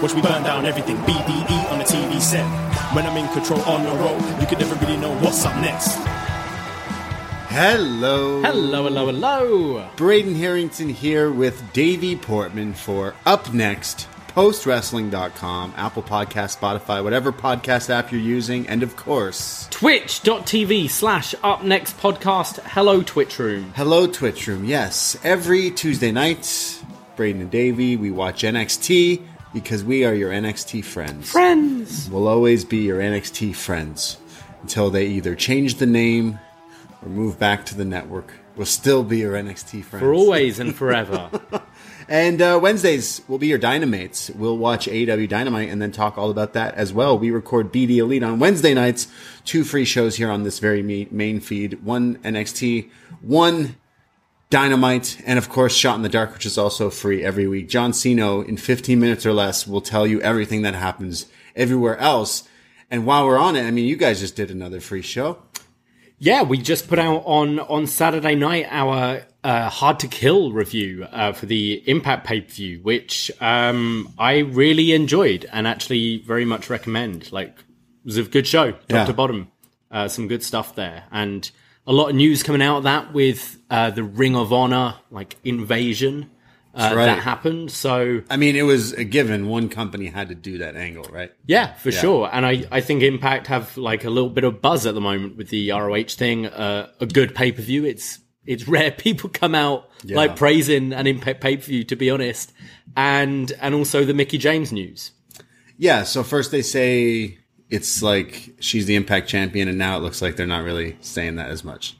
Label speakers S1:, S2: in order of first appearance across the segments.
S1: Watch me burn down everything, BDE on the TV set. When I'm in control on the road, you could never really know what's up next.
S2: Hello.
S3: Hello, hello, hello.
S2: Braden Harrington here with Davey Portman for Up Next, postwrestling.com, Apple Podcast, Spotify, whatever podcast app you're using, and of course,
S3: Twitch.tv slash up next podcast. Hello, Twitch room.
S2: hello Twitch Room. Yes, every Tuesday night, Braden and Davey, we watch NXT because we are your NXT friends.
S3: Friends.
S2: We'll always be your NXT friends until they either change the name or move back to the network. We'll still be your NXT friends.
S3: For always and forever.
S2: And uh, Wednesdays will be your Dynamates. We'll watch AEW Dynamite and then talk all about that as well. We record BD Elite on Wednesday nights. Two free shows here on this very me- main feed. One NXT, one Dynamite, and of course Shot in the Dark, which is also free every week. John Ceno in 15 minutes or less will tell you everything that happens everywhere else. And while we're on it, I mean, you guys just did another free show.
S3: yeah, we just put out on, on Saturday night our uh, Hard to Kill review uh, for the Impact pay per view, which um, I really enjoyed and actually very much recommend. Like, it was a good show, top
S2: Yeah.
S3: to bottom. Uh, some good stuff there. And a lot of news coming out of that with uh, the Ring of Honor, like, invasion. Uh,
S2: right.
S3: That happened. So
S2: I mean, it was a given. One company had to do that angle, right?
S3: Yeah, for sure. And I, I think Impact have like a little bit of buzz at the moment with the ROH thing. Uh, a good pay per view. It's it's rare people come out like praising an Impact pay per view, to be honest. And and also the Mickey James news.
S2: Yeah, so first they say it's like she's the impact champion, and now it looks like they're not really saying that as much.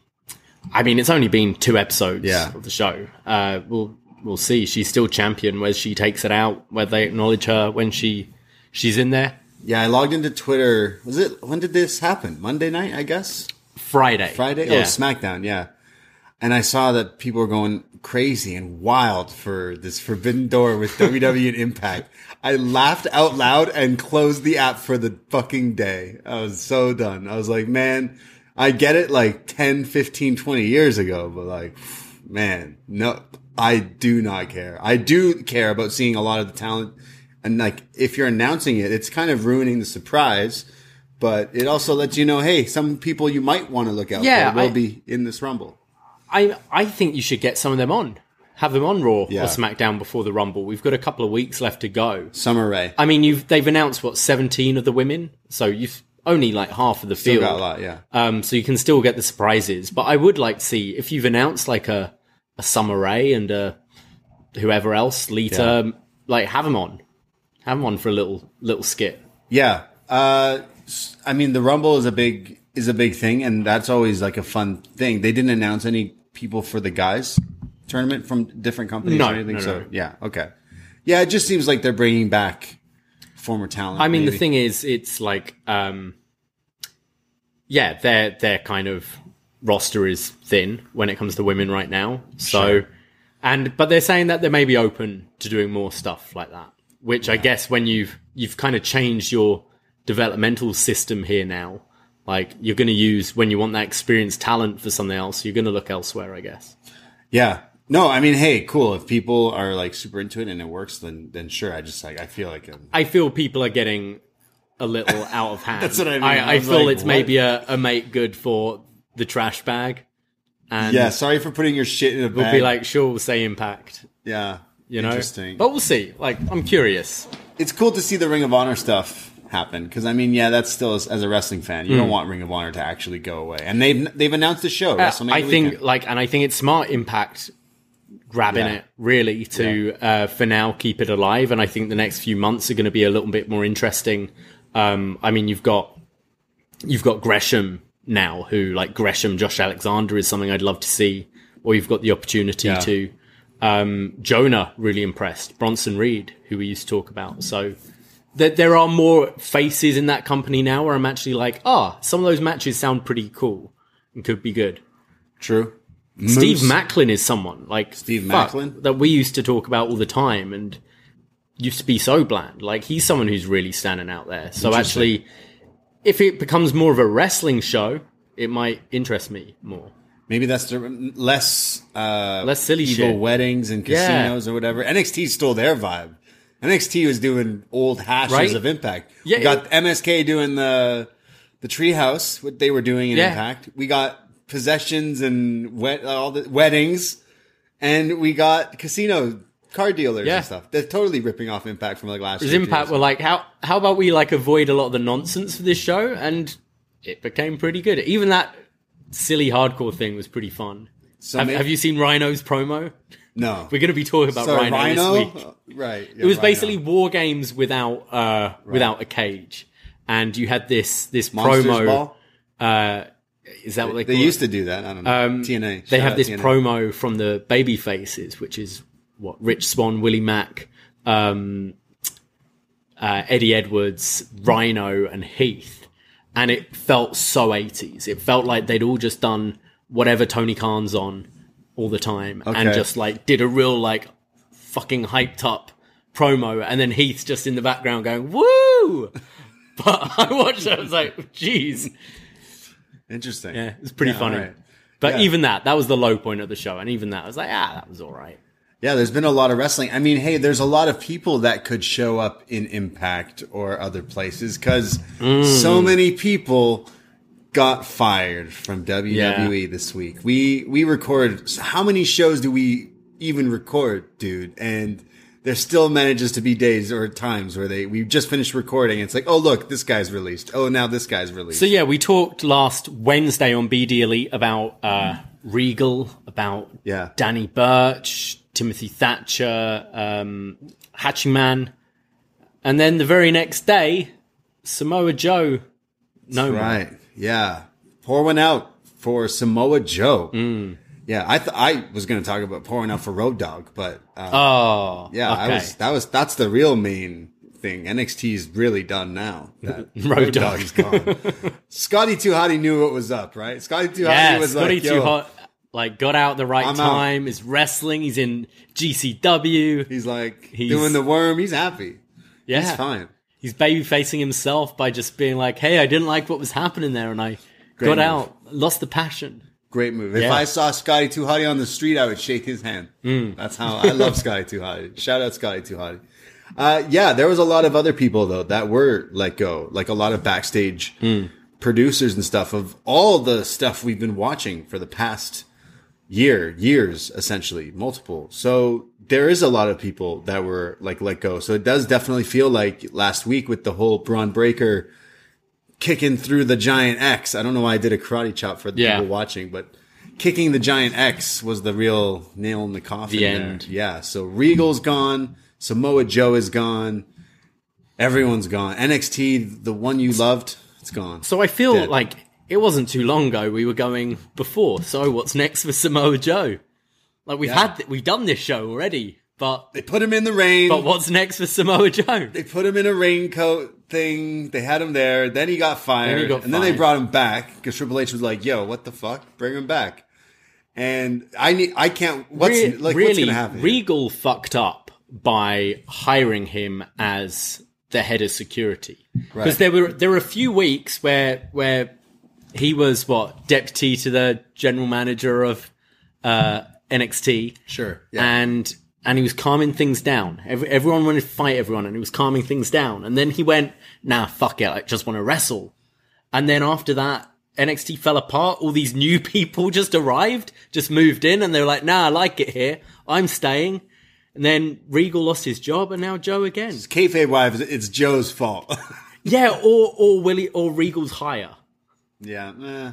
S3: I mean, it's only been two episodes
S2: Yeah.
S3: of the show. Uh, we'll we'll see. She's still champion. Whether she takes it out, whether they acknowledge her when she she's in there.
S2: Yeah, I logged into Twitter. Was it when did this happen? Monday night, I guess?
S3: Friday.
S2: Friday?
S3: Yeah.
S2: Oh, SmackDown, yeah. And I saw that people were going crazy and wild for this Forbidden Door with WWE and Impact. I laughed out loud and closed the app for the fucking day. I was so done. I was like, man, I get it like 10, 15, 20 years ago, but like, man, no, I do not care. I do care about seeing a lot of the talent. And like, if you're announcing it, it's kind of ruining the surprise, but it also lets you know, hey, some people you might want to look out
S3: Yeah,
S2: for will
S3: I-
S2: be in this Rumble.
S3: I I think you should get some of them on. Have them on Raw
S2: Yeah.
S3: or SmackDown before the Rumble. We've got a couple of weeks left to go.
S2: Summer Rae.
S3: I mean, you've they've announced what seventeen of the women, so you've only like half of the
S2: Still
S3: field.
S2: got a lot, yeah.
S3: Um, so you can still get the surprises. But I would like to see if you've announced like a a Summer Rae and a whoever else, Lita, um, like have them on, have them on for a little little skit.
S2: Yeah. Uh, s- I mean, the Rumble is a big is a big thing, and that's always like a fun thing. They didn't announce any people for the guys, tournament from different companies
S3: No,
S2: or anything?
S3: no,
S2: so
S3: no.
S2: yeah, okay, yeah. It just seems like they're bringing back former talent.
S3: I mean,
S2: maybe.
S3: the thing is, it's like, um, yeah, their their kind of roster is thin when it comes to women right now. So, and but they're saying that they may be open to doing more stuff like that. Which I guess when you've you've kind of changed your developmental system here now, like you're going to use when you want that experienced talent for something else, you're going to look elsewhere. I guess.
S2: Yeah. No, I mean, hey, cool. If people are like super into it and it works, then then sure. I just like I feel like I'm,
S3: I feel people are getting a little out of hand.
S2: That's what I mean.
S3: I,
S2: I was
S3: feel
S2: like,
S3: it's maybe a, a make good for the trash bag. And
S2: yeah. Sorry for putting your shit in a
S3: we'll
S2: bag.
S3: be like, sure, we'll say impact.
S2: yeah,
S3: You know?
S2: interesting.
S3: But we'll see. Like, I'm curious.
S2: it's cool to see the Ring of Honor stuff happen because I mean, yeah, that's still as, as a wrestling fan, you don't want Ring of Honor to actually go away. And they've they've announced the show.
S3: Hmm. Uh, I
S2: WrestleMania
S3: think,
S2: weekend.
S3: like, and I think it's smart impact grabbing
S2: Yeah.
S3: it, really, to, uh, for now, keep it alive. And I think the next few months are going to be a little bit more interesting. Um, I mean, you've got you've got Gresham now, who like Gresham, Josh Alexander is something I'd love to see, or you've got the opportunity
S2: Yeah.
S3: to. Um, Jonah really impressed. Bronson Reed, who we used to talk about. So there, there are more faces in that company now where I'm actually like, ah, some of those matches sound pretty cool and could be good.
S2: true.
S3: Steve
S2: Moose.
S3: Macklin is someone like
S2: Steve
S3: fuck,
S2: Macklin?
S3: that we used to talk about all the time and used to be so bland. Like he's someone who's really standing out there. So actually, if it becomes more of a wrestling show, it might interest me more.
S2: Maybe that's the less uh,
S3: Less silly
S2: evil
S3: shit.
S2: weddings and
S3: Yeah.
S2: casinos or whatever. NXT stole their vibe. NXT was doing old hashes
S3: Right?
S2: of Impact.
S3: Yeah,
S2: we got
S3: it-
S2: MSK doing the the Treehouse, what they were doing in
S3: Yeah.
S2: Impact. We got possessions and wet all the weddings, and we got casino car dealers
S3: Yeah.
S2: and stuff. They're totally ripping off Impact from like last
S3: His
S2: year. too,
S3: impact
S2: so-
S3: were like, how how about we like avoid a lot of the nonsense for this show? And it became pretty good. Even that silly hardcore thing was pretty fun.
S2: So
S3: have,
S2: may-
S3: have you seen Rhino's promo?
S2: No,
S3: We're going to be talking about
S2: so
S3: Rhino,
S2: Rhino,
S3: this week.
S2: right?
S3: it was basically war games without uh without a cage and you had this this
S2: Monsters
S3: promo
S2: Ball.
S3: uh is that what they,
S2: They
S3: call
S2: used
S3: it?
S2: to do that. I don't know. TNA.
S3: they
S2: Shout
S3: have
S2: out
S3: this
S2: TNA.
S3: promo from the baby faces which is what rich swan willie mack um uh, eddie edwards rhino and heath and it felt so 80s it felt like they'd all just done whatever tony khan's on all the time and
S2: Okay.
S3: just like did a real like fucking hyped up promo, and then Heath just in the background going woo. But I watched it, I was like, "Jeez,
S2: Interesting.
S3: yeah, it's pretty
S2: Yeah,
S3: funny."
S2: alright.
S3: But
S2: Yeah.
S3: even that, that was the low point of the show, and even that, I was like, "Ah, that was all right."
S2: Yeah, there's been a lot of wrestling. I mean, hey, there's a lot of people that could show up in Impact or other places because so many people got fired from WWE this week. We we record how many shows do we even record, dude? And there still manages to be days or times where they we just finished recording. It's like, oh look, this guy's released. Oh, now this guy's released.
S3: So yeah, we talked last Wednesday on BD Elite about uh, Regal, about
S2: Yeah.
S3: Danny Birch, Timothy Thatcher, um, Hachiman, and then the very next day, Samoa Joe. No, man.
S2: Right. Yeah. Pour one out for Samoa Joe.
S3: Mm.
S2: Yeah, I th- I was going to talk about pouring out for Road Dog, but uh,
S3: Oh,
S2: yeah, I
S3: okay.
S2: was that was that's the real main thing. NXT is really done now. That
S3: Road Dogg.
S2: is gone. Scotty Too Hotty knew what was up, right? Scotty Too Hotty
S3: yeah,
S2: was
S3: Scotty
S2: like,
S3: too
S2: Yo,
S3: hot. Like got out at the right
S2: I'm out.
S3: time. Is wrestling. He's in GCW.
S2: he's like
S3: He's-
S2: doing the worm. He's happy.
S3: yeah,
S2: He's fine.
S3: He's baby facing himself by just being like, "Hey, I didn't like what was happening there, and I
S2: Great
S3: got
S2: move.
S3: out, lost the passion."
S2: Great move. If
S3: Yeah.
S2: I saw Scotty Too Hotty on the street, I would shake his hand. That's how I love Scotty Too Hotty. Shout out Scotty Too Hotty. Uh, yeah, there was a lot of other people though that were let go, like a lot of backstage producers and stuff of all the stuff we've been watching for the past year, years essentially, multiple. So there is a lot of people that were like let go. So it does definitely feel like last week with the whole Braun Breaker kicking through the giant X. I don't know why I did a karate chop for the
S3: Yeah.
S2: people watching, but kicking the giant X was the real nail in the coffin.
S3: The
S2: there.
S3: end.
S2: Yeah. So Regal's gone. Samoa Joe is gone. Everyone's gone. NXT, the one you loved, it's gone.
S3: So I feel
S2: Dead.
S3: like it wasn't too long ago we were going before. So what's next for Samoa Joe? Like we've
S2: Yeah.
S3: had, th- we've done this show already, but
S2: They put him in the rain.
S3: but what's next for Samoa Joe?
S2: They put him in a raincoat thing. They had him there. Then he got fired.
S3: Then he got
S2: and then they
S3: fired.
S2: brought him back because Triple H was like, "Yo, what the fuck? Bring him back." And I need. I can't. What's
S3: Re-
S2: like? what's
S3: really,
S2: gonna happen? here?
S3: Regal fucked up by hiring him as the head of security because
S2: Right.
S3: there were there were a few weeks where where he was what deputy to the general manager of uh, NXT.
S2: Sure, yeah.
S3: And and he was calming things down. Every, everyone wanted to fight everyone, and he was calming things down. And then he went, "Nah, fuck it, I just want to wrestle." And then after that, NXT fell apart. All these new people just arrived, just moved in, and they were like, "Nah, I like it here. I'm staying." And then Regal lost his job, and now Joe again.
S2: kayfabe wives. It's Joe's fault.
S3: Yeah, or or Willie or Regal's higher.
S2: yeah. eh.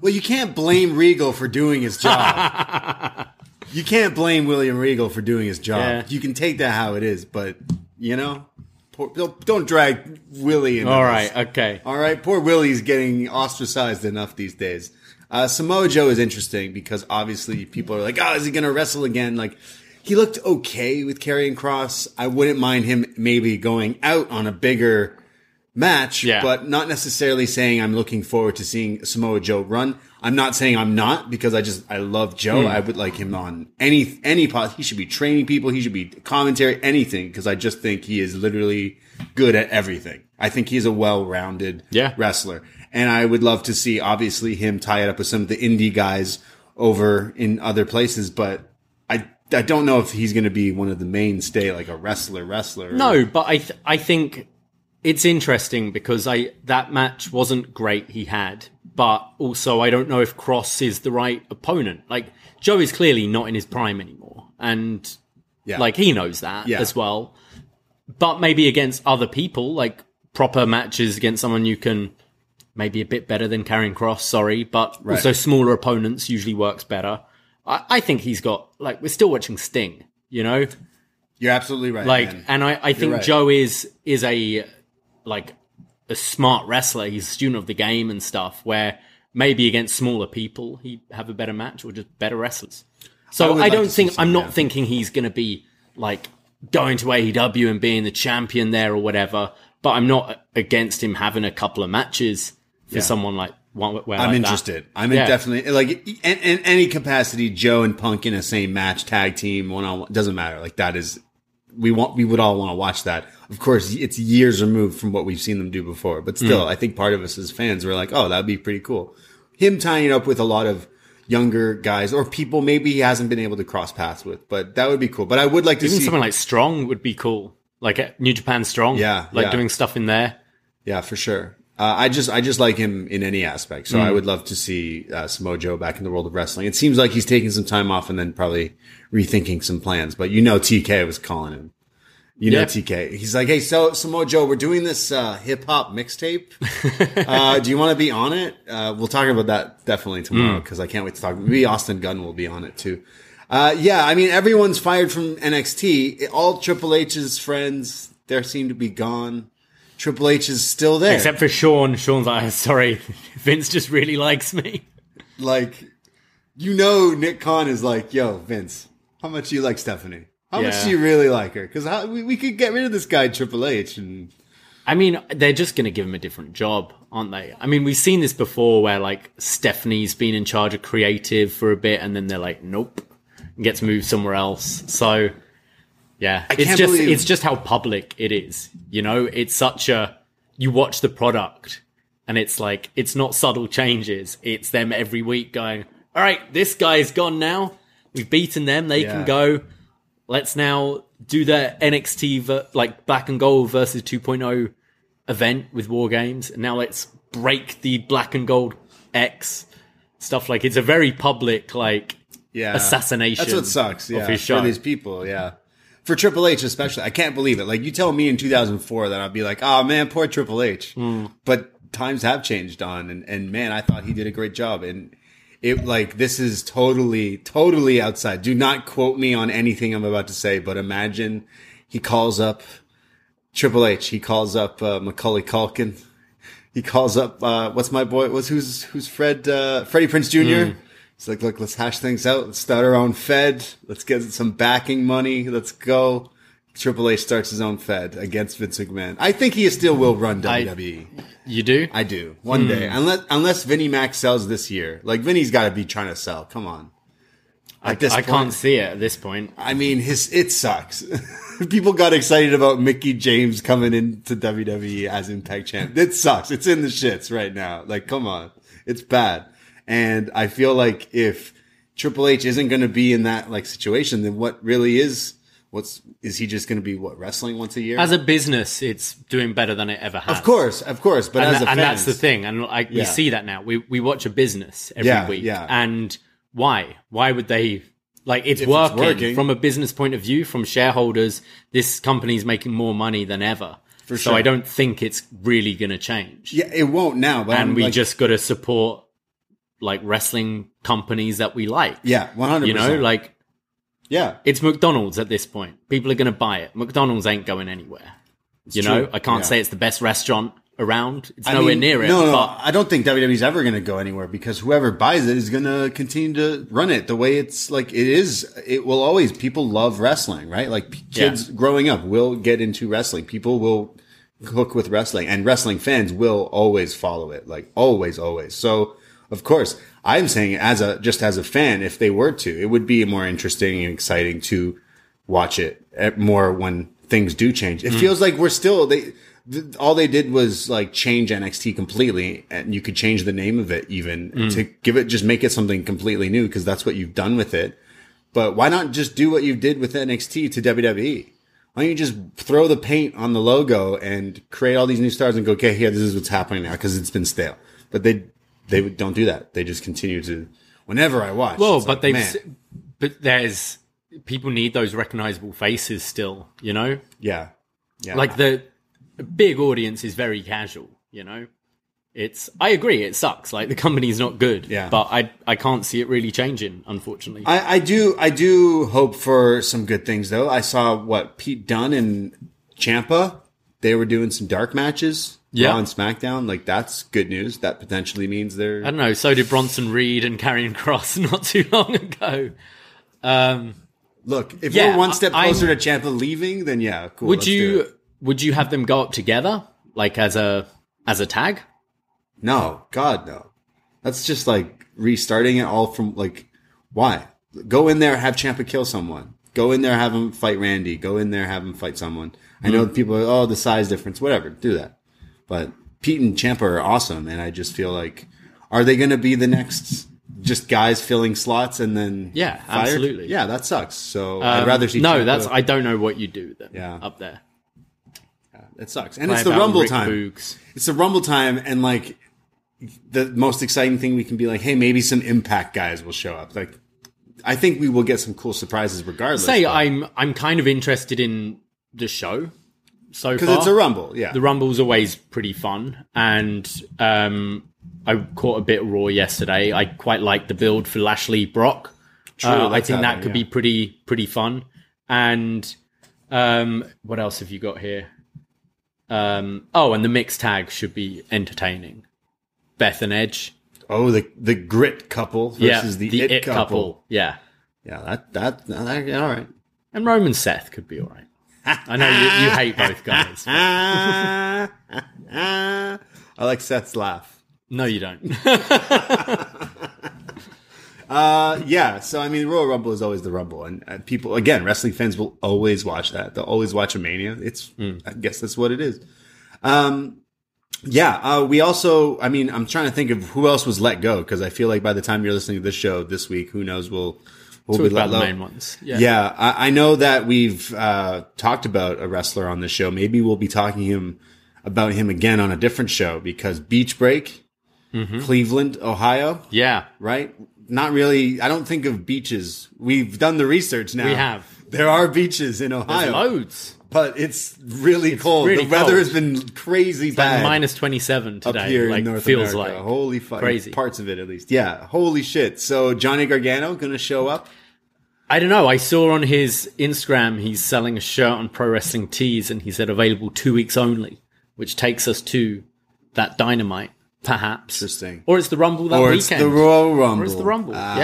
S2: Well, you can't blame Regal for doing his job. you can't blame William Regal for doing his job.
S3: Yeah.
S2: You can take that how it is, but you know, poor, don't, don't drag Willie. Into
S3: All
S2: this.
S3: right, okay.
S2: All right, poor Willie's getting ostracized enough these days. Uh, Samoa Joe is interesting because obviously people are like, "Oh, is he going to wrestle again?" Like, he looked okay with carrying Cross. I wouldn't mind him maybe going out on a bigger match,
S3: Yeah.
S2: but not necessarily saying I'm looking forward to seeing Samoa Joe run. I'm not saying I'm not because I just I love Joe.
S3: Hmm.
S2: I would like him on any any pod. He should be training people. He should be commentary anything because I just think he is literally good at everything. I think he's a well-rounded
S3: Yeah.
S2: wrestler, and I would love to see obviously him tie it up with some of the indie guys over in other places, but I. I don't know if he's going to be one of the mainstay, like a wrestler, wrestler.
S3: No, but I th- I think it's interesting because I that match wasn't great he had, but also I don't know if Cross is the right opponent. Like Joe is clearly not in his prime anymore, and
S2: yeah.
S3: like he knows that
S2: Yeah.
S3: as well. But maybe against other people, like proper matches against someone you can maybe a bit better than Karen Cross, sorry, but also smaller opponents usually works better. I, I think he's got like we're still watching Sting, you know?
S2: you're absolutely right.
S3: like
S2: man.
S3: and i, I think
S2: right.
S3: joe is is a like a smart wrestler he's a student of the game and stuff where maybe against smaller people he have a better match or just better wrestlers
S2: I
S3: so
S2: would
S3: i,
S2: like
S3: don't
S2: to see
S3: think
S2: some,
S3: i'm not
S2: yeah.
S3: thinking he's going to be like going to aew and being the champion there or whatever but i'm not against him having a couple of matches for someone like one where
S2: I'm
S3: like that.
S2: interested. I'm
S3: Yeah.
S2: definitely like in, in any capacity. Joe and Punk in a same match, tag team, one on one doesn't matter. Like that is we want we would all want to watch that. Of course, it's years removed from what we've seen them do before, but still,
S3: Mm.
S2: I think part of us as fans were like, oh, that'd be pretty cool. Him tying it up with a lot of younger guys or people maybe he hasn't been able to cross paths with, but that would be cool. But I would like to
S3: even
S2: see,
S3: someone like strong would be cool like uh, new japan strong
S2: Yeah,
S3: like
S2: yeah.
S3: doing stuff in there
S2: yeah, for sure. Uh, I just I just like him in any aspect, so I would love to see uh, Samoa Joe back in the world of wrestling. It seems like he's taking some time off and then probably rethinking some plans. But you know, TK was calling him. You know,
S3: Yeah.
S2: TK. He's like, "Hey, so Samoa Joe, we're doing this uh, hip hop mixtape. uh, do you want to be on it? Uh, we'll talk about that definitely tomorrow because I can't wait to talk. Maybe Austin Gunn will be on it too. Uh, yeah, I mean, everyone's fired from NXT. It- All Triple H's friends there seem to be gone. Triple H is still there.
S3: Except for Sean. Sean's like, sorry, Vince just really likes me.
S2: like, you know, Nick Khan is like, yo, Vince, how much do you like Stephanie? How much
S3: Yeah.
S2: do you really like her? Because we, we could get rid of this guy, Triple H. And
S3: I mean, they're just going to give him a different job, aren't they? I mean, we've seen this before where like Stephanie's been in charge of creative for a bit and then they're like, nope, and gets moved somewhere else. So yeah, it's
S2: can't
S3: just,
S2: believe-
S3: it's just how public it is. You know, it's such a, you watch the product and it's like, it's not subtle changes. It's them every week going, all right, this guy's gone now. We've beaten them. They
S2: Yeah.
S3: can go. Let's now do the NXT, ver- like black and gold versus 2.0 event with War Games. And now let's break the Black and Gold X stuff. Like it's a very public, like
S2: yeah,
S3: Assassination
S2: That's what sucks.
S3: of
S2: Yeah,
S3: his
S2: for
S3: show.
S2: these people. Yeah, for Triple H especially, I can't believe it. Like you tell me in 2004 that I'd be like, oh man, poor Triple H.
S3: Hmm.
S2: But times have changed on, and and man, I thought he did a great job. And it like this is totally totally outside. Do not quote me on anything I'm about to say, but imagine he calls up Triple H. He calls up uh, Macaulay Culkin.
S3: Hmm.
S2: He calls up uh, what's my boy? What's who's who's Fred uh, Freddie Prince Jr. It's like, look, let's hash things out. Let's start our own Fed. Let's get some backing money. Let's go. Triple H starts his own Fed against Vince McMahon. I think he still will run WWE.
S3: You do?
S2: I, do one
S3: Hmm.
S2: day, unless unless Vinnie Mac sells this year. Like Vinnie's got to be trying to sell. Come on. At this
S3: I
S2: point-
S3: can't see it at this point.
S2: I mean, his it sucks. People got excited about Mickey James coming into WWE as Impact Champ. It sucks. It's in the shits right now. Like, come on, it's bad. And I feel like if Triple H isn't going to be in that like situation, then what really is? What's is he just going to be what wrestling once a year?
S3: As a business, it's doing better than it ever has.
S2: of course, of course. But
S3: and,
S2: as a
S3: tha- and that's the
S2: fans-
S3: thing and like we
S2: Yeah.
S3: see that now we we watch a business every
S2: Yeah,
S3: week
S2: yeah.
S3: and why why would they like it's
S2: If it's
S3: working,
S2: working.
S3: from a business point of view from shareholders this company's making more money than ever
S2: For
S3: so
S2: sure.
S3: i don't think it's really going to change
S2: yeah, it won't now. But
S3: and
S2: I'm
S3: we
S2: like-
S3: just got to support like wrestling companies that we like
S2: yeah, one hundred.
S3: you know like
S2: yeah,
S3: it's mcdonald's at this point people are going to buy it mcdonald's ain't going anywhere you know
S2: true.
S3: i can't
S2: Yeah.
S3: say it's the best restaurant around it's
S2: I
S3: nowhere
S2: mean,
S3: near it
S2: No, no,
S3: but
S2: I don't think WWE's ever going to go anywhere because whoever buys it is going to continue to run it the way it's like it is. It will always people love wrestling, right? Like p-
S3: Yeah.
S2: kids growing up will get into wrestling. People will hook with wrestling, and wrestling fans will always follow it, like always, always. So, of course, I'm saying as a just as a fan, if they were to, it would be more interesting and exciting to watch it at more when things do change. It
S3: Mm.
S2: feels like we're still they th- all they did was like change NXT completely and you could change the name of it even
S3: Mm.
S2: to give it just make it something completely new because that's what you've done with it. But why not just do what you did with NXT to WWE? Why don't you just throw the paint on the logo and create all these new stars and go, okay, here, this is what's happening now because it's been stale. But they they would- don't do that. They just continue to whenever I watch.
S3: Well,
S2: it's
S3: but
S2: like,
S3: they've,
S2: man,
S3: s- but there's people need those recognizable faces still. You know,
S2: yeah, yeah,
S3: like the big audience is very casual. You know, it's I agree it sucks. Like the company's not good.
S2: Yeah.
S3: but I I can't see it really changing. Unfortunately,
S2: I, I do I do hope for some good things though. I saw what Pete Dunne and Champa they were doing some dark matches.
S3: Yeah.
S2: Raw and SmackDown, like that's good news. That potentially means they're
S3: I don't know. So did Bronson Reed and Karrion Cross not too long ago. Um,
S2: look. If
S3: Yeah,
S2: we're one step
S3: I-
S2: closer to Champa leaving, then yeah, cool.
S3: would
S2: let's do it.
S3: you would you have them go up together like as a as a tag?
S2: No, God no. That's just like restarting it all from like why go in there have Champa kill someone. Go in there have him fight Randy. Go in there have him fight someone. I
S3: Mm-hmm.
S2: know people are oh the size difference whatever do that. But Pete and Champa are awesome, and I just feel like, are they going to be the next just guys filling slots and then
S3: Yeah, absolutely. Um,
S2: yeah that sucks. So I'd rather see
S3: no,
S2: Ciampa-
S3: that's I don't know what you do with them
S2: Yeah.
S3: up there.
S2: it sucks, and it's
S3: Play
S2: the
S3: about
S2: Rumble
S3: Rick
S2: time.
S3: Boogs.
S2: It's the Rumble time, and like the most exciting thing we can be like, hey, maybe some Impact guys will show up. Like, I think we will get some cool surprises regardless.
S3: Say uh, I'm I'm kind of interested in the show so
S2: because
S3: far.
S2: it's a Rumble, yeah.
S3: The Rumble's always pretty fun, and um, I caught a bit of Raw yesterday. I quite like the build for Lashley Brock. True, I
S2: that's
S3: think that
S2: happening,
S3: could
S2: yeah.
S3: be pretty pretty fun. And um, what else have you got here? Um, oh, and the mix tag should be entertaining. Beth and Edge,
S2: oh, the the grit couple
S3: yeah,
S2: versus the, it, couple.
S3: yeah.
S2: Yeah, that, that that all right.
S3: And Roman Seth could be all right. I know you, you hate both guys. but-
S2: Ah, ah. I like Seth's laugh.
S3: No, you don't.
S2: Uh, yeah, so I mean, Royal Rumble is always the Rumble, and uh, people again, wrestling fans will always watch that. They'll always watch a Mania. It's,
S3: Mm.
S2: I guess, that's what it is. Um, yeah, uh, we also, I mean, I'm trying to think of who else was let go because I feel like by the time you're listening to this show this week, who knows, we'll we'll
S3: Talk
S2: be let
S3: about the
S2: go.
S3: main ones. Yeah.
S2: Yeah, I, I know that we've uh, talked about a wrestler on the show. Maybe we'll be talking him about him again on a different show because Beach Break,
S3: Mm-hmm.
S2: Cleveland, Ohio
S3: Yeah.
S2: right? Not really. I don't think of beaches. We've done the research now.
S3: We have.
S2: There are beaches in
S3: There's
S2: Ohio,
S3: loads.
S2: but it's really cold.
S3: really
S2: the weather
S3: cold.
S2: has been crazy bad
S3: Like minus 27
S2: up
S3: today.
S2: here
S3: like,
S2: in North
S3: feels
S2: America.
S3: like.
S2: holy fuck,
S3: Crazy.
S2: parts of it at least. Yeah, holy shit. So Johnny Gargano gonna show up?
S3: I don't know. I saw on his Instagram he's selling a shirt on Pro Wrestling Tees and he said available two weeks only, which takes us to that dynamite. perhaps.
S2: Interesting.
S3: Or it's the Rumble that
S2: or
S3: weekend.
S2: it's the Royal Rumble.
S3: Or it's the Rumble.
S2: Ah.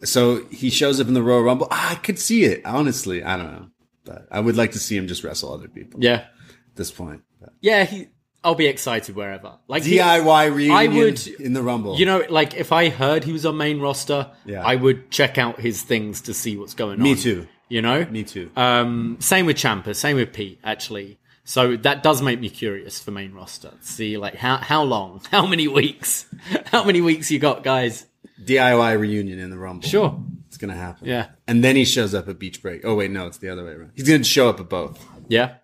S3: yeah.
S2: So he shows up in the Royal Rumble. Ah, I could see it. Honestly, I don't know, but I would like to see him just wrestle other people
S3: Yeah.
S2: at this point. But-
S3: Yeah, he, I'll be excited wherever. Like he-
S2: DIY reunion
S3: I would-
S2: in the Rumble.
S3: You know, like if I heard he was on main roster,
S2: Yeah.
S3: I would check out his things to see what's going
S2: Me
S3: on.
S2: too.
S3: You know?
S2: me too.
S3: Um, same with Champa, same with Pete, actually. So that does make me curious for main roster. See, like how how long, how many weeks, how many weeks you got, guys?
S2: DIY reunion in the Rumble.
S3: Sure.
S2: it's gonna happen.
S3: Yeah.
S2: and then he shows up at Beach Break. Oh wait, no, it's the other way around. He's gonna show up at both.
S3: Yeah.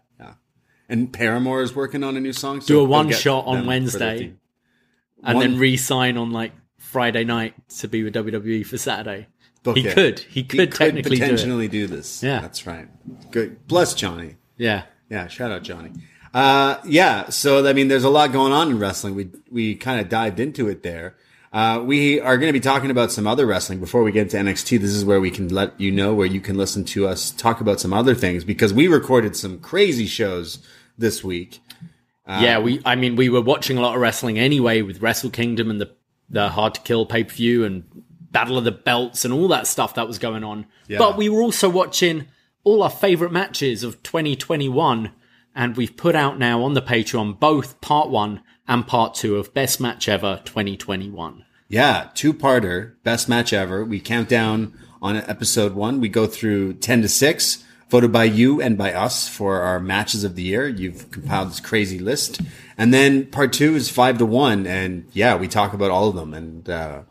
S2: And Paramore is working on a new song. So
S3: Do a
S2: he'll
S3: one
S2: get
S3: shot
S2: them
S3: on
S2: for
S3: Wednesday.
S2: the team.
S3: and
S2: One-
S3: then re-sign on like Friday night to be with WWE for Saturday.
S2: Book
S3: he
S2: it.
S3: could, he could technically do it.
S2: potentially do, this.
S3: Yeah.
S2: that's right. Good. Bless Johnny.
S3: Yeah,
S2: Yeah, shout out Johnny. Uh, yeah, so I mean, there's a lot going on in wrestling. We we kind of dived into it there. Uh, we are going to be talking about some other wrestling before we get to NXT. This is where we can let you know where you can listen to us talk about some other things because we recorded some crazy shows this week.
S3: yeah. We, I mean, we were watching a lot of wrestling anyway with Wrestle Kingdom and the the Hard to Kill pay per view and Battle of the Belts and all that stuff that was going on. But we were also watching all our favorite matches of 2021, and we've put out now on the Patreon both part one and part two of Best Match Ever 2021.
S2: Yeah, two parter, best match ever. We count down on episode one. We go through 10 to 6, voted by you and by us for our matches of the year. You've compiled this crazy list. And then part two is 5 to 1. And yeah, we talk about all of them. And, uh,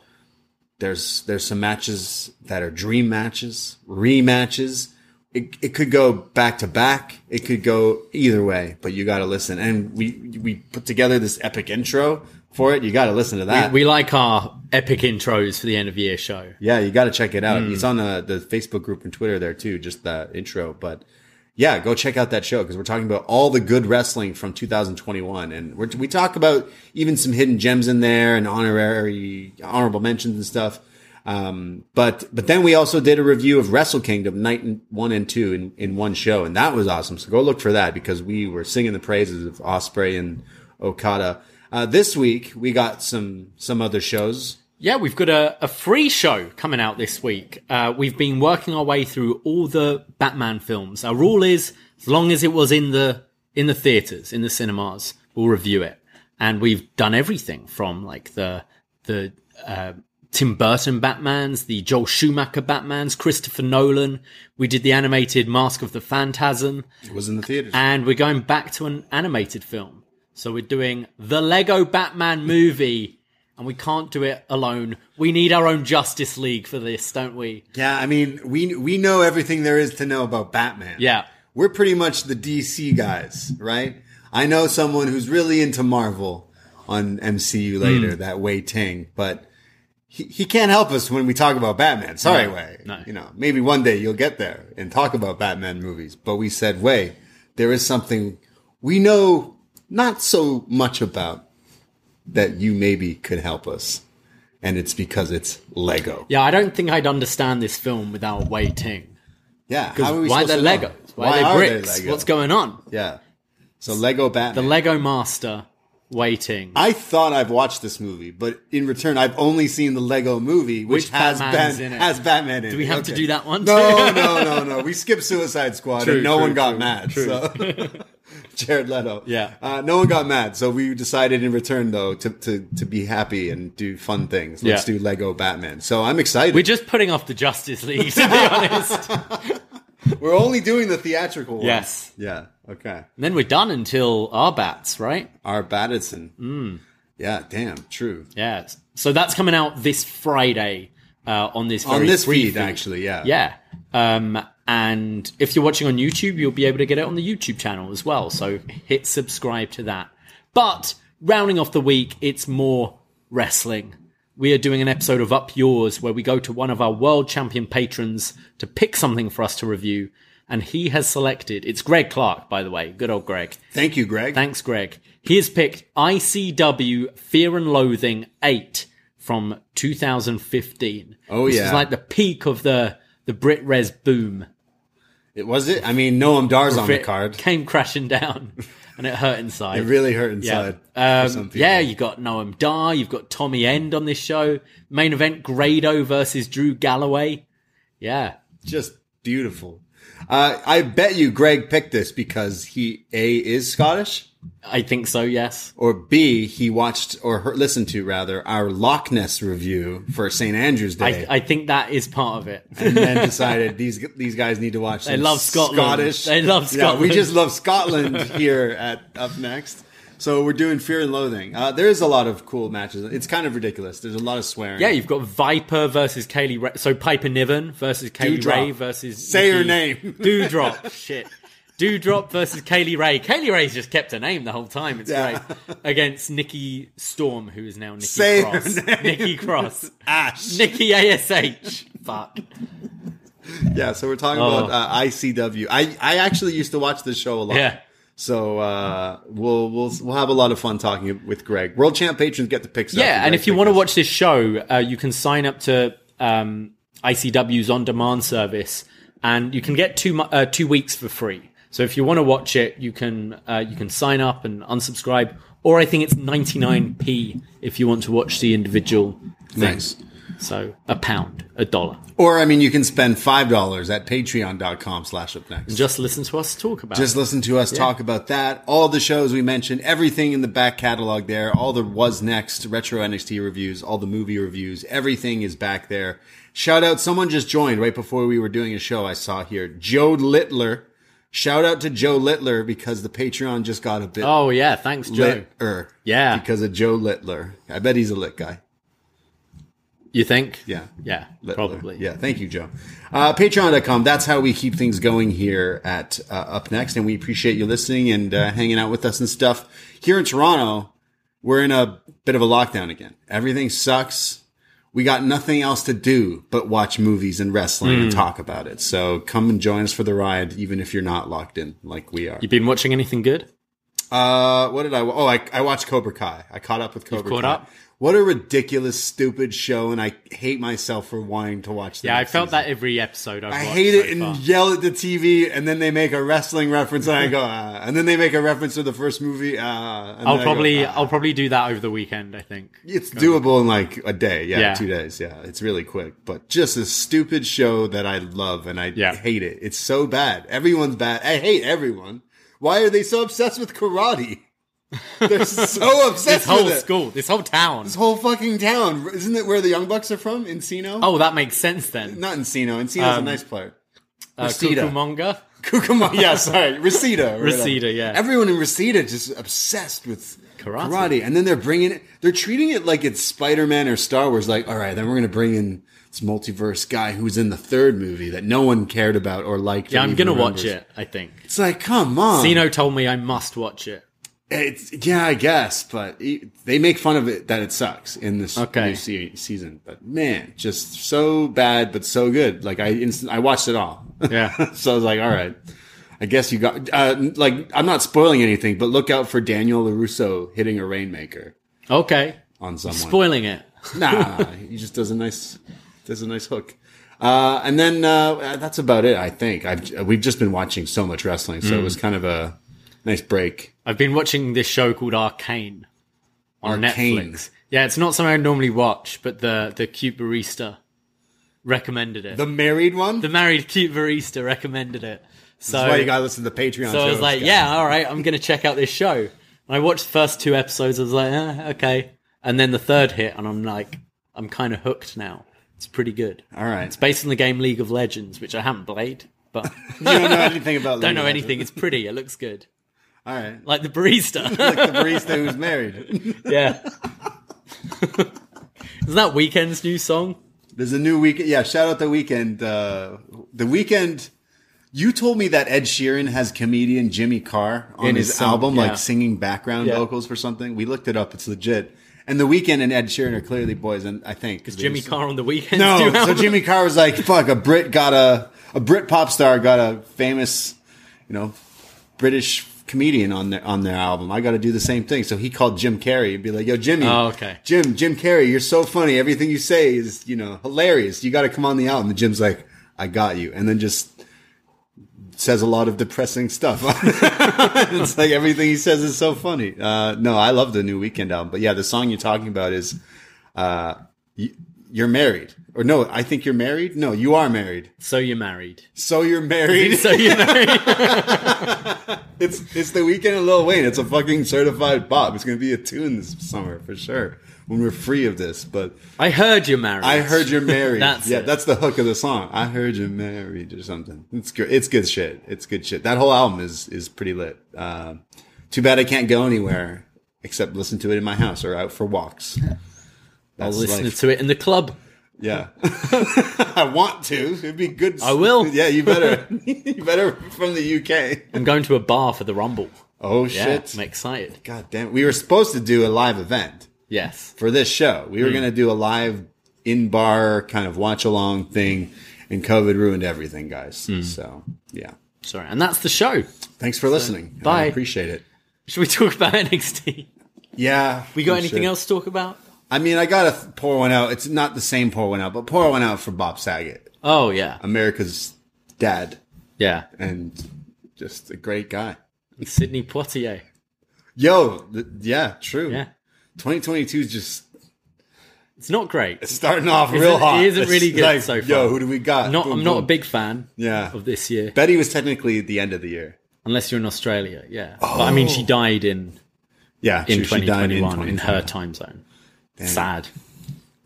S2: there's there's some matches that are dream matches, rematches. It, it could go back to back. It could go either way, but you got to listen. And we we put together this epic intro for it. You got to listen to that.
S3: We like our epic intros for the end of year show.
S2: Yeah, you got to check it out. It's on the, the Facebook group and Twitter there too, just the intro. But yeah, go check out that show because we're talking about all the good wrestling from 2021, and we're, we talk about even some hidden gems in there and honorary honorable mentions and stuff. Um, but but then we also did a review of Wrestle Kingdom night and- one and two in, in one show, and that was awesome. So go look for that because we were singing the praises of Osprey and Okada. Uh, this week we got some some other shows.
S3: Yeah, we've got a, a free show coming out this week. Uh, we've been working our way through all the Batman films. Our rule is, as long as it was in the in the theaters, in the cinemas, we'll review it. And we've done everything from like the the uh, Tim Burton Batmans, the Joel Schumacher Batmans, Christopher Nolan. We did the animated Mask of the Phantasm,
S2: It was in the theaters.
S3: and we're going back to an animated film. So we're doing the Lego Batman movie, and we can't do it alone. We need our own Justice League for this, don't we?
S2: Yeah, I mean, we we know everything there is to know about Batman.
S3: Yeah.
S2: We're pretty much the DC guys, right? I know someone who's really into Marvel on MCU
S3: Hmm.
S2: later, that Wei Ting, but he, he can't help us when we talk about Batman. Sorry, Wei.
S3: no.
S2: You know, maybe one day you'll get there and talk about Batman movies. But we said, Wei, there is something we know not so much about that you maybe could help us. And it's because it's Lego.
S3: Yeah, I don't think I'd understand this film without Wei Ting.
S2: Yeah, how are we
S3: Why
S2: supposed
S3: they're
S2: to know?
S3: Legos? Why,
S2: are
S3: are
S2: they
S3: they bricks?
S2: Lego?
S3: What's going on?
S2: Yeah, so Lego
S3: The
S2: Batman.
S3: Lego Master Wei Ting.
S2: I thought I've watched this movie, but in return, I've only seen the Lego movie, which,
S3: Which
S2: has
S3: Batman's
S2: Bat-
S3: in it?
S2: has Batman in it.
S3: Do we have to
S2: Okay.
S3: do that one?
S2: No,
S3: too?
S2: no, no, no. We skipped Suicide Squad,
S3: True,
S2: and no
S3: true,
S2: one got
S3: true,
S2: mad.
S3: true.
S2: So. Jared Leto.
S3: Yeah.
S2: Uh, no one got mad, so we decided in return though to, to, to be happy and do fun things. Let's
S3: Yeah.
S2: do Lego Batman. So I'm excited.
S3: We're just putting off the Justice League, to be honest. and
S2: We're only doing the theatrical one.
S3: Yes.
S2: Yeah. Okay.
S3: then we're done until our bats, right?
S2: R. Battison. Yeah. Damn. True.
S3: Yeah. So that's coming out this Friday uh, on this
S2: on
S3: very
S2: this
S3: free
S2: feed, actually. Yeah.
S3: Yeah. Um, and if you're watching on YouTube, you'll be able to get it on the YouTube channel as well. So hit subscribe to that. But rounding off the week, it's more wrestling. We are doing an episode of Up Yours where we go to one of our world champion patrons to pick something for us to review. And he has selected, it's Greg Clark, by the way. Good old Greg.
S2: Thank you, Greg.
S3: Thanks, Greg. He has picked ICW Fear and Loathing 8 from 2015.
S2: Oh,
S3: This
S2: yeah.
S3: is like the peak of the, the Brit Res boom.
S2: it was it. I mean, Noam Dar's on the
S3: It
S2: card.
S3: Came crashing down. and it hurt inside.
S2: It really hurt inside.
S3: Yeah,
S2: for some
S3: um,
S2: people.
S3: yeah you got Noam Dar, you've got Tommy End on this show. Main event Grado versus Drew Galloway. Yeah,
S2: just beautiful. Uh, I bet you Greg picked this because he a is Scottish
S3: I think so. Yes,
S2: or b he watched or heard, listened to rather our Loch Ness review for St Andrew's Day
S3: I, I think that is part of it.
S2: and then decided these these guys need to watch. They
S3: love Scotland.
S2: Scottish.
S3: They love
S2: Yeah, we
S3: Scotland.
S2: just love Scotland here at up next. So we're doing Fear and Loathing. Uh, there is a lot of cool matches. It's kind of ridiculous. There's a lot of swearing.
S3: yeah, you've got Viper versus Kaylee. Ray. So Piper Niven versus Kaylee
S2: Dewdrop.
S3: Ray versus
S2: Say her
S3: Nikki-
S2: name.
S3: Dewdrop. Shit. Dewdrop versus Kaylee Ray. Kaylee Ray's just kept her name the whole time. It's
S2: Yeah.
S3: great. Against Nikki Storm, who is now Nikki
S2: Say her
S3: Cross.
S2: name.
S3: Nikki Cross.
S2: Ash.
S3: Nikki ASH. Fuck.
S2: Yeah, so we're talking
S3: Oh.
S2: about uh, ICW. I, I actually used to watch this show a lot.
S3: Yeah.
S2: So uh, we'll we'll we'll have a lot of fun talking with Greg. World champ patrons get the picks.
S3: Yeah, and if you want to watch this show, uh, you can sign up to um, ICW's on demand service, and you can get two mo- uh, two weeks for free. So if you want to watch it, you can uh, you can sign up and unsubscribe, or I think it's ninety nine p if you want to watch the individual things. So a pound, a dollar,
S2: or I mean, you can spend five dollars at Patreon.com/slash up next.
S3: just listen to us talk about.
S2: Just
S3: it.
S2: listen to us talk about that. All the shows we mentioned, everything in the back catalog there, all the was next retro NXT reviews, all the movie reviews, everything is back there. Shout out, someone just joined right before we were doing a show I saw here. Joe Littler. Shout out to Joe Littler because the Patreon just got a bit
S3: Oh yeah, thanks, Joe.
S2: litter.
S3: Yeah.
S2: Because of Joe Littler. I bet he's a lit guy.
S3: You think?
S2: Yeah.
S3: yeah,
S2: Littler.
S3: probably.
S2: Yeah. Thank you, Joe. Uh, Patreon.com. That's how we keep things going here at uh, Up Next. And we appreciate you listening and uh, hanging out with us and stuff. Here in Toronto, we're in a bit of a lockdown again. Everything sucks. We got nothing else to do but watch movies and wrestling
S3: Hmm.
S2: and talk about it. So come and join us for the ride, even if you're not locked in like we are.
S3: You been watching anything good?
S2: Uh, what did I? Oh, I, I watched Cobra Kai. I caught up with Cobra
S3: caught
S2: Kai.
S3: up?
S2: What a ridiculous, stupid show, and I hate myself for wanting to watch. The
S3: Yeah, I
S2: next
S3: felt
S2: season.
S3: that every episode. I've
S2: I
S3: watched
S2: hate
S3: so
S2: it and
S3: far.
S2: yell at the TV, and then they make a wrestling reference, and I go, ah. and then they make a reference to the first movie. Ah, and then I
S3: I'll
S2: go,
S3: probably
S2: ah.
S3: I'll probably do that over the weekend. I think.
S2: It's doable in like a day, yeah,
S3: Yeah.
S2: two days, yeah. It's really quick, but just a stupid show that I love and I
S3: Yeah.
S2: hate it. It's so bad. Everyone's bad. I hate everyone. Why are they so obsessed with karate? They're so obsessed
S3: This whole
S2: with it.
S3: school, this whole town.
S2: This whole fucking town. Isn't it where the Young Bucks are from? Encino?
S3: oh, that makes sense then.
S2: not Encino. Encino's a nice part.
S3: Uh,
S2: Reseda.
S3: Cucamonga.
S2: Cucamonga. Yeah, sorry. Reseda. or whatever.
S3: Reseda, yeah.
S2: Everyone in Reseda just obsessed with karate.
S3: Karate.
S2: And then they're bringing it, they're treating it like it's Spider Man or Star Wars. Like, all right, then we're going to bring in this multiverse guy who was in the third movie that no one cared about or liked.
S3: Yeah,
S2: or
S3: I'm
S2: even
S3: gonna watch
S2: remembers.
S3: it. I think.
S2: It's like, come on.
S3: Zeno told me I must watch it.
S2: It's, yeah, I guess, but it, they make fun of it that it sucks in this
S3: Okay.
S2: new se- season. But man, just so bad, but so good. Like I instant, I watched it all.
S3: Yeah.
S2: so I was like, all right, I guess you got uh, like I'm not spoiling anything, but look out for Daniel Larusso hitting a rainmaker
S3: Okay.
S2: on someone.
S3: Spoiling it.
S2: nah, he just does a nice does a nice hook. Uh, and then uh, that's about it. I think I've we've just been watching so much wrestling, so it
S3: Mm.
S2: was kind of a nice break.
S3: I've been watching this show called Arcane on
S2: Arcane.
S3: Netflix. Yeah, it's not something I normally watch, but the the cute barista recommended it.
S2: The
S3: The,
S2: married one.
S3: married cute barista recommended it. So
S2: That's why you gotta listen to the Patreon.
S3: So I was
S2: shows,
S3: like,
S2: guys.
S3: yeah, all right, I'm going to check out this show. And I watched the first two episodes. I was like, eh, okay. And then the third hit, and I'm like, I'm kind of hooked now. It's pretty good.
S2: all right.
S3: It's based on the game League of Legends, which I haven't played, but
S2: You don't know anything about.
S3: don't
S2: League
S3: know
S2: of
S3: anything. It's pretty. It looks good.
S2: Legends. All right,
S3: Like the barista.
S2: like the barista who's married.
S3: yeah. Isn't that Weekend's new song?
S2: There's a new weekend. Yeah, shout out the weekend. Uh, the weekend. You told me that Ed Sheeran has comedian Jimmy Carr on
S3: In
S2: his,
S3: his song,
S2: album,
S3: yeah.
S2: like singing background
S3: Yeah.
S2: vocals for something. We looked it up; it's legit. And the weekend and Ed Sheeran are clearly boys, and I think because
S3: Jimmy Carr on the Weekend.
S2: No, so Jimmy Carr was like, "Fuck, a Brit got a a Brit pop star got a famous, you know, British comedian on their on their album. I got to do the same thing." So he called Jim Carrey and be like, "Yo, Jimmy,
S3: Oh, okay.
S2: Jim, Jim Carrey, you're so funny. Everything you say is you know hilarious. You got to come on the album." And Jim's like, "I got you," and then just says a lot of depressing stuff. it's like everything he says is so funny. Uh, no, I love the new Weekend album, but yeah, the song you're talking about is uh, y- "You're Married." Or no, I think you're married. No, you are married.
S3: So you're married.
S2: So you're married.
S3: So you're married.
S2: It's it's the weekend of Lil Wayne. It's a fucking certified bop. It's gonna be a tune this summer for sure when we're free of this. But
S3: I heard you're married.
S2: I heard you're married.
S3: That's
S2: yeah,
S3: it.
S2: that's the hook of the song. I heard you're married or something. It's good. It's good shit. It's good shit. That whole album is is pretty lit. Uh, too bad I can't go anywhere except listen to it in my house or out for walks.
S3: I'll
S2: That's
S3: listen
S2: life.
S3: to it in the club.
S2: Yeah, I want to. It'd be good.
S3: I will.
S2: Yeah, you better. you better from the UK.
S3: I'm going to a bar for the Rumble.
S2: Oh
S3: Yeah,
S2: shit!
S3: I'm excited.
S2: God damn it. We were supposed to do a live event
S3: Yes.
S2: for this show. We were
S3: Hmm.
S2: going to do a live in bar kind of watch along thing, and COVID ruined everything, guys.
S3: Hmm.
S2: So, yeah.
S3: Sorry. And that's the show.
S2: Thanks for listening.
S3: bye.
S2: I appreciate it.
S3: Should we talk about NXT?
S2: Yeah.
S3: We got
S2: we
S3: anything
S2: should.
S3: else to talk about?
S2: I mean, I got to pour one out. It's not the same pour one out, but pour one out for Bob Saget,
S3: Oh yeah.
S2: America's dad,
S3: Yeah.
S2: and just a great guy.
S3: Sydney Poitier.
S2: Yo, th- yeah, true.
S3: Yeah.
S2: 2022 is just
S3: It's not great.
S2: starting off
S3: Isn't-
S2: real hot.
S3: it isn't really
S2: It's
S3: good so
S2: Yo,
S3: far.
S2: who do we got?
S3: Not,
S2: Boom,
S3: I'm not a
S2: boom.
S3: big fan
S2: Yeah.
S3: of this year,
S2: Betty was technically at the end of the year.
S3: unless you're in Australia. Yeah, but I mean, she died in
S2: Yeah,
S3: in
S2: Oh. she- she died
S3: 2021 in, her
S2: 2020.
S3: time zone. Sad.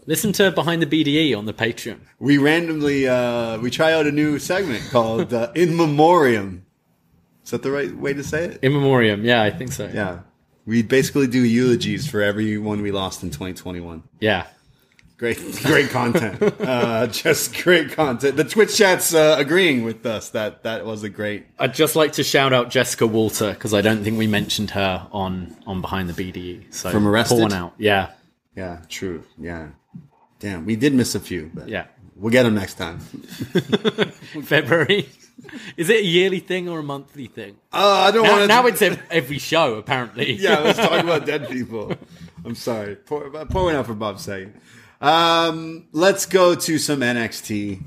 S3: Listen to behind the BDE on the Patreon.
S2: We randomly uh, we try out a new segment called uh, "In Memoriam." Is that the right way to say it?
S3: In memoriam. Yeah, I think so.
S2: Yeah, we basically do eulogies for everyone we lost in 2021.
S3: Yeah.
S2: Great, great content. uh, just great content. The Twitch chat's uh, agreeing with us that that was a great.
S3: I'd just like to shout out Jessica Walter because I don't think we mentioned her on on behind the BDE. So
S2: From Arrested?
S3: pour one out. Yeah.
S2: Yeah, true. Yeah, damn, we did miss a few. But
S3: Yeah.
S2: we'll get them next time.
S3: February. Is it a yearly thing or a monthly thing?
S2: Uh, I don't
S3: Now,
S2: want
S3: now it's ev- every show apparently.
S2: yeah, let's talk about dead people. I'm sorry. Pour, pour one out for Bob Saget. Um, let's go to some NXT.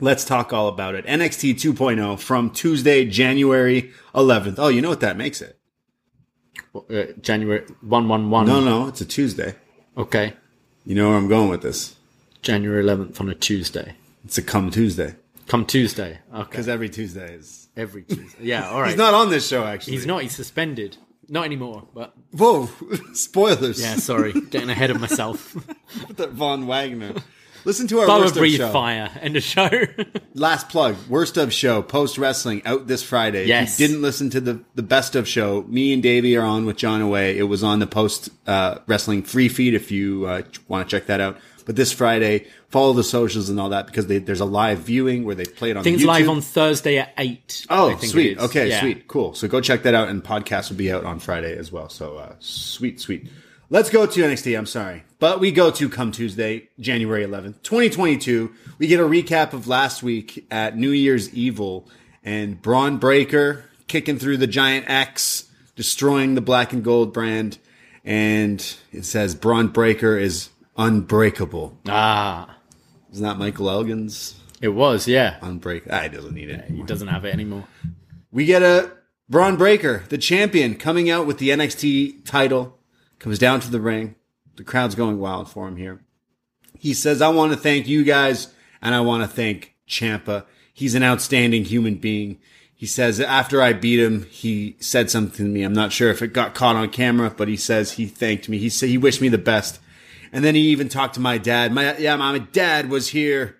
S2: Let's talk all about it. NXT 2.0 from Tuesday, January 11th. Oh, you know what that makes it?
S3: Uh, January one one one.
S2: No, no, it's a Tuesday.
S3: Okay.
S2: You know where I'm going with this.
S3: January 11th on a Tuesday.
S2: It's a come Tuesday.
S3: Come Tuesday. Okay.
S2: Because every Tuesday is.
S3: Every Tuesday. Yeah, all right.
S2: He's not on this show, actually.
S3: He's not. He's suspended. Not anymore. But
S2: Whoa, spoilers.
S3: yeah, sorry, getting ahead of myself.
S2: That Von Wagner. Listen to our
S3: Boa
S2: worst of
S3: breathe
S2: show.
S3: fire. End of show.
S2: Last plug, worst of show, post wrestling out this Friday.
S3: Yes.
S2: If you didn't listen to the, the best of show, me and Davey are on with John Away. It was on the post uh, wrestling free feed if you uh, want to check that out. But this Friday, follow the socials and all that because they, there's a live viewing where they play it on
S3: Things
S2: YouTube.
S3: live on Thursday at eight.
S2: Oh,
S3: I think
S2: sweet.
S3: it is.
S2: Okay,
S3: Yeah.
S2: sweet. Cool. So go check that out, and podcast will be out on Friday as well. So uh, sweet, sweet. Let's go to NXT. I'm sorry, but we go to come Tuesday, January 11th, 2022. We get a recap of last week at New Year's Evil and Braun Breaker kicking through the giant X, destroying the black and gold brand. And it says Braun Breaker is unbreakable.
S3: Ah,
S2: Isn't that Michael Elgin's
S3: it was. Yeah,
S2: unbreak? I doesn't need it.
S3: he doesn't have it anymore.
S2: We get a Braun Breaker, the champion, coming out with the NXT title, comes down to the ring. The crowd's going wild for him here. He says, I want to thank you guys and I want to thank Champa. He's an outstanding human being. He says after I beat him, he said something to me. I'm not sure if it got caught on camera, but he says he thanked me. He said he wished me the best. And then he even talked to my dad. My yeah, my dad was here.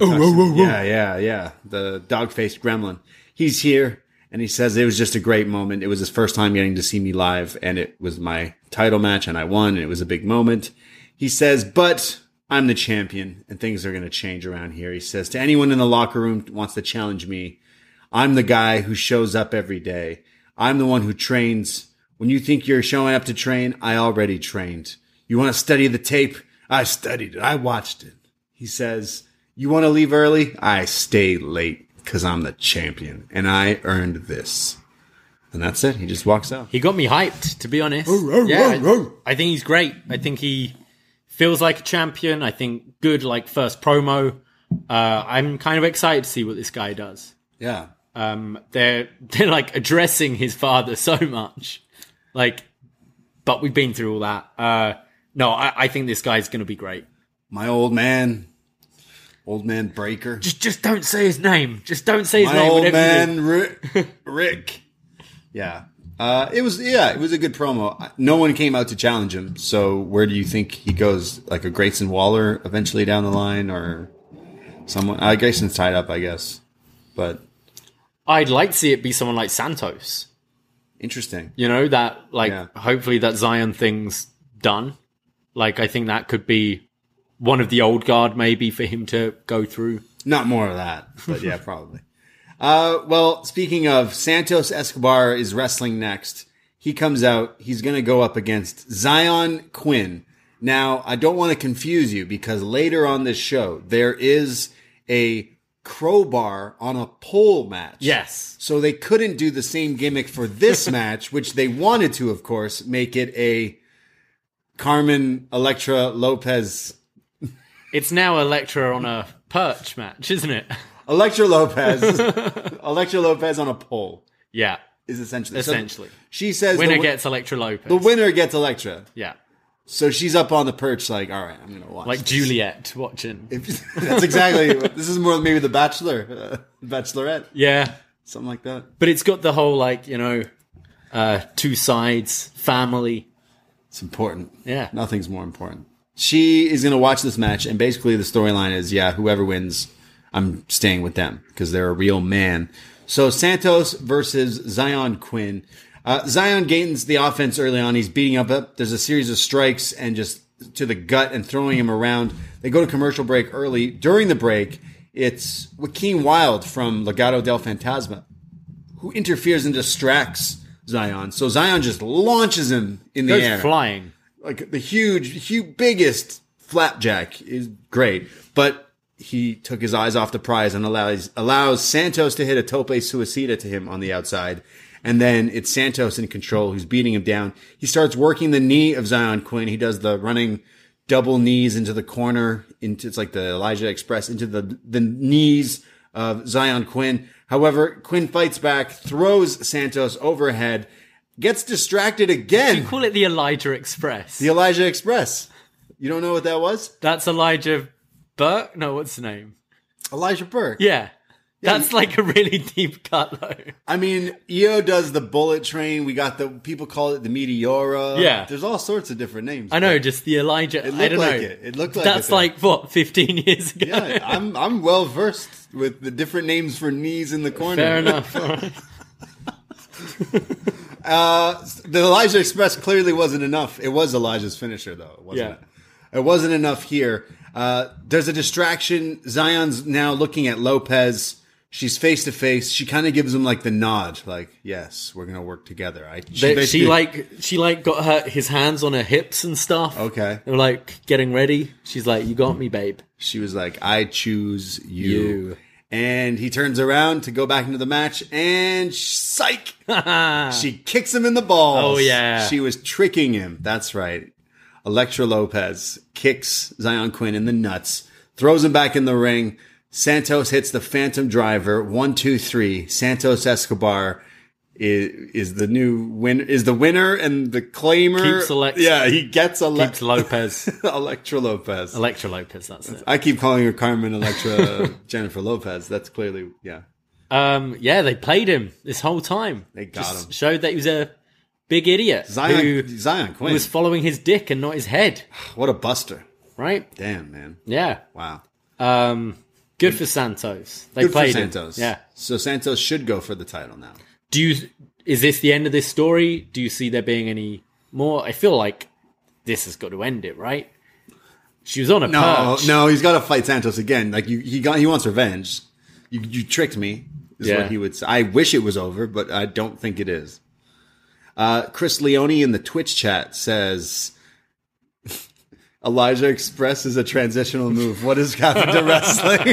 S2: Oh, Yeah, yeah, yeah. The dog faced gremlin. He's here and he says it was just a great moment. It was his first time getting to see me live and it was my title match and I won and it was a big moment. He says, but I'm the champion and things are going to change around here. He says to anyone in the locker room who wants to challenge me, I'm the guy who shows up every day. I'm the one who trains. When you think you're showing up to train, I already trained. You want to study the tape? I studied it. I watched it. He says, You want to leave early? I stay late because I'm the champion and I earned this. And that's it. He just walks out.
S3: He got me hyped, to be honest.
S2: oh,
S3: yeah,
S2: oh, oh.
S3: I think he's great. I think he feels like a champion. I think good, like first promo. Uh, I'm kind of excited to see what this guy does.
S2: Yeah.
S3: um, they're they're like addressing his father so much, like. But we've been through all that. Uh, no, I, I think this guy's going to be great.
S2: My old man, old man Breaker,
S3: Just just don't say his name. Just don't say his
S2: my
S3: name.
S2: old
S3: whatever you do.
S2: man Rick. Rick. Yeah, uh, it was yeah, it was a good promo. I- No one came out to challenge him. So where do you think he goes? Like a Grayson Waller eventually down the line, or someone? Uh, Grayson's tied up, I guess. But
S3: I'd like to see it be someone like Santos.
S2: interesting.
S3: You know that like
S2: Yeah.
S3: hopefully that Zion thing's done. Like I think that could be one of the old guard maybe for him to go through.
S2: Not more of that, but yeah, probably. Uh, well, speaking of Santos Escobar is wrestling next. He comes out. He's going to go up against Zion Quinn. Now, I don't want to confuse you because later on this show, there is a crowbar on a pole match.
S3: Yes.
S2: So they couldn't do the same gimmick for this match, which they wanted to, of course, make it a Carmen Electra Lopez
S3: It's now Electra on a perch match, isn't it?
S2: Electra Lopez, Electra Lopez on a pole
S3: Yeah.
S2: is essentially. so
S3: Essentially.
S2: she says
S3: Winner
S2: the, wi-
S3: gets Electra Lopez.
S2: the winner gets Electra.
S3: yeah.
S2: So she's up on the perch, like, all right, I'm gonna watch.
S3: Like
S2: this."
S3: Juliet watching.
S2: If- that's exactly. this is more maybe the Bachelor, uh, Bachelorette,
S3: yeah.
S2: something like that.
S3: But it's got the whole like, you know, uh two sides, family.
S2: It's important.
S3: Yeah.
S2: nothing's more important. She is gonna watch this match, and basically the storyline is, yeah, whoever wins, I'm staying with them because they're a real man. So Santos versus Zion Quinn. Uh, Zion gains the offense early on. He's beating up up. There's a series of strikes and just to the gut and throwing him around. They go to commercial break early. During the break, it's Joaquin Wild from Legado del Fantasma who interferes and distracts Zion. So Zion just launches him in the
S3: Goes
S2: air
S3: flying.
S2: like the huge, huge, biggest flapjack is great, but he took his eyes off the prize and allows allows Santos to hit a tope suicida to him on the outside. And then it's Santos in control who's beating him down. He starts working the knee of Zion Quinn. He does the running double knees into the corner, into it's like the Elijah Express into the the knees of Zion Quinn. However, Quinn fights back, throws Santos overhead, gets distracted again.
S3: Call it the Elijah Express.
S2: The Elijah Express. You don't know what that was?
S3: That's Elijah Burke? No, what's the name?
S2: Elijah Burke.
S3: Yeah. That's like a really deep cut though.
S2: I mean, EO does the bullet train. We got the people call it the Meteora.
S3: Yeah.
S2: There's all sorts of different names.
S3: I know, just the
S2: It
S3: Elijah. I
S2: looked
S3: don't
S2: like
S3: know.
S2: it. It looked like
S3: That's
S2: it, though.
S3: like what, fifteen years ago.
S2: Yeah, I'm I'm well versed with the different names for knees in the corner.
S3: Fair enough. All right.
S2: The Elijah Express clearly wasn't enough. It was Elijah's finisher though, wasn't
S3: Yeah.
S2: it? It wasn't enough here. Uh, there's a distraction. Zion's now looking at Lopez. She's face to face. She kind of gives him like the nod, like, "Yes, we're gonna work together." I she,
S3: They- she
S2: basically-
S3: like she like got her his hands on her hips and stuff.
S2: Okay.
S3: They were like getting ready. She's like, You got me, babe.
S2: She was like, I choose you.
S3: You.
S2: And he turns around to go back into the match and psych! she kicks him in the balls.
S3: Oh, yeah.
S2: She was tricking him. That's right. Electra Lopez kicks Zion Quinn in the nuts, throws him back in the ring. Santos hits the Phantom Driver. One, two, three. Santos Escobar is, is the new win is the winner and the claimer.
S3: Keeps Alex-
S2: yeah, he gets ele-
S3: Keeps Lopez.
S2: Electra Lopez.
S3: Electra Lopez, that's it.
S2: I keep calling her Carmen Electra Jennifer Lopez. That's clearly yeah.
S3: Um yeah, they played him this whole time.
S2: They got him.
S3: Showed that he was a big idiot.
S2: Zion
S3: who
S2: Zion Quinn.
S3: was following his dick and not his head.
S2: what a buster.
S3: Right?
S2: Damn man.
S3: Yeah.
S2: Wow.
S3: Um, good for Santos. They
S2: Good for
S3: played him.
S2: Santos.
S3: Yeah.
S2: So Santos should go for the title now.
S3: Do you? Is this the end of this story? Do you see there being any more? I feel like this has got to end it, right? She was on a
S2: No,
S3: perch.
S2: no, he's got to fight Santos again. Like you, he got he wants revenge. You, you tricked me. Is
S3: Yeah.
S2: what he would say. I wish it was over, but I don't think it is. Uh, Chris Leone in the Twitch chat says. Elijah Express is a transitional move. What has happened to wrestling?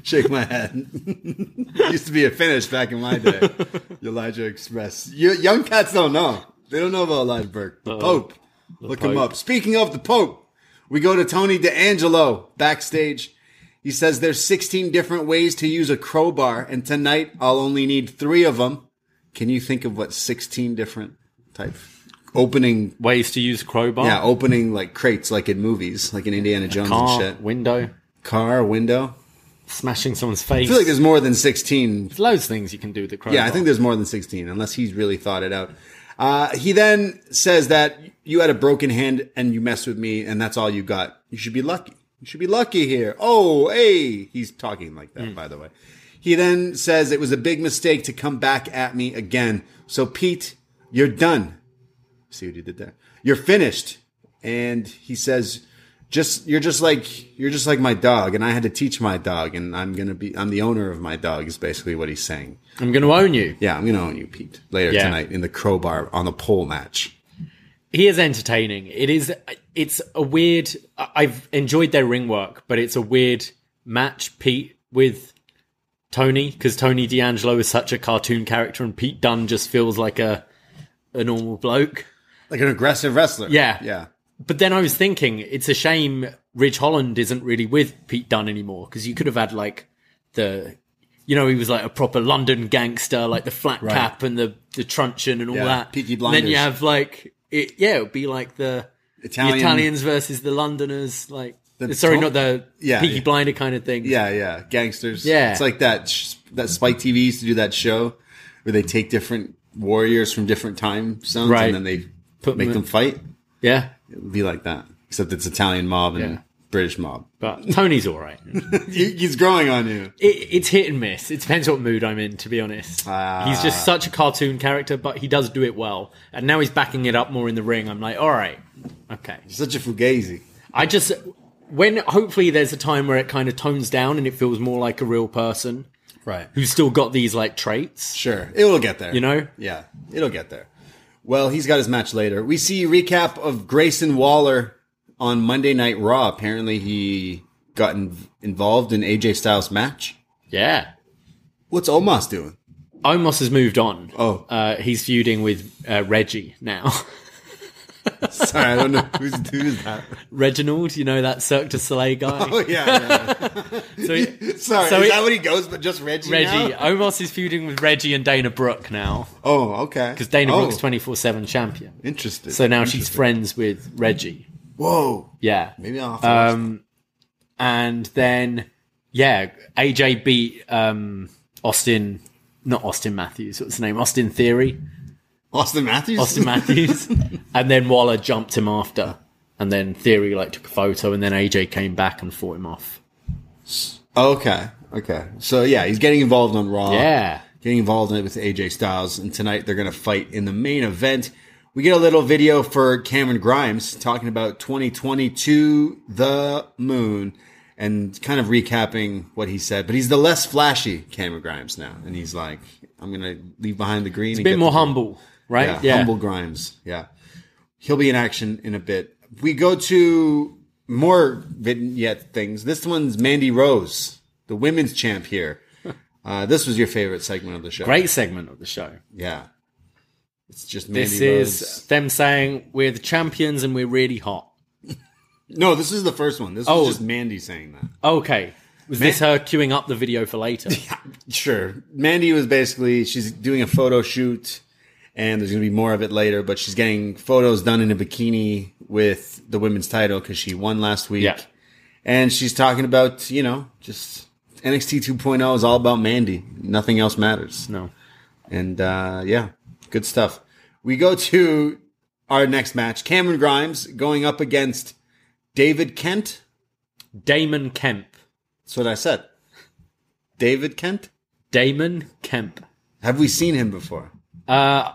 S2: Shake my head. Used to be a finish back in my day. Elijah Express. You, young cats don't know. They don't know about Elijah Burke. The Pope. Look him
S3: Pope.
S2: up. Speaking of the Pope, we go to Tony DeAngelo backstage. He says there's 16 different ways to use a crowbar, and tonight I'll only need three of them. Can you think of what 16 different type opening?
S3: Ways to use crowbar.
S2: Yeah, opening like crates, like in movies, like in Indiana Jones
S3: Car,
S2: and shit.
S3: window,
S2: Car, window.
S3: smashing someone's
S2: I
S3: face.
S2: feel like there's more than 16
S3: there's loads of things you can do with the crowbar.
S2: Yeah, I think there's more than 16, unless he's really thought it out. Uh, he then says that you had a broken hand and you messed with me, and that's all you got. You should be lucky. You should be lucky here. Oh, hey. He's talking like that, by the way. He then says it was a big mistake to come back at me again. So, Pete, you're done. See what he did there. You're finished. And he says, just you're just like you're just like my dog, and I had to teach my dog, and I'm gonna be I'm the owner of my dog is basically what he's saying.
S3: I'm going to own you.
S2: Yeah, I'm gonna own you, Pete, later
S3: Yeah.
S2: tonight in the crowbar on the pole match.
S3: he is entertaining. It is. It's a weird. I- I've enjoyed their ring work, but it's a weird match. Pete with Tony because Tony D'Angelo is such a cartoon character, and Pete Dunn just feels like a a normal bloke.
S2: Like an aggressive wrestler.
S3: Yeah.
S2: Yeah.
S3: But then I was thinking, it's a shame Ridge Holland isn't really with Pete Dunn anymore because you could have had like the. You know, he was like a proper London gangster, like the flat cap and the the truncheon and all
S2: Yeah,
S3: that.
S2: Peaky
S3: And then you
S2: Blinders.
S3: have like, it, yeah, it would be like the
S2: Italian.
S3: the Italians versus the Londoners, like
S2: The
S3: sorry,
S2: Tom-
S3: not the
S2: Yeah,
S3: Peaky
S2: yeah.
S3: Blinder kind of thing.
S2: Yeah, yeah. Gangsters.
S3: Yeah.
S2: It's like that sh- that Spike TV used to do that show where they take different warriors from different time zones
S3: Right.
S2: and then they
S3: Put
S2: make
S3: them-
S2: them fight.
S3: yeah.
S2: It would be like that. Except it's Italian mob and
S3: Yeah.
S2: British mob.
S3: But Tony's all right. it,
S2: He- He's growing on you.
S3: it's hit and miss. It depends what mood I'm in, to be honest.
S2: Ah.
S3: he's just such a cartoon character, but he does do it well. And now he's backing it up more in the ring. I'm like, all right, okay.
S2: Such a fugazi.
S3: I just when hopefully there's a time where it kind of tones down and it feels more like a real person
S2: Right.
S3: who's still got these like traits.
S2: Sure. It'll get there.
S3: You know?
S2: Yeah, it'll get there. Well, he's got his match later. We see recap of Grayson Waller on Monday Night Raw. Apparently, he got in- involved in AJ Styles' match.
S3: Yeah.
S2: What's Omos doing?
S3: Omos has moved on.
S2: Oh.
S3: Uh, he's feuding with uh, Reggie now.
S2: Sorry, I don't know who's, who's that.
S3: Reginald, you know that Cirque du Soleil guy.
S2: Oh yeah,
S3: so
S2: yeah. sorry.
S3: So
S2: is
S3: it-
S2: that what he goes? But just Reggie.
S3: Reggie,
S2: now?
S3: Omos is feuding with Reggie and Dana Brooke now
S2: Oh, okay.
S3: because Dana
S2: oh,
S3: Brooke's twenty four seven champion.
S2: Interesting.
S3: So now she's friends with Reggie.
S2: Whoa.
S3: Yeah, Um,
S2: Maybe I'll have to watch
S3: and then yeah, AJ beat um, Austin, not Austin Matthews. What's the name? Austin Theory,
S2: that. Austin Matthews.
S3: Austin Matthews, and then Waller jumped him after, and then Theory like took a photo, and then AJ came back and fought him off.
S2: okay. Okay. So yeah, he's getting involved on Raw.
S3: Yeah.
S2: getting involved in it with AJ Styles. And tonight they're going to fight in the main event. We get a little video for Cameron Grimes talking about 2022 the moon and kind of recapping what he said. But he's the less flashy Cameron Grimes now. And he's like, I'm going to leave behind the green.
S3: A
S2: and
S3: bit
S2: get
S3: more
S2: the-
S3: humble, right?
S2: yeah, humble Grimes. Yeah, he'll be in action in a bit. We go to more vignette things. This one's Mandy Rose, the women's champ here. Uh, this was your favorite segment of the show.
S3: Great segment of the show.
S2: Yeah. It's just Mandy
S3: This
S2: Rose.
S3: is them saying we're the champions and we're really hot.
S2: No, this is the first one. This
S3: Oh. Uh,
S2: was just Mandy saying that.
S3: Okay. Was this her queuing up the video for later?
S2: Sure. Mandy was basically she's doing a photo shoot and there's going to be more of it later, but she's getting photos done in a bikini with the women's title cuz she won last week.
S3: Yeah.
S2: And she's talking about, you know, just NXT 2.0 is all about Mandy. Nothing else matters.
S3: No.
S2: And uh, yeah, good stuff. We go to our next match Cameron Grimes going up against David Kent.
S3: Damon Kemp.
S2: That's what I said. David Kent?
S3: Damon Kemp.
S2: Have we seen him before?
S3: Uh,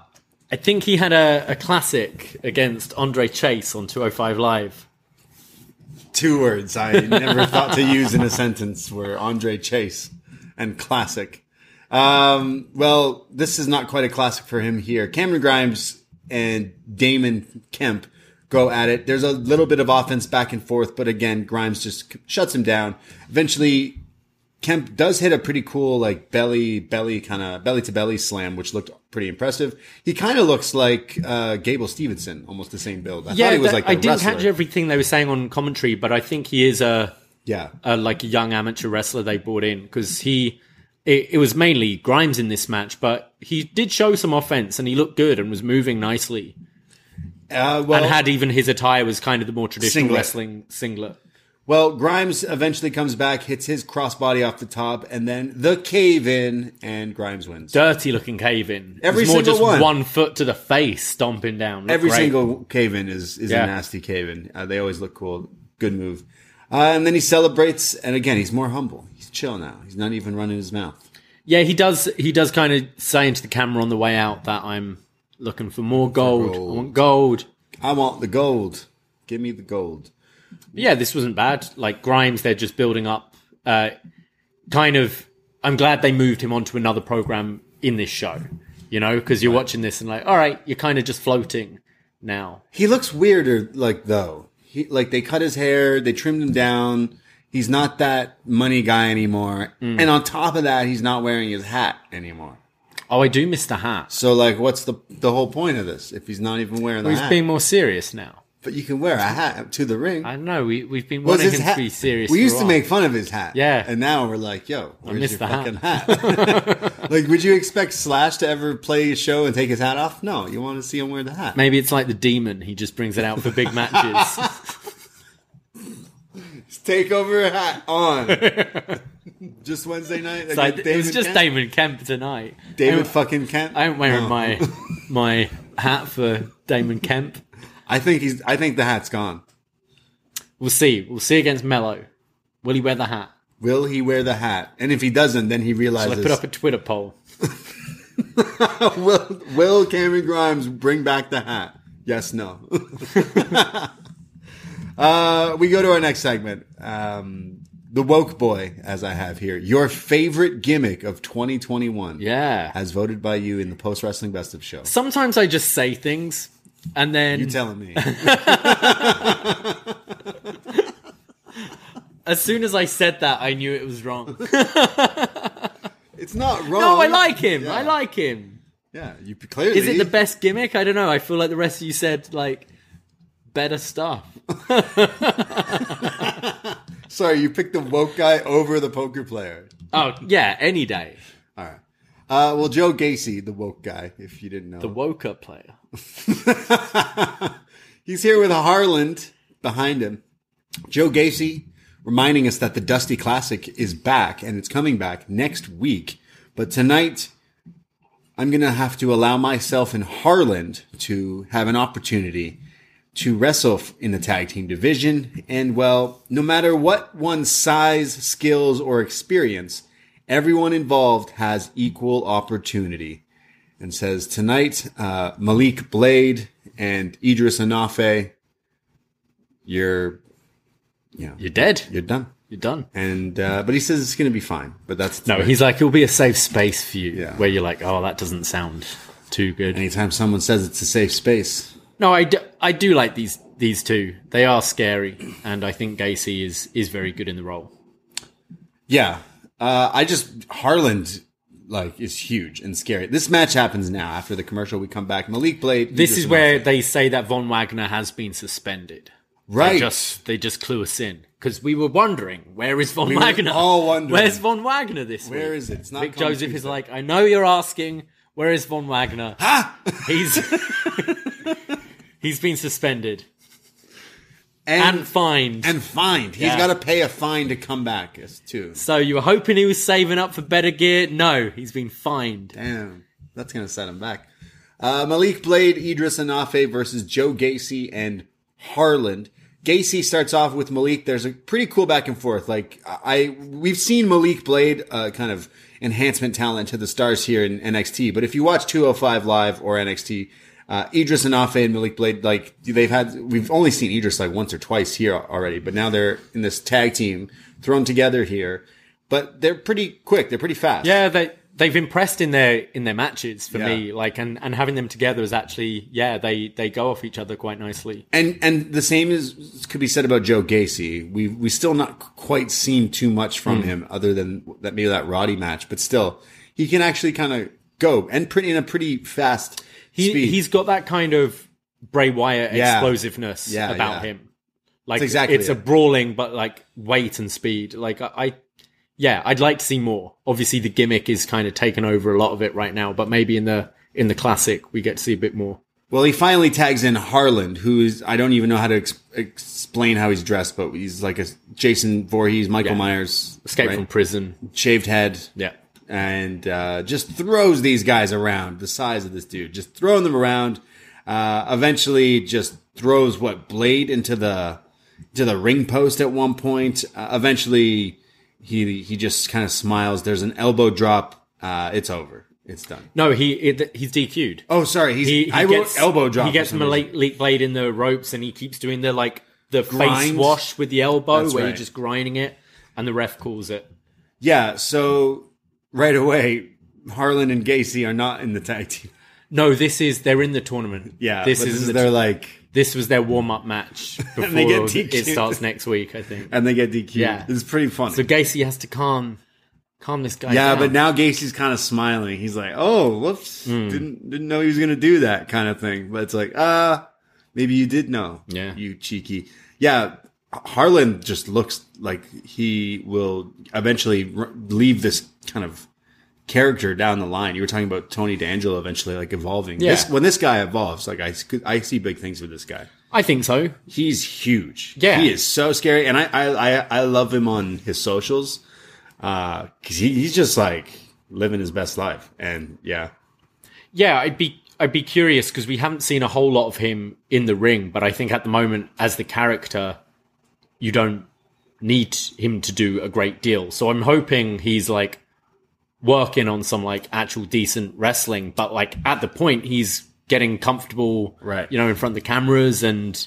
S3: I think he had a, a classic against Andre Chase on 205 Live.
S2: Two words I never thought to use in a sentence were Andre Chase and classic. Um, well, this is not quite a classic for him here. Cameron Grimes and Damon Kemp go at it. There's a little bit of offense back and forth, but again, Grimes just shuts him down. Eventually, Kemp does hit a pretty cool like belly belly kind of belly to belly slam, which looked pretty impressive. He kind of looks like uh, Gable Stevenson, almost the same build. I thought he was
S3: that-
S2: like the
S3: I didn't
S2: wrestler.
S3: catch everything they were saying on commentary, but I think he is a
S2: Yeah.
S3: uh, like a young amateur wrestler they brought in because he it, it was mainly Grimes in this match, but he did show some offense and he looked good and was moving nicely
S2: Uh, well,
S3: and had even his attire was kind of the more traditional
S2: Singlet.
S3: wrestling singlet.
S2: well, Grimes eventually comes back, hits his crossbody off the top, and then the cave in, and Grimes wins.
S3: Dirty looking cave in.
S2: Every
S3: more
S2: single
S3: just
S2: one.
S3: foot to the face stomping down. Looked
S2: Every
S3: great.
S2: single cave in is, is
S3: Yeah.
S2: a nasty cave in. Uh, they always look cool. Good move. Uh, and then he celebrates, and again, he's more humble. He's chill now. He's not even running his mouth.
S3: Yeah, he does. He does kind of say into the camera on the way out that I'm looking for more gold. I want gold.
S2: I want the gold. Give me the gold.
S3: But yeah, this wasn't bad. Like Grimes, they're just building up. Uh, kind of. I'm glad they moved him onto another program in this show. You know, because you're watching this and like, all right, you're kind of just floating now.
S2: He looks weirder, like though. He like they cut his hair, they trimmed him down. He's not that money guy anymore.
S3: Mm.
S2: And on top of that, he's not wearing his hat anymore.
S3: Oh, I do miss the hat.
S2: So like, what's the the whole point of this if he's not even wearing the
S3: He's
S2: hat?
S3: being more serious now.
S2: but you can wear a hat to the ring.
S3: I don't know. We we've been
S2: Was
S3: wanting
S2: his
S3: him
S2: hat-
S3: to be serious.
S2: We
S3: for a
S2: used to
S3: while.
S2: make fun of his hat.
S3: Yeah.
S2: And now we're like, yo, where's
S3: miss
S2: your
S3: the hat.
S2: fucking hat? like, would you expect Slash to ever play a show and take his hat off? No, you want to see him wear the hat.
S3: Maybe it's like the demon. He just brings it out for big matches.
S2: Take over a hat on. just Wednesday night.
S3: It's like,
S2: against
S3: it was
S2: David
S3: just
S2: Kent?
S3: Damon Kemp tonight.
S2: David
S3: I'm-
S2: fucking Kent.
S3: I'm wearing
S2: No.
S3: my my hat for Damon Kemp.
S2: I think he's. I think the hat's gone.
S3: We'll see. We'll see against Mello. Will he wear the hat?
S2: Will he wear the hat? And if he doesn't, then he
S3: Shall I
S2: realizes.
S3: put up a Twitter poll?
S2: will Will Cameron Grimes bring back the hat? Yes. No. uh, we go to our next segment. Um, the woke boy, as I have here, your favorite gimmick of 2021.
S3: Yeah.
S2: As voted by you in the post wrestling best of show.
S3: Sometimes I just say things, and then
S2: You telling me?
S3: as soon as I said that, I knew it was wrong.
S2: it's not wrong.
S3: no, I like him.
S2: Yeah.
S3: I like him.
S2: Yeah, you clearly.
S3: Is it the best gimmick? I don't know. I feel like the rest of you said like better stuff.
S2: Sorry, you picked the woke guy over the poker player.
S3: Oh yeah, any day.
S2: All right. Uh, well, Joe Gacy, the woke guy, if you didn't know.
S3: The woke up player.
S2: He's here with Harland behind him. Joe Gacy reminding us that the Dusty Classic is back and it's coming back next week. But tonight, I'm going to have to allow myself and Harland to have an opportunity to wrestle f- in the tag team division. And well, no matter what one's size, skills, or experience, everyone involved has equal opportunity and says tonight uh, Malik Blade and Idris Anafe, you're you know,
S3: You're dead.
S2: you're done.
S3: You're done.
S2: And uh, but he says it's going to be fine. But that's
S3: No, he's like, it'll be a safe space for you
S2: Yeah.
S3: where you're like, oh, that doesn't sound too good.
S2: anytime someone says it's a safe space.
S3: No, I do, I do like these these two. They are scary, and I think Gacy is is very good in the role.
S2: Yeah, uh, I just Harland like is huge and scary. This match happens now after the commercial. We come back. Malik Blade.
S3: This
S2: Idris
S3: is where
S2: Anafe.
S3: they say that Von Wagner has been suspended.
S2: right.
S3: They just they just clue us in because we were wondering where is Von
S2: We were
S3: Wagner?
S2: all wondering.
S3: where's Von Wagner this week?
S2: Where is it? It's not
S3: Vic
S2: coming
S3: Joseph is
S2: Tuesday.
S3: like, I know you're asking, where is Von Wagner? Ha! He's he's been suspended and fined.
S2: and fined. He's
S3: Yeah.
S2: got to pay a fine to come back yes, too.
S3: So you were hoping he was saving up for better gear? No, he's been fined.
S2: Damn, that's gonna set him back. Uh, Malik Blade, Idris Anafe versus Joe Gacy and Harland. Gacy starts off with Malik. There's a pretty cool back and forth. Like I, we've seen Malik Blade, uh, kind of enhancement talent to the stars here in NXT. But if you watch 205 Live or NXT, uh, Idris Anafe and Malik Blade, like they've had, we've only seen Idris like once or twice here already. But now they're in this tag team thrown together here. But they're pretty quick. They're pretty fast.
S3: Yeah, they they've impressed in their in their matches for
S2: Yeah.
S3: me. Like and and having them together is actually yeah they they go off each other quite nicely.
S2: And and the same is could be said about Joe Gacy. We we still not quite seen too much
S3: Hmm.
S2: from him other than that maybe that Roddy match, but still he can actually kind of go and pretty in a pretty fast
S3: He
S2: speed.
S3: he's got that kind of Bray Wyatt
S2: Yeah.
S3: explosiveness
S2: Yeah,
S3: about
S2: yeah.
S3: him. Like
S2: exactly
S3: it's a
S2: it.
S3: brawling, but like weight and speed. Like I, I yeah, I'd like to see more. Obviously, the gimmick is kind of taken over a lot of it right now, but maybe in the in the classic we get to see a bit more.
S2: Well, he finally tags in Harland, who's I don't even know how to ex- explain how he's dressed, but he's like a Jason Voorhees, Michael
S3: Yeah.
S2: Myers,
S3: Escape
S2: right?
S3: from prison.
S2: shaved head,
S3: Yeah.
S2: and uh, just throws these guys around. The size of this dude, just throwing them around. Uh, eventually, just throws what blade into the to the ring post at one point. Uh, eventually, he he just kind of smiles. There's an elbow drop. Uh, it's over. It's done.
S3: No, he it, he's DQ'd.
S2: Oh, sorry. He's,
S3: he, he
S2: I
S3: gets,
S2: wrote elbow drop.
S3: He
S2: for
S3: gets
S2: some reason.
S3: Malik Malik Blade in the ropes, and he keeps doing the like the face
S2: Grind.
S3: wash with the elbow,
S2: That's
S3: where
S2: right.
S3: you're just grinding it, and the ref calls it.
S2: Yeah, so right away, Harlan and Gacy are not in the tag team.
S3: No, this is they're in the tournament.
S2: Yeah,
S3: this
S2: but
S3: is, the,
S2: they're like,
S3: this was their warm up match before
S2: they get
S3: it
S2: DQ'd.
S3: starts next week. I think.
S2: and they get DQ.
S3: Yeah.
S2: it's pretty funny.
S3: So Gacy has to calm calm this guy.
S2: yeah,
S3: down. Hmm.
S2: but now Gacy's kind of smiling. He's like, "Oh, whoops, didn't didn't know he was gonna do that kind of thing." But it's like, uh, maybe you did know.
S3: Yeah.
S2: you cheeky. Yeah, Harlan just looks like he will eventually r- leave this kind of character down the line. You were talking about Tony D'Angelo eventually like evolving.
S3: Yeah.
S2: This, when this guy evolves, like I, I see big things with this guy.
S3: I think so.
S2: He's huge.
S3: Yeah.
S2: he is so scary, and I I I, I love him on his socials because he, he's just like living his best life. And yeah,
S3: Yeah, I'd be I'd be curious because we haven't seen a whole lot of him in the ring, but I think at the moment as the character, you don't need him to do a great deal. So I'm hoping he's like working on some like actual decent wrestling, but like at the point he's getting comfortable,
S2: Right.
S3: You know, in front of the cameras and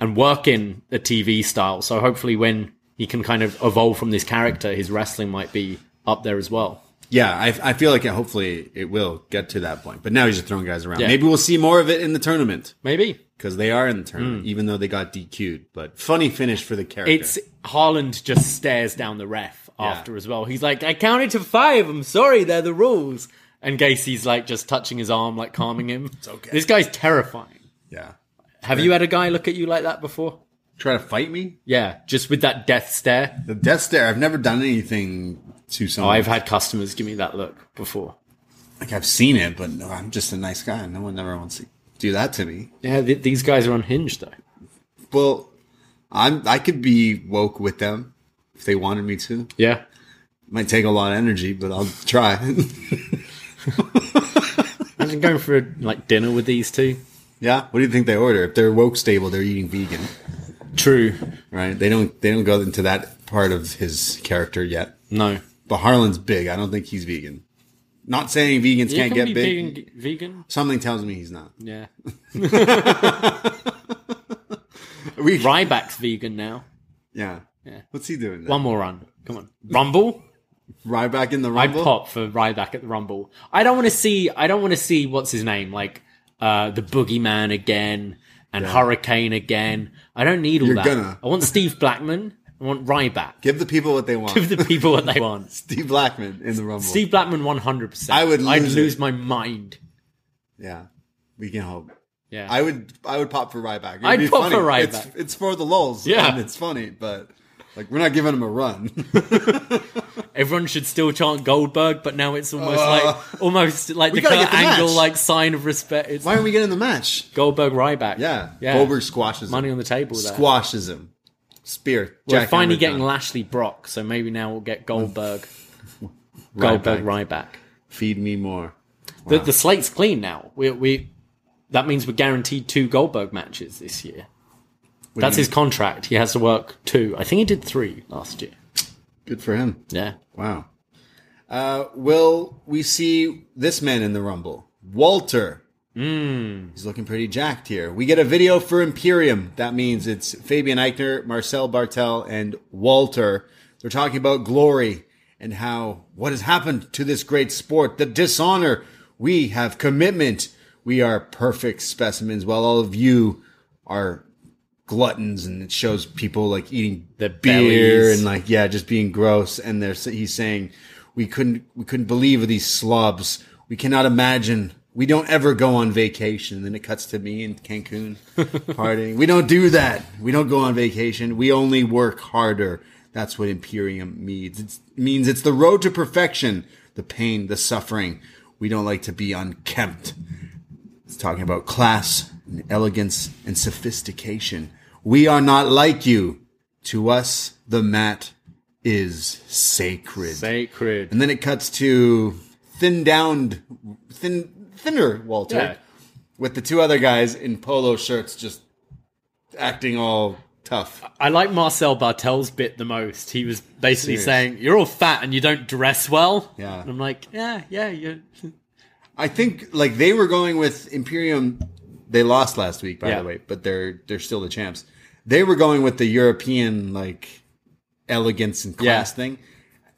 S3: and working a TV style. So hopefully when he can kind of evolve from this character, his wrestling might be up there as well.
S2: yeah, I I feel like it, hopefully it will get to that point. But now he's just throwing guys around.
S3: Yeah.
S2: Maybe we'll see more of it in the tournament
S3: Maybe.
S2: because they are in the tournament, even though they got DQ'd. But funny finish for the character.
S3: Hmm. It's Haaland just stares down the ref after as well. He's like, I counted to five. I'm sorry, they're the rules. And Gacy's like just touching his arm, like calming him. It's
S2: okay.
S3: This guy's terrifying.
S2: yeah.
S3: Have you had a guy look at you like that before?
S2: Try to fight me?
S3: Yeah, just with that death stare.
S2: The death stare. I've never done anything to someone.
S3: Oh, I've had customers give me that look before.
S2: like I've seen it, but no, I'm just a nice guy. No one ever wants to do that to me.
S3: Yeah, th- these guys are unhinged though.
S2: Well, I'm I could be woke with them if they wanted me to.
S3: Yeah.
S2: might take a lot of energy, but I'll try.
S3: Imagine going for a, like dinner with these two.
S2: yeah. What do you think they order? If they're woke stable, they're eating vegan,
S3: True.
S2: right? They don't they don't go into that part of his character yet.
S3: No.
S2: But Harlan's big. I don't think he's vegan. Not saying vegans
S3: You
S2: can't get
S3: can be
S2: big.
S3: vegan, vegan.
S2: Something tells me he's not.
S3: Yeah.
S2: We-
S3: Ryback's vegan now.
S2: Yeah. What's he doing? Then?
S3: One more run. Come on. Rumble?
S2: Ryback in the
S3: I
S2: rumble.
S3: pop for Ryback at the Rumble. I don't want to see. I don't want to see what's his name like uh, the Boogeyman again and Hurricane again. I don't need all
S2: You're
S3: that.
S2: gonna.
S3: I want Steve Blackman. I want Ryback.
S2: Give the people what they
S3: Give
S2: want.
S3: the people what they want.
S2: Steve Blackman in the rumble.
S3: Steve Blackman, one hundred percent.
S2: I would
S3: I'd
S2: lose
S3: lose
S2: it.
S3: my mind.
S2: Yeah. We can hope.
S3: Yeah.
S2: I would I would pop for Ryback. It'd
S3: I'd
S2: be
S3: pop for Ryback.
S2: It's, it's for the lulz.
S3: Yeah.
S2: and it's funny, but like we're not giving him a run.
S3: Everyone should still chant Goldberg, but now it's almost like almost like the
S2: Uh, gotta
S3: Kurt
S2: get the
S3: Angle
S2: match.
S3: like sign of respect. It's
S2: Why aren't we getting the match?
S3: Goldberg Ryback.
S2: Yeah,
S3: yeah.
S2: Goldberg squashes
S3: money
S2: him.
S3: on the table. There.
S2: squashes him. Spear.
S3: We're
S2: Jackhammer
S3: finally getting
S2: done.
S3: Lashley Brock, so maybe now we'll get Goldberg. Goldberg Ryback.
S2: Feed me more.
S3: The, the slate's clean now. We we that means we're guaranteed two Goldberg matches this year. That's his contract. He has to work two. I think he did three last year.
S2: Good for him.
S3: Yeah.
S2: Wow. Uh, will we see this man in the Rumble? Walter. He's looking pretty jacked here. We get a video for Imperium. That means it's Fabian Eichner, Marcel Bartel, and Walter. They're talking about glory and how what has happened to this great sport, the dishonor. We have commitment. We are perfect specimens, while all of you are gluttons, and it shows people like eating
S3: Their
S2: beer
S3: bellies.
S2: and like yeah, just being gross. And they're he's saying we couldn't we couldn't believe these slobs. We cannot imagine We don't ever go on vacation. Then it cuts to me in Cancun partying. We don't do that. We don't go on vacation. We only work harder. That's what Imperium means. It means it's the road to perfection, the pain, the suffering. We don't like to be unkempt. It's talking about class and elegance and sophistication. We are not like you. To us, the mat is sacred.
S3: Sacred.
S2: And then it cuts to thin downed, thin, thinner Walter
S3: Yeah.
S2: with the two other guys in polo shirts just acting all tough.
S3: I like Marcel Bartel's bit the most. He was basically saying, "You're all fat and you don't dress well."
S2: Yeah.
S3: and I'm like, "Yeah, yeah, you."
S2: I think like they were going with Imperium. They lost last week, by
S3: Yeah.
S2: the way, but they're they're still the champs. They were going with the European like elegance and class
S3: Yeah.
S2: thing.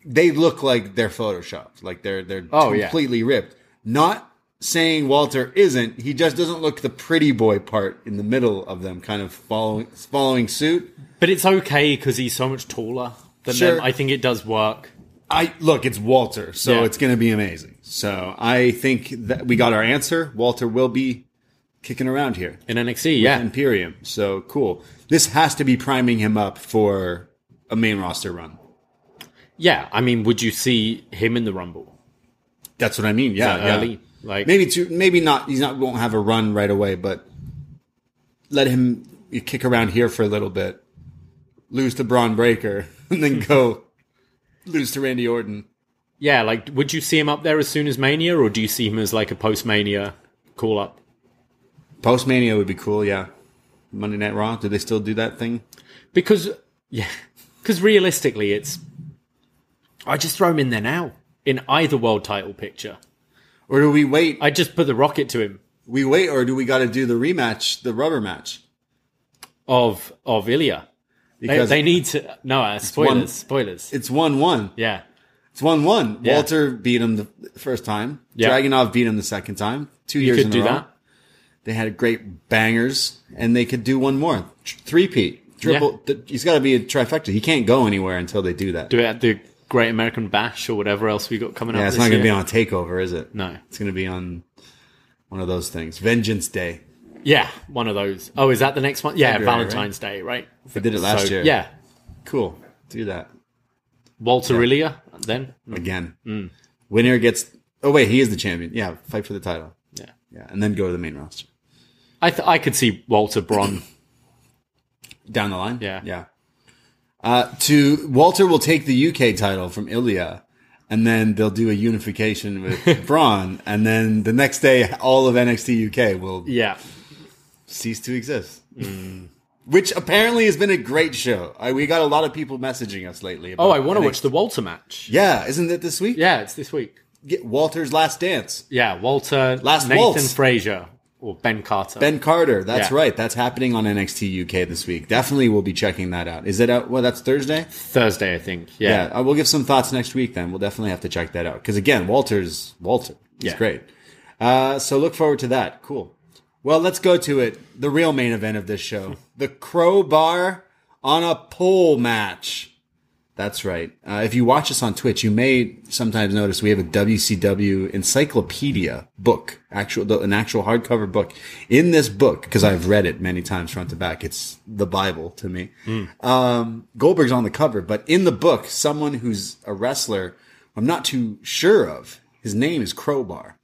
S2: They look like they're photoshopped, like they're they're
S3: Oh, yeah.
S2: completely ripped. Not saying Walter isn't; he just doesn't look the pretty boy part in the middle of them, kind of following following suit.
S3: But it's okay because he's so much taller than
S2: Sure.
S3: them. I think it does work.
S2: I look, it's Walter, so
S3: Yeah.
S2: it's going to be amazing. So I think that we got our answer. Walter will be kicking around here.
S3: In NXT, yeah.
S2: Imperium. So cool. This has to be priming him up for a main roster run.
S3: Yeah, I mean, would you see him in the Rumble
S2: That's what I mean. Yeah,
S3: Uh,
S2: yeah.
S3: early? Like,
S2: Maybe two. Maybe not. He's not. Won't have a run right away, but let him kick around here for a little bit, lose to Braun Breaker, and then go lose to Randy Orton.
S3: yeah, like, would you see him up there as soon as Mania, or do you see him as like a post Mania call up?
S2: Post Mania would be cool. Yeah. Monday Night Raw. Do they still do that thing?
S3: Because yeah, because realistically, it's I just throw him in there now in either world title picture.
S2: Or do we wait?
S3: I just put the rocket to him
S2: we wait, or do we got to do the rematch, the rubber match?
S3: of of Ilya. They,
S2: Because
S3: they need to no uh, spoilers
S2: one-
S3: spoilers.
S2: it's one-one.
S3: Yeah,
S2: It's one one.
S3: Yeah.
S2: Walter beat him the first time.
S3: Yeah.
S2: Dragunov beat him the second time. Two
S3: you
S2: years
S3: could
S2: in
S3: do
S2: a row.
S3: that.
S2: They had great bangers, and they could do one more. Three peat. Triple. th- he's got to be a trifecta. He can't go anywhere until they do that.
S3: Do it at the Great American Bash or whatever else we got coming up.
S2: yeah, it's
S3: this
S2: not going to be
S3: year.
S2: on a takeover, is it?
S3: No.
S2: It's going to be on one of those things. Vengeance Day.
S3: Yeah, one of those. Oh, is that the next one? Yeah,
S2: February,
S3: Valentine's Day, right?
S2: They did it last
S3: So,
S2: year.
S3: Yeah,
S2: Cool. Do that
S3: Walter Ilya. Then
S2: again.
S3: Mm.
S2: Winner gets. Oh wait, he is the champion. Yeah, fight for the title.
S3: yeah,
S2: Yeah, and then go to the main roster
S3: I th- I could see Walter Bron.
S2: down the line.
S3: Yeah.
S2: yeah. Uh, to Walter will take the UK title from Ilya, and then they'll do a unification with Braun, and then the next day all of NXT UK will
S3: yeah, Mm.
S2: cease to exist. Which apparently has been a great show. I, we got a lot of people messaging us lately. About
S3: Oh, I want to
S2: NXT.
S3: watch the Walter match.
S2: Yeah, isn't it this week?
S3: Yeah, it's this week.
S2: Get Walter's last dance.
S3: Yeah, Walter,
S2: Last
S3: Nathan
S2: waltz.
S3: Frazier, or Ben Carter.
S2: Ben Carter. That's
S3: Yeah.
S2: right. That's happening on NXT UK this week. Definitely, we'll be checking that out. Is it out? Well, that's Thursday.
S3: Thursday, I think.
S2: Yeah,
S3: Yeah.
S2: I will give some thoughts next week. Then we'll definitely have to check that out because again, Walter's Walter. He's
S3: Yeah.
S2: great. Uh, so look forward to that. Cool. Well, let's go to it. The real main event of this show: the crowbar on a pole match. That's right. Uh, if you watch us on Twitch, you may sometimes notice we have a WCW encyclopedia book, actual the- an actual hardcover book. In this book, because I've read it many times front to back, it's the Bible to me.
S3: Hmm.
S2: Um, Goldberg's on the cover, but in the book, someone who's a wrestler, I'm not too sure of. His name is Crowbar.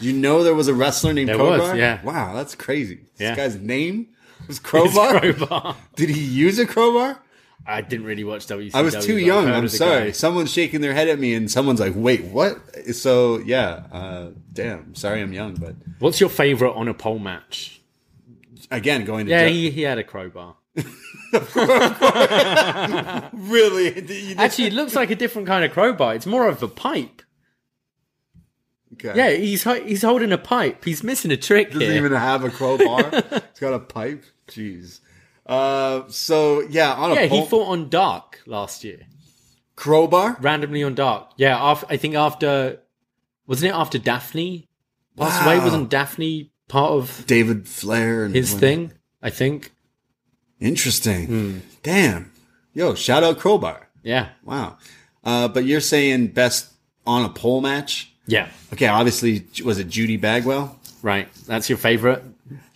S2: Do You know there was a wrestler named
S3: There was,
S2: Crowbar.
S3: yeah.
S2: Wow, that's crazy.
S3: Yeah.
S2: This guy's name was
S3: Crowbar.
S2: Crowbar. Did he use a crowbar?
S3: I didn't really watch WCW.
S2: I was
S3: but
S2: too
S3: I've
S2: young.
S3: heard
S2: I'm
S3: of the
S2: sorry.
S3: guy.
S2: Someone's shaking their head at me, and someone's like, "Wait, what?" So yeah, uh, damn. Sorry, I'm young, but
S3: What's your favorite on a pole match?
S2: again, going to
S3: Yeah,
S2: ju-
S3: he, he had a crowbar.
S2: really. You did-
S3: Actually, it looks like a different kind of crowbar. It's more of a pipe.
S2: okay.
S3: Yeah, he's ho- he's holding a pipe. He's missing a trick
S2: doesn't
S3: here.
S2: even have a crowbar. He's got a pipe. Jeez. Uh, so yeah, on a
S3: yeah, he
S2: pole-
S3: fought on Dark last year,
S2: crowbar.
S3: randomly on Dark. Yeah, after, I think after wasn't it after Daphne passed away?
S2: Wow.
S3: Wasn't Daphne part of
S2: David Flair and
S3: his thing, Hmm. I think.
S2: Interesting. Damn. Yo, shout out crowbar.
S3: Yeah.
S2: Wow. Uh, but you're saying best on a pole match?
S3: Yeah.
S2: Okay, obviously, was it Judy Bagwell?
S3: Right. That's your favorite.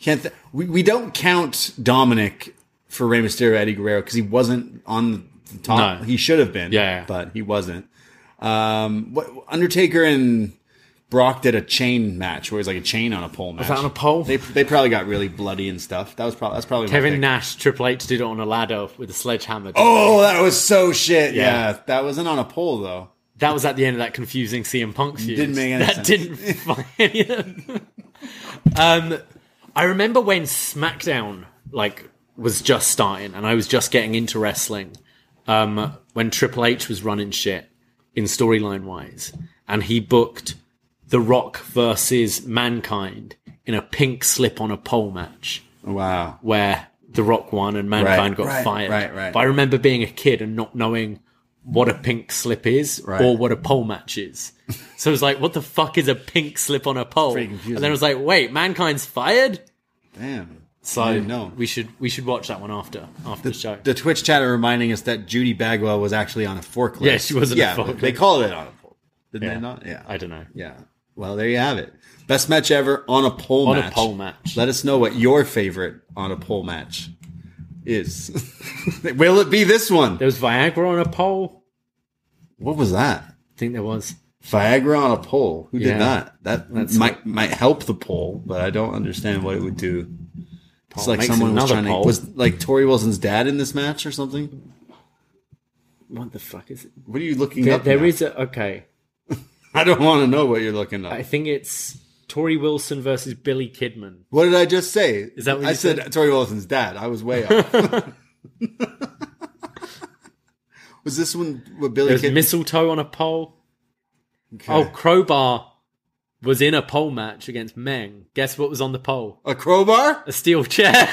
S2: Can't th- we, we don't count Dominic for Rey Mysterio Eddie Guerrero because he wasn't on the top.
S3: No.
S2: He should have been.
S3: Yeah.
S2: but he wasn't. Um, what Undertaker and Brock did a chain match where it was like a chain on a pole match.
S3: that on a pole?
S2: They they probably got really bloody and stuff. That was probably that's probably my
S3: Kevin
S2: pick.
S3: Nash, Triple H did it on a ladder with a sledgehammer.
S2: Oh, that was so shit. Yeah.
S3: Yeah.
S2: that wasn't on a pole though.
S3: That was at the end of that confusing CM Punk feud.
S2: Didn't make any
S3: that
S2: sense.
S3: didn't find any of- um, I remember when SmackDown like was just starting and I was just getting into wrestling. Um, when Triple H was running shit in storyline wise, and he booked The Rock versus Mankind in a pink slip on a pole match
S2: Wow.
S3: where The Rock won and
S2: Right,
S3: Mankind got
S2: right,
S3: fired.
S2: right, right.
S3: But I remember being a kid and not knowing what a pink slip is
S2: Right.
S3: or what a pole match is. So it was like, what the fuck is a pink slip on a pole?
S2: Pretty
S3: And
S2: confusing.
S3: then I was like, wait, Mankind's fired?
S2: Damn.
S3: So
S2: I didn't know.
S3: we should we should watch that one after after the, show.
S2: the Twitch chat are reminding us that Judy Bagwell was actually on a forklift.
S3: Yeah, she was on a
S2: Yeah,
S3: forklift.
S2: They called it on a pole. Didn't
S3: Yeah.
S2: they not? Yeah.
S3: I don't know.
S2: Yeah. Well, there you have it. Best match ever on a pole
S3: On a
S2: match.
S3: pole match.
S2: Let us know what your favorite on a pole match is. Will it be this one?
S3: There was Viagra on a pole.
S2: What was that?
S3: I think there was.
S2: Viagra on a pole. Who
S3: Yeah.
S2: did that? That might might help the poll, but I don't understand what it would do. It's like
S3: makes
S2: someone was
S3: another
S2: trying
S3: poll.
S2: to was like Tori Wilson's dad in this match or something.
S3: What the fuck is it?
S2: What are you looking
S3: There,
S2: up?
S3: there
S2: now?
S3: is a okay.
S2: I don't want to know what you're looking up.
S3: I think it's Tori Wilson versus Billy Kidman.
S2: What did I just say?
S3: Is that what
S2: I
S3: you
S2: said? Tori Wilson's dad. I was way off. was this one with Billy
S3: There's
S2: Kid?
S3: mistletoe on a pole.
S2: Okay.
S3: Oh, Crowbar was in a pole match against Meng. Guess what was on the pole?
S2: a crowbar?
S3: A steel chair.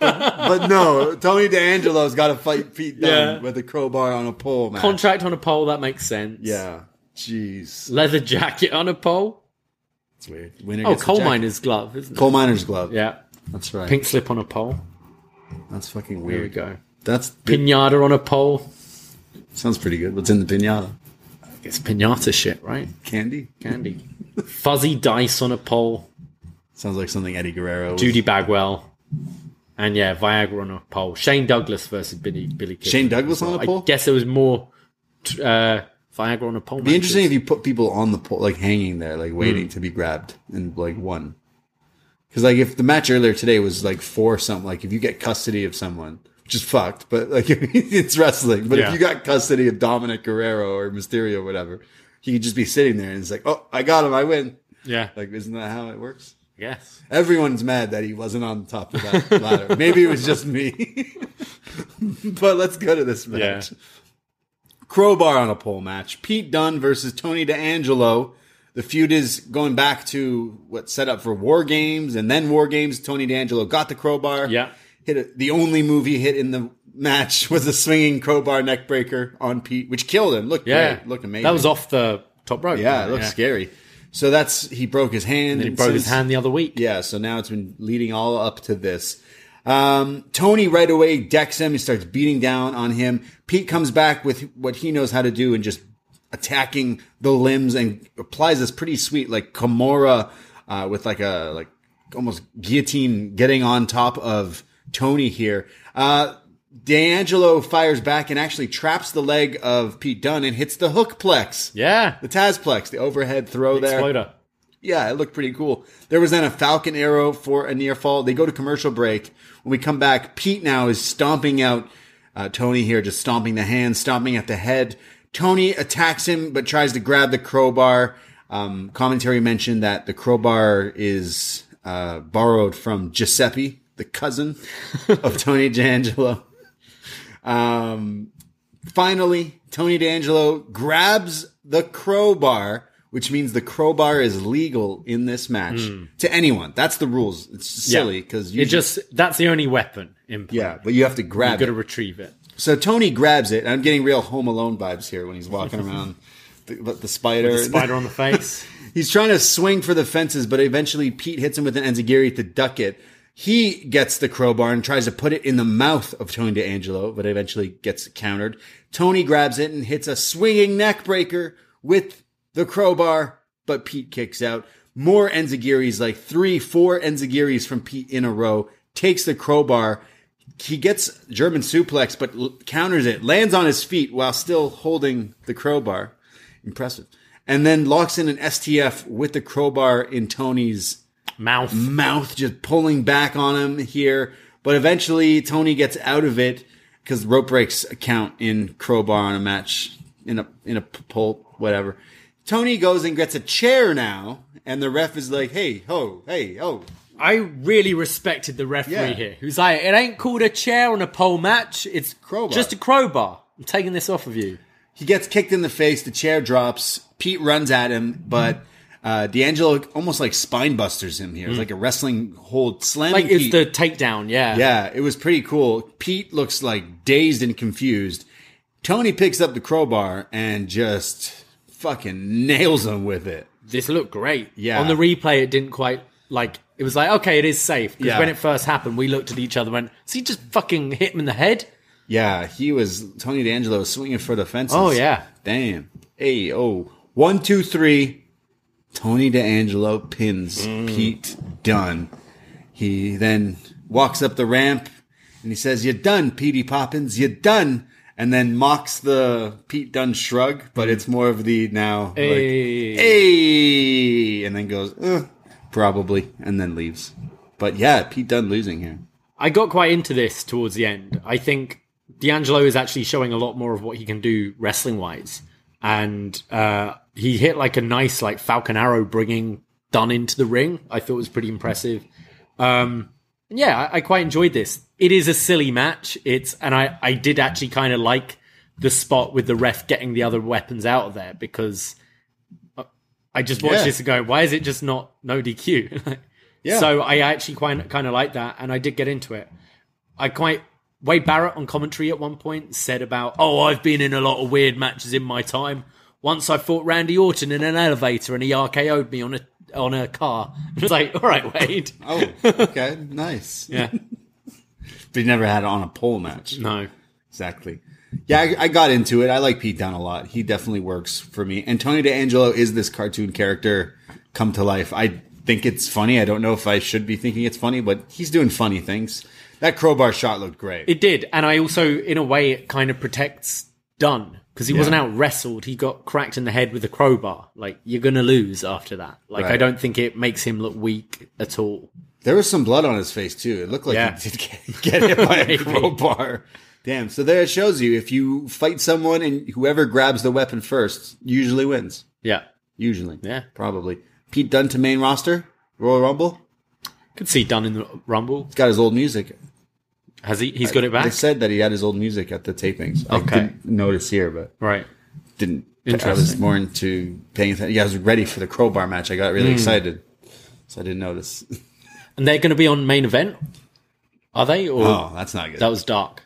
S2: but no, Tony D'Angelo's got to fight Pete Dunne
S3: Yeah.
S2: with a crowbar on a pole match.
S3: Contract on a pole, that makes sense.
S2: yeah, jeez,
S3: Leather jacket on a pole.
S2: that's weird. Winner
S3: Oh,
S2: gets the
S3: coal
S2: jacket.
S3: miner's glove, isn't it?
S2: Coal miner's glove.
S3: Yeah.
S2: that's right.
S3: Pink slip on a pole.
S2: That's fucking
S3: Here we
S2: weird.
S3: go.
S2: That's
S3: Pinata on a pole.
S2: sounds pretty good. What's in the pinata?
S3: It's pinata shit, right?
S2: Candy.
S3: Candy. Fuzzy dice on a pole.
S2: Sounds like something Eddie Guerrero. would-
S3: Judy Bagwell. And yeah, Viagra on a pole. Shane Douglas versus Billy Billy Kidman.
S2: Shane Douglas on a pole?
S3: I guess there was more t- uh, Viagra on a pole.
S2: It'd be interesting if you put people on the pole, like hanging there, like waiting to be grabbed and like won. Because like if the match earlier today was like for something, like if you get custody of someone, which is fucked, but like it's wrestling. But if
S3: Yeah.
S2: you got custody of Dominic Guerrero or Mysterio, or whatever, he could just be sitting there and it's like, oh, I got him, I win.
S3: Yeah.
S2: Like isn't that how it works?
S3: Yes.
S2: Everyone's mad that he wasn't on top of that ladder. Maybe it was just me. but let's go to this match.
S3: Yeah.
S2: Crowbar on a pole match. Pete Dunne versus Tony D'Angelo. The feud is going back to what set up for War Games and then War Games. Tony D'Angelo got the crowbar.
S3: Yeah.
S2: Hit a, the only move he hit in the match was a swinging crowbar neckbreaker on Pete, which killed him. Looked
S3: Yeah.
S2: great. Looked amazing.
S3: That was off the top rope.
S2: Yeah, it
S3: wasn't
S2: looked scary. So that's he broke his hand.
S3: He broke his
S2: since-
S3: hand the other week.
S2: yeah, so now it's been leading all up to this. Um, Tony right away decks him. He starts beating down on him. Pete comes back with what he knows how to do and just attacking the limbs and applies this pretty sweet like Kimura uh, with like a like almost guillotine getting on top of Tony here. Uh, D'Angelo fires back and actually traps the leg of Pete Dunn and hits the hook plex.
S3: Yeah.
S2: The Tazplex, the overhead throw there.
S3: Exploder.
S2: Yeah, it looked pretty cool. There was then a Falcon arrow for a near fall. They go to commercial break. When we come back, Pete now is stomping out uh, Tony here, just stomping the hand, stomping at the head. Tony attacks him, but tries to grab the crowbar. Um, commentary mentioned that the crowbar is uh, borrowed from Giuseppe, the cousin of Tony D'Angelo. Um, finally, Tony D'Angelo grabs the crowbar, which means the crowbar is legal in this match to anyone. That's the rules. It's silly because you
S3: Hmm. It just that's the only weapon in play.
S2: yeah, but you have to
S3: You
S2: grab
S3: gotta
S2: it.
S3: retrieve it.
S2: So Tony grabs it. I'm getting real Home Alone vibes here when he's walking around. The, the spider,
S3: Spider on the face.
S2: He's trying to swing for the fences, but eventually Pete hits him with an enziguri to duck it. He gets the crowbar and tries to put it in the mouth of Tony DeAngelo, but eventually gets countered. Tony grabs it and hits a swinging neckbreaker with the crowbar, but Pete kicks out. More Enzigiris, like three, four Enzigiris from Pete in a row, takes the crowbar. He gets German suplex, but l- counters it, lands on his feet while still holding the crowbar. Impressive. And then locks in an STF with the crowbar in Tony's
S3: Mouth.
S2: mouth just pulling back on him here. But eventually, Tony gets out of it because rope breaks a count in crowbar on a match in a in a p- pole, whatever. Tony goes and gets a chair now, and the ref is like, "Hey ho, hey ho."
S3: I really respected the referee
S2: Yeah.
S3: here, who's like, "It ain't called a chair on a pole match. It's
S2: Crowbar.
S3: just a crowbar. I'm taking this off of you."
S2: He gets kicked in the face. The chair drops. Pete runs at him, but uh, D'Angelo almost like spine busters him here. It's like a wrestling hold slamming.
S3: Hmm. Like
S2: Pete.
S3: it's the takedown, yeah.
S2: Yeah, it was pretty cool. Pete looks like dazed and confused. Tony picks up the crowbar and just fucking nails him with it.
S3: This looked great.
S2: Yeah.
S3: On the replay, it didn't quite like. It was like, okay, it is safe because
S2: Yeah.
S3: when it first happened, we looked at each other and went, "Is he just fucking hit him in the head?"
S2: Yeah, he was Tony D'Angelo was swinging for the fences.
S3: Oh, yeah.
S2: damn. Hey, oh, one, two, three. Tony D'Angelo pins
S3: Mm.
S2: Pete Dunn. He then walks up the ramp and he says, "You're done, Petey Poppins. You're done." And then mocks the Pete Dunn shrug,
S3: Mm.
S2: but it's more of the now like, hey, and then goes "Uh, probably, and then leaves. But yeah, Pete Dunn losing here.
S3: I got quite into this towards the end. I think D'Angelo is actually showing a lot more of what he can do wrestling wise, and uh, he hit like a nice like Falcon Arrow, bringing Dunn into the ring. I thought was pretty impressive. Um, and yeah, I, I quite enjoyed this. It is a silly match. It's and I I did actually kind of like the spot with the ref getting the other weapons out of there because uh, I just watched
S2: Yeah.
S3: this and go, why is it just not no DQ? Like, So I actually quite kind of like that, and I did get into it. I quite Wade Barrett on commentary at one point said about, "Oh, I've been in a lot of weird matches in my time. Once I fought Randy Orton in an elevator, and he RKO'd me on a on a car." It's like, all right, Wade.
S2: Oh, okay, nice.
S3: Yeah,
S2: But he never had it on a pole match.
S3: no,
S2: Exactly. Yeah, I, I got into it. I like Pete Dunne a lot. He definitely works for me. And Tony D'Angelo is this cartoon character come to life. I think it's funny. I don't know if I should be thinking it's funny, but he's doing funny things. That crowbar shot looked great.
S3: it did, and I also, in a way, it kind of protects Dunn because he wasn't
S2: Yeah.
S3: out wrestled. He got cracked in the head with a crowbar. Like you're gonna lose after that. Like I
S2: Right.
S3: don't think it makes him look weak at all.
S2: there was some blood on his face too. It looked like
S3: Yeah.
S2: he did get, get hit by a
S3: Maybe.
S2: crowbar. Damn. So there it shows you if you fight someone and whoever grabs the weapon first usually wins.
S3: Yeah,
S2: Usually.
S3: Yeah.
S2: Probably. Pete Dunne to main roster, Royal Rumble.
S3: could see Dunn in the Rumble.
S2: He's got his old music.
S3: Has he? He's got it back.
S2: They said that he had his old music at the tapings. I
S3: Okay.
S2: didn't notice here, but
S3: Right.
S2: didn't. I was
S3: Interesting.
S2: more into paying attention. Yeah, I was ready for the crowbar match. I got
S3: Hmm.
S2: really excited, so I didn't notice.
S3: And they're going to be on main event? Are they? Or
S2: Oh, that's not good.
S3: that was dark?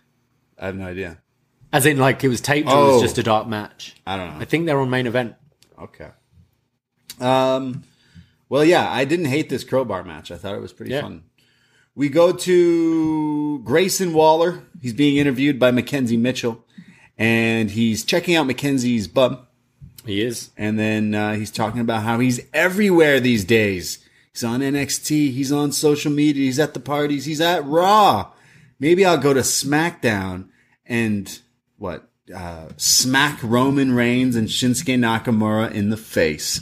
S2: I have no idea.
S3: As in, like, it was taped or it
S2: Oh.
S3: was just a dark match?
S2: I don't know.
S3: I think they're on main event.
S2: Okay. Um. Well, yeah, I didn't hate this crowbar match. I thought it was pretty
S3: Yeah.
S2: fun. We go to Grayson Waller. He's being interviewed by Mackenzie Mitchell, and he's checking out Mackenzie's bub.
S3: He is.
S2: And then uh, he's talking about how he's everywhere these days. He's on NXT, he's on social media, he's at the parties, he's at Raw. Maybe I'll go to SmackDown and what? Uh, smack Roman Reigns and Shinsuke Nakamura in the face.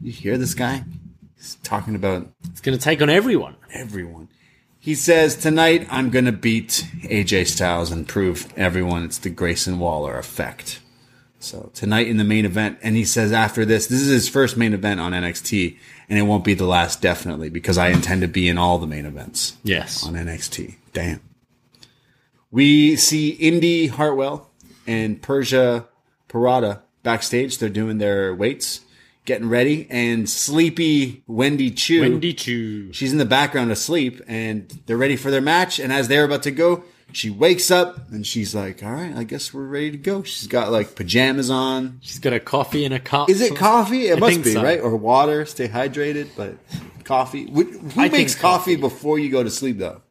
S2: You hear this guy? He's talking about
S3: It's going to take on everyone.
S2: everyone. He says, Tonight I'm going to beat AJ Styles and prove everyone it's the Grayson Waller effect. So, tonight in the main event. And he says, After this, this is his first main event on NXT, and it won't be the last, definitely, because I intend to be in all the main events
S3: Yes.
S2: on NXT. Damn. We see Indy Hartwell and Persia Parada backstage. They're doing their weights, getting ready, and sleepy Wendy Chu.
S3: Wendy Chu.
S2: She's in the background asleep and they're ready for their match. And as they're about to go, she wakes up and she's like, all right, I guess we're ready to go. She's got like pajamas on.
S3: She's got a coffee in a cup.
S2: Is it coffee? It
S3: I
S2: must
S3: think
S2: be,
S3: so.
S2: right? Or water, stay hydrated. But coffee. Who, who
S3: I think
S2: makes coffee,
S3: coffee.
S2: before you go to sleep though?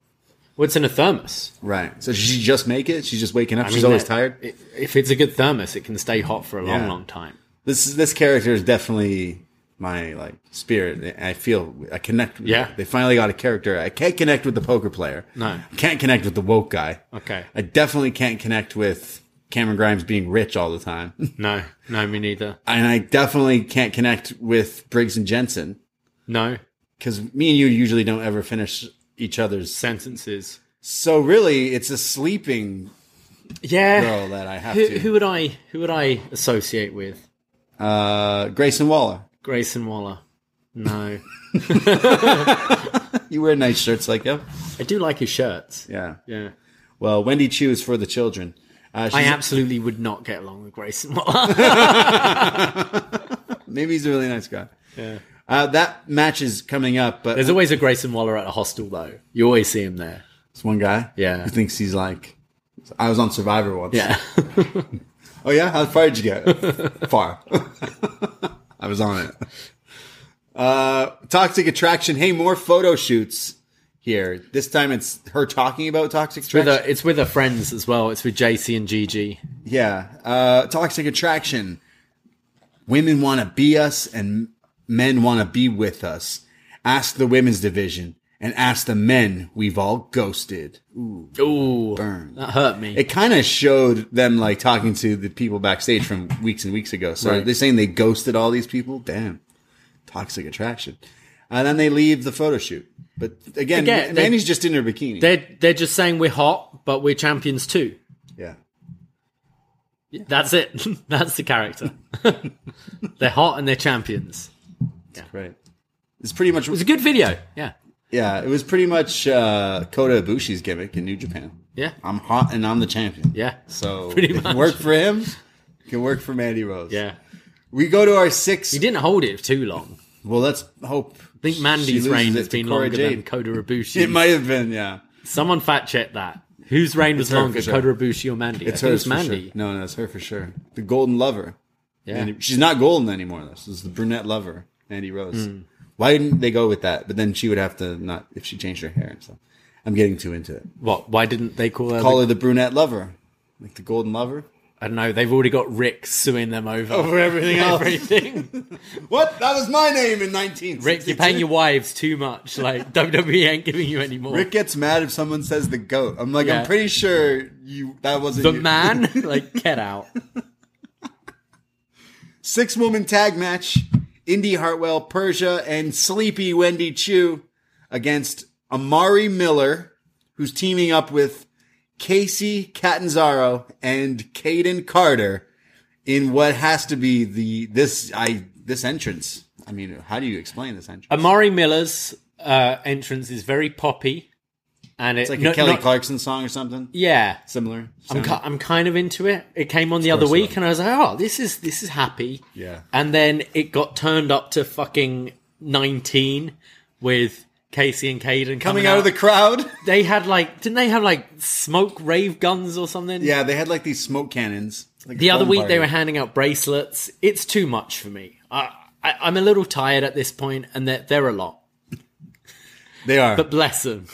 S3: What's in a thermos?
S2: Right. So she just make it. She's just waking up. She's
S3: mean,
S2: always
S3: that-
S2: tired.
S3: i- If it's a good thermos, it can stay hot for a long,
S2: Yeah.
S3: long time.
S2: this is this character is definitely my like spirit. I feel I connect. With
S3: Yeah.
S2: they finally got a character. I can't connect with the poker player.
S3: No.
S2: I can't connect with the woke guy.
S3: Okay.
S2: I definitely can't connect with Cameron Grimes being rich all the time, and
S3: No, no, me neither.
S2: I definitely can't connect with Briggs and Jensen
S3: No
S2: because me and you usually don't ever finish each other's.
S3: sentences.
S2: So really, it's a sleeping
S3: Yeah.
S2: girl that I have
S3: who,
S2: to.
S3: who would I who would I associate with?
S2: uh, Grayson Waller.
S3: Grayson Waller. No,
S2: You wear nice shirts like him.
S3: I do like his shirts.
S2: Yeah.
S3: Yeah.
S2: Well, Wendy Chu is for the children. Uh, she's
S3: I absolutely would not get along with Grayson Waller.
S2: Maybe he's a really nice guy. Yeah. Uh, that match is coming up, but
S3: There's
S2: there's
S3: always a Grayson Waller at a hostel, though. You always see him there.
S2: one guy.
S3: Yeah.
S2: Who thinks he's like, I was on Survivor once.
S3: Yeah.
S2: Oh yeah, how far did you get? far. I was on it. Uh, toxic attraction. Hey, more photo shoots here. This time it's her talking about toxic
S3: with
S2: attraction.
S3: her, it's with her friends as well. It's with JC and Gigi.
S2: Yeah. Uh, toxic attraction. Women want to be us and men want to be with us. Ask the women's division and ask the men we've all ghosted.
S3: Ooh, that hurt me.
S2: It kind of showed them like talking to the people backstage from weeks and weeks ago. So
S3: Right.
S2: they're saying they ghosted all these people. Damn. Toxic attraction. And then they leave the photo shoot. But again,
S3: Again, they-
S2: Manny's just in her bikini.
S3: they're they're just saying we're hot, but we're champions too.
S2: yeah.
S3: That's it. That's the character. they're hot and they're champions.
S2: Right. It's pretty much,
S3: It was a good video. Yeah.
S2: yeah, it was pretty much, uh, Kota Ibushi's gimmick in New Japan.
S3: Yeah.
S2: I'm hot and I'm the champion.
S3: Yeah.
S2: So
S3: Pretty
S2: if it
S3: much.
S2: worked for him. it Can work for Mandy Rose.
S3: Yeah.
S2: We go to our sixth.
S3: He didn't hold it for too long.
S2: Well, let's hope.
S3: I think
S2: she
S3: Mandy's
S2: loses
S3: reign
S2: it
S3: has
S2: to
S3: been
S2: Cora
S3: longer
S2: Jade.
S3: than Kota
S2: It
S3: Ibushi.
S2: might have been. Yeah,
S3: Someone fact check that. Whose reign was
S2: her for
S3: longer,
S2: sure.
S3: Kota Ibushi or Mandy? I
S2: it's
S3: think
S2: hers
S3: it was
S2: for
S3: Mandy.
S2: sure. No, no, it's her for sure. The golden lover.
S3: Yeah.
S2: And she's not golden anymore. This is the brunette lover, Mandy Rose.
S3: Hmm.
S2: Why didn't they go with that? But then she would have to not if she changed her hair and stuff. I'm getting too into it.
S3: What? Why didn't they call her?
S2: Call
S3: the-
S2: her the brunette lover, like the golden lover.
S3: I don't know. They've already got Rick suing them over
S2: Over everything else.
S3: Everything.
S2: What? That was my name in 19.
S3: Rick, you're paying your wives too much. Like WWE ain't giving you any more.
S2: Rick gets mad if someone says the goat. I'm like,
S3: Yeah.
S2: I'm pretty sure you that wasn't
S3: the
S2: you.
S3: man, like get out.
S2: Six woman tag match: Indy Hartwell, Persia, and Sleepy Wendy Chu against Amari Miller, who's teaming up with Casey Catanzaro and Caden Carter in what has to be the this I this entrance. I mean, how do you explain this entrance?
S3: Amari Miller's uh, entrance is very poppy, and it,
S2: it's like
S3: no-
S2: a Kelly
S3: not-
S2: Clarkson song or something
S3: Yeah,
S2: similar.
S3: I'm,
S2: sounding.
S3: ki- I'm kind of into it. It came on the other
S2: course it
S3: week,
S2: was.
S3: and I was like, "Oh, this is this is happy."
S2: Yeah.
S3: And then it got turned up to fucking 19 with Casey and Caden coming,
S2: Coming out of the crowd.
S3: They had like, didn't they have like smoke rave guns or something?
S2: Yeah, they had like these smoke cannons. Like
S3: The
S2: a
S3: other
S2: foam
S3: week
S2: party.
S3: they were handing out bracelets. It's too much for me. I, I I'm a little tired at this point, and they're they're a lot.
S2: They are.
S3: But bless them.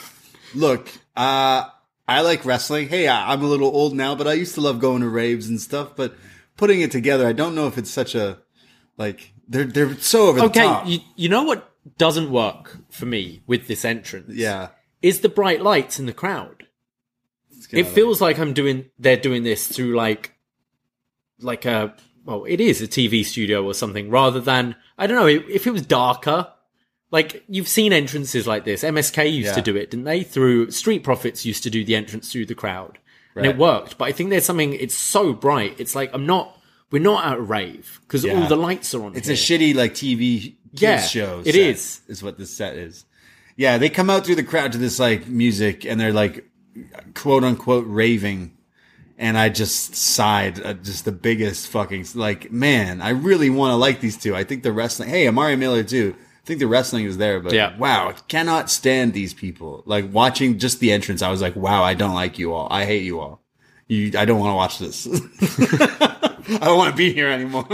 S2: Look, uh, I like wrestling. Hey, I, I'm a little old now, but I used to love going to raves and stuff. But putting it together, I don't know if it's such a like they're they're so over the
S3: Okay,
S2: top.
S3: you, you know what doesn't work for me with this entrance?
S2: yeah,
S3: Is the bright lights in the crowd.
S2: It's
S3: it
S2: kinda like-
S3: feels like I'm doing they're doing this through like like a well it is a TV studio or something rather than I don't know if it was darker like you've seen entrances like this MSK used to
S2: Yeah.
S3: do it didn't they through Street Profits used to do the entrance through the crowd and
S2: Right.
S3: it worked but I think there's something it's so bright it's like I'm not we're not at a rave because
S2: Yeah.
S3: all the lights are on
S2: it's
S3: here.
S2: a shitty like TV kids
S3: Yeah,
S2: show.
S3: it
S2: set,
S3: is.
S2: is what this set is. Yeah, they come out through the crowd to this like music, and they're like quote unquote raving. And I just sighed, uh, just the biggest fucking like, man, I really want to like these two. I think the wrestling. Hey, Amari Miller too. I think the wrestling was there, but
S3: Yeah.
S2: wow, I cannot stand these people. Like watching just the entrance, I was like, wow, I don't like you all. I hate you all. You, I don't want to watch this. I don't want to be here anymore.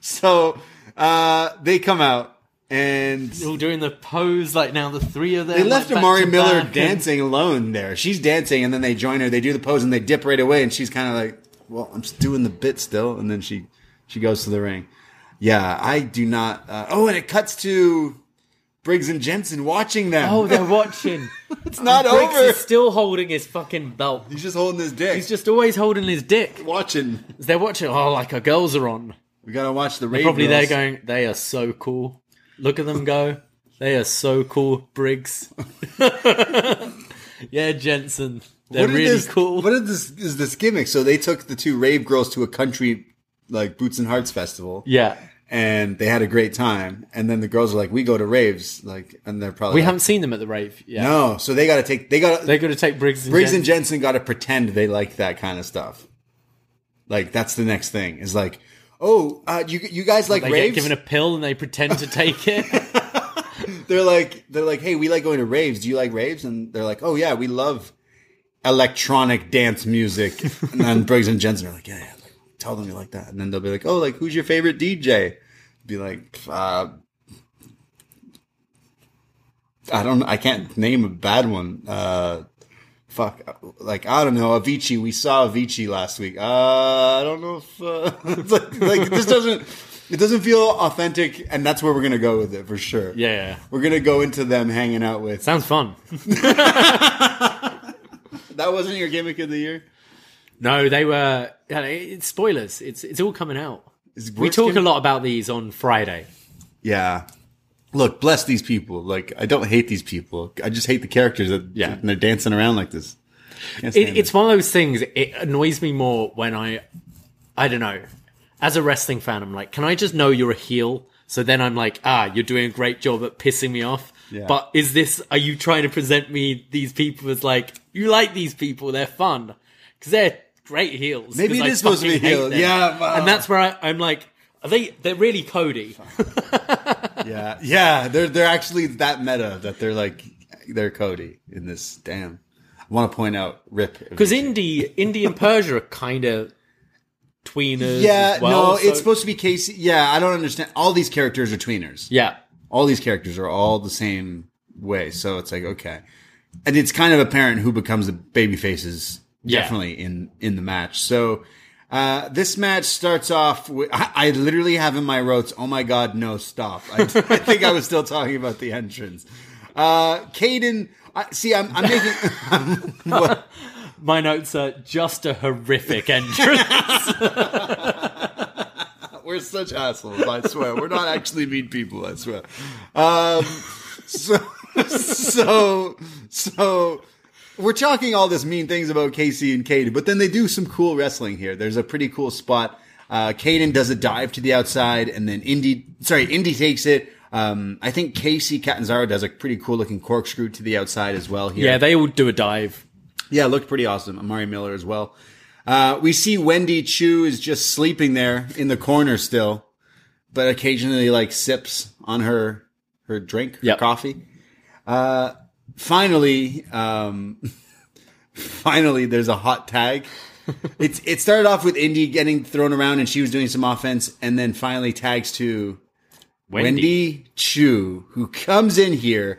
S2: so uh, they come out and
S3: All doing the pose, like now the three of them.
S2: they left
S3: like, back
S2: Amari
S3: to
S2: Miller
S3: back and-
S2: dancing alone there. She's dancing, and then they join her. They do the pose, and they dip right away. And she's kind of like, "Well, I'm just doing the bit still." And then she she goes to the ring. Yeah, I do not. Uh, oh, and it cuts to Briggs and Jensen watching them.
S3: Oh, they're watching.
S2: it's not
S3: Briggs
S2: over.
S3: is still holding his fucking belt.
S2: He's just holding his dick.
S3: He's just always holding his dick.
S2: watching.
S3: They're watching. Oh, like our girls are on.
S2: We gotta watch the raid.
S3: Probably they're
S2: girls.
S3: going. They are so cool. Look at them go. They are so cool, Briggs. yeah, Jensen. They're
S2: What is
S3: really
S2: this,
S3: cool.
S2: What is this? Is this gimmick? So they took the two rave girls to a country like Boots and Hearts festival.
S3: yeah,
S2: and they had a great time. And then the girls were like, "We go to raves," like, and they're probably
S3: we
S2: like,
S3: haven't seen them at the rave. Yeah,
S2: No, so they got to take. They got to
S3: they're going to take Briggs and
S2: Briggs and
S3: Jensen.
S2: Jensen got to pretend they like that kind of stuff. Like that's the next thing is like, oh, uh, you you guys like
S3: They
S2: raves?
S3: get given a pill and they pretend to take it.
S2: they're like they're like, hey, we like going to raves. Do you like raves? And they're like, oh yeah, we love electronic dance music. and then Briggs and Jensen are like, yeah, yeah like, tell them you like that. And then they'll be like, oh, like who's your favorite DJ? Be like, uh, I don't, I can't name a bad one. Uh, fuck, like I don't know. Avicii, we saw Avicii last week. Uh, I don't know if uh, it's like, like this doesn't. It doesn't feel authentic, and that's where we're gonna go with it for sure.
S3: yeah,
S2: We're gonna go into them hanging out with.
S3: sounds fun.
S2: That wasn't your gimmick of the year.
S3: No, they were. yeah, It's spoilers. It's it's all coming out.
S2: Is
S3: We
S2: worst
S3: talk a
S2: gimmick-
S3: lot about these on Friday.
S2: Yeah. Look, bless these people. Like I don't hate these people. I just hate the characters that
S3: Yeah.
S2: and they're dancing around like this. Can't stand
S3: It, it's one of those things. It annoys me more when I, I don't know. As a wrestling fan, I'm like, can I just know you're a heel? So then I'm like, ah, you're doing a great job at pissing me off.
S2: Yeah.
S3: But is this? Are you trying to present me these people as like you like these people? They're fun because they're great heels.
S2: Maybe
S3: 'cause
S2: it
S3: I
S2: is supposed to be
S3: fucking hate
S2: heel.
S3: them.
S2: Yeah, well-
S3: and that's where I, I'm like, are they? They're really Cody.
S2: yeah, yeah. They're they're actually that meta that they're like they're Cody in this. Damn. I want to point out Rip
S3: Because Indy, Indy and Persia are kind of tweeners.
S2: Yeah,
S3: as well,
S2: no,
S3: so-
S2: it's supposed to be Casey. Yeah, I don't understand. All these characters are tweeners.
S3: yeah,
S2: all these characters are all the same way. So it's like, okay. And it's kind of apparent who becomes the baby faces
S3: Yeah.
S2: definitely in, in the match. So, uh, this match starts off with, I, I literally have in my notes, oh my God, no, stop. I, I think I was still talking about the entrance. Uh, Caden, I, see, I'm, I'm making, what,
S3: my notes are just a horrific entrance.
S2: we're such assholes. I swear. We're not actually mean people. I swear. Um, so, so, so we're talking all this mean things about Casey and Caden, but then they do some cool wrestling here. There's a pretty cool spot. Uh, Caden does a dive to the outside and then Indy, sorry, Indy takes it. Um, I think Casey Catanzaro does a pretty cool looking corkscrew to the outside as well here.
S3: yeah, they all do a dive.
S2: Yeah, it looked pretty awesome. Amari Miller as well. Uh, we see Wendy Chu is just sleeping there in the corner still, but occasionally like sips on her her drink, her
S3: Yep.
S2: coffee. Uh, finally, um, finally, there's a hot tag. it's it started off with Indy getting thrown around and she was doing some offense, and then finally tags to Wendy. Chu, who comes in here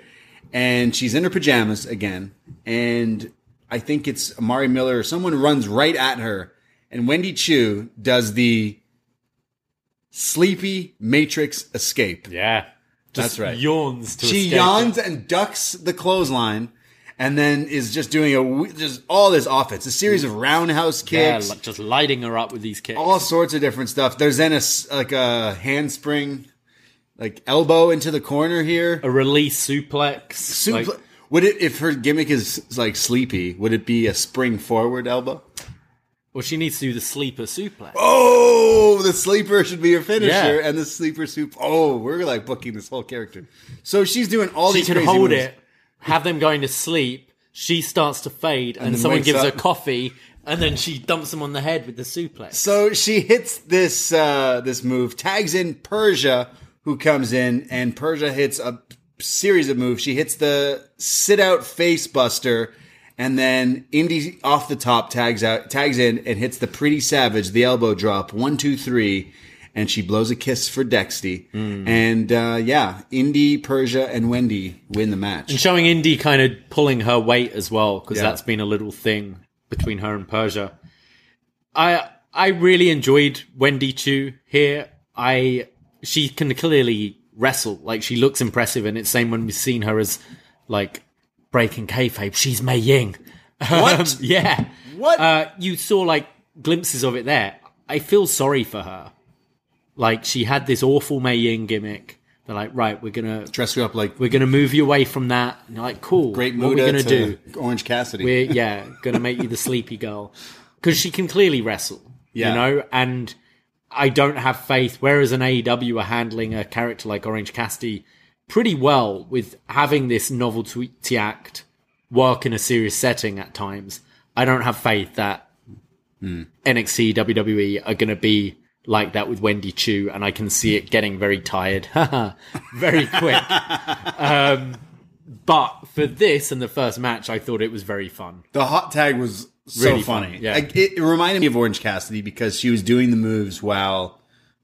S2: and she's in her pajamas again. And I think it's Amari Miller or someone runs right at her. And Wendy Chu does the sleepy matrix escape.
S3: Yeah,
S2: That's right.
S3: Yawns. To
S2: she
S3: escape.
S2: yawns and ducks the clothesline and then is just doing a, w- just all this offense, a series of roundhouse
S3: Yeah,
S2: kicks,
S3: like just lighting her up with these kicks.
S2: all sorts of different stuff. There's then a, s- like a handspring, like elbow into the corner here.
S3: a release suplex.
S2: Supl-
S3: like-
S2: would it if her gimmick is like sleepy? Would it be a spring forward elbow?
S3: well, she needs to do the sleeper suplex.
S2: Oh, the sleeper should be her finisher,
S3: Yeah.
S2: and the sleeper soup. Oh, we're like booking this whole character. So she's doing all
S3: she
S2: these.
S3: can
S2: crazy
S3: hold
S2: moves.
S3: it, have them going to sleep. She starts to fade, and,
S2: then
S3: someone
S2: wakes
S3: gives
S2: up.
S3: her coffee, and then she dumps them on the head with the suplex.
S2: So she hits this uh, this move, tags in Persia, who comes in, and Persia hits a series of moves. She hits the sit out face buster, and then Indy off the top tags out tags in and hits the pretty savage, the elbow drop, one, two, three, and she blows a kiss for Dexty.
S3: Hmm.
S2: And uh, yeah, Indy, Persia, and Wendy win the match.
S3: And showing Indy kind of pulling her weight as well, because
S2: Yeah.
S3: that's been a little thing between her and Persia. I I really enjoyed Wendy Chu here. I she can clearly wrestle. Like she looks impressive, and it's same when we've seen her as like breaking kayfabe. She's Mei Ying. What? yeah.
S2: What?
S3: Uh, you saw like glimpses of it there. I feel sorry for her. Like she had this awful Mei Ying gimmick. They're like, right, we're gonna
S2: Dress you up like
S3: we're gonna move you away from that. And you're like, cool.
S2: Great
S3: what
S2: Muda
S3: we're gonna
S2: to
S3: do?
S2: Orange Cassidy.
S3: We're yeah, gonna make you the sleepy girl because she can clearly wrestle.
S2: Yeah.
S3: You know, and I don't have faith. Whereas an AEW are handling a character like Orange Cassidy pretty well with having this novelty act work in a serious setting at times. I don't have faith that NXT WWE E are going to be like that with Wendy Chu, and I can see it getting very tired, very quick. um, but for this and the first match, I thought it was very fun.
S2: The hot tag was so
S3: Really
S2: funny.
S3: funny, yeah.
S2: Like, it, it reminded me of Orange Cassidy because she was doing the moves while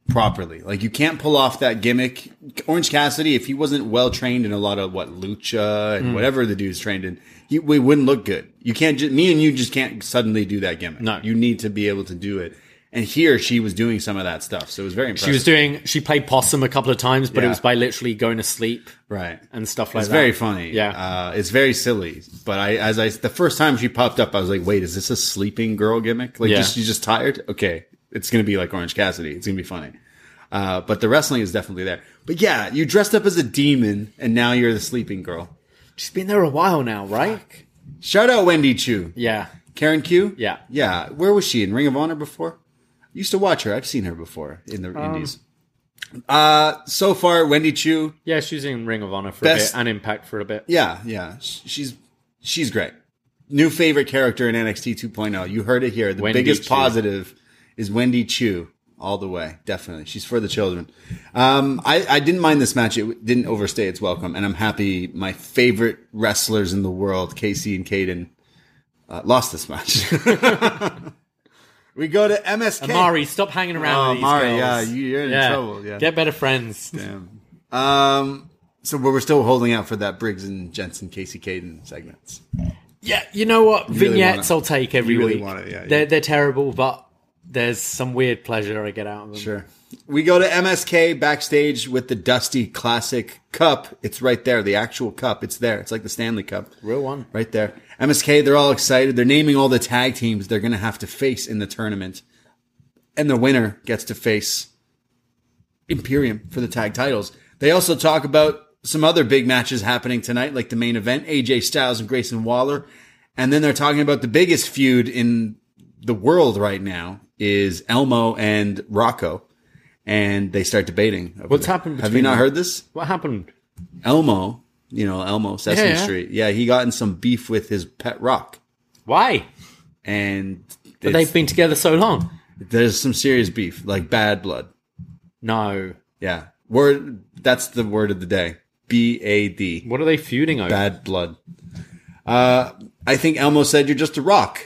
S2: properly. Like you can't pull off that gimmick. Orange Cassidy, if he wasn't well trained in a lot of what lucha
S3: Mm.
S2: and whatever the dude's trained in, he, we wouldn't look good. You can't just me and you just can't suddenly do that gimmick.
S3: No.
S2: you need to be able to do it. And here she was doing some of that stuff, so it was very impressive.
S3: She was doing, she played possum a couple of times, but
S2: Yeah.
S3: it was by literally going to sleep.
S2: right
S3: and stuff like
S2: it's
S3: that.
S2: very funny.
S3: Yeah.
S2: uh, it's very silly. But I, as I, the first time she popped up, I was like, "Wait, is this a sleeping girl gimmick? Like,
S3: Yeah.
S2: just, she's just tired? Okay, it's gonna be like Orange Cassidy. It's gonna be funny." Uh, but the wrestling is definitely there. But yeah, you dressed up as a demon, and now you're the sleeping girl.
S3: She's been there a while now, right?
S2: Shout out Wendy Chu,
S3: Yeah.
S2: Karen Q.
S3: Yeah.
S2: yeah. Where was she in Ring of Honor before? Used to watch her. I've seen her before in the Indies. Uh, so far, Wendy Chu,
S3: Yeah, she was in Ring of Honor for
S2: Best-
S3: a bit and Impact for a bit.
S2: Yeah, yeah. Sh- She's she's great. New favorite character in NXT 2.0. oh. You heard it here. The
S3: Wendy
S2: biggest
S3: Chu.
S2: positive is Wendy Chu all the way. Definitely. She's for the children. Um, I, I didn't mind this match. It w- didn't overstay its welcome. And I'm happy my favorite wrestlers in the world, Casey and Caden, uh, lost this match. we go to MSK.
S3: Amari, stop hanging around
S2: Oh,
S3: with these
S2: Amari,
S3: girls.
S2: yeah, you- you're in trouble, yeah.
S3: Get better friends.
S2: Um, so we're we're still holding out for that Briggs and Jensen, Casey Caden segments.
S3: Yeah, you know what?
S2: really
S3: Vignettes
S2: want
S3: I'll take every
S2: you really
S3: week.
S2: want it, yeah, yeah.
S3: They're they're terrible, but there's some weird pleasure I get out of them.
S2: Sure. We go to MSK backstage with the Dusty Classic Cup. It's right there, the actual cup. It's there. It's like the Stanley Cup.
S3: Real one.
S2: Right there. MSK, they're all excited. They're naming all the tag teams they're going to have to face in the tournament. And the winner gets to face Imperium for the tag titles. They also talk about some other big matches happening tonight, like the main event AJ Styles and Grayson Waller. And then they're talking about the biggest feud in the world right now is Elmo and Rocco. And they start debating. over
S3: What's
S2: that.
S3: happened
S2: Have you
S3: between
S2: not
S3: them?
S2: heard this?
S3: What happened?
S2: Elmo, you know, Elmo, Sesame
S3: Yeah, yeah.
S2: Street. Yeah, he got in some beef with his pet rock.
S3: Why?
S2: And
S3: But
S2: it's-
S3: they've been together so long.
S2: there's some serious beef, like bad blood.
S3: No.
S2: Yeah. Word that's the word of the day. B A D.
S3: What are they feuding over?
S2: Bad blood. Uh I think Elmo said you're just a rock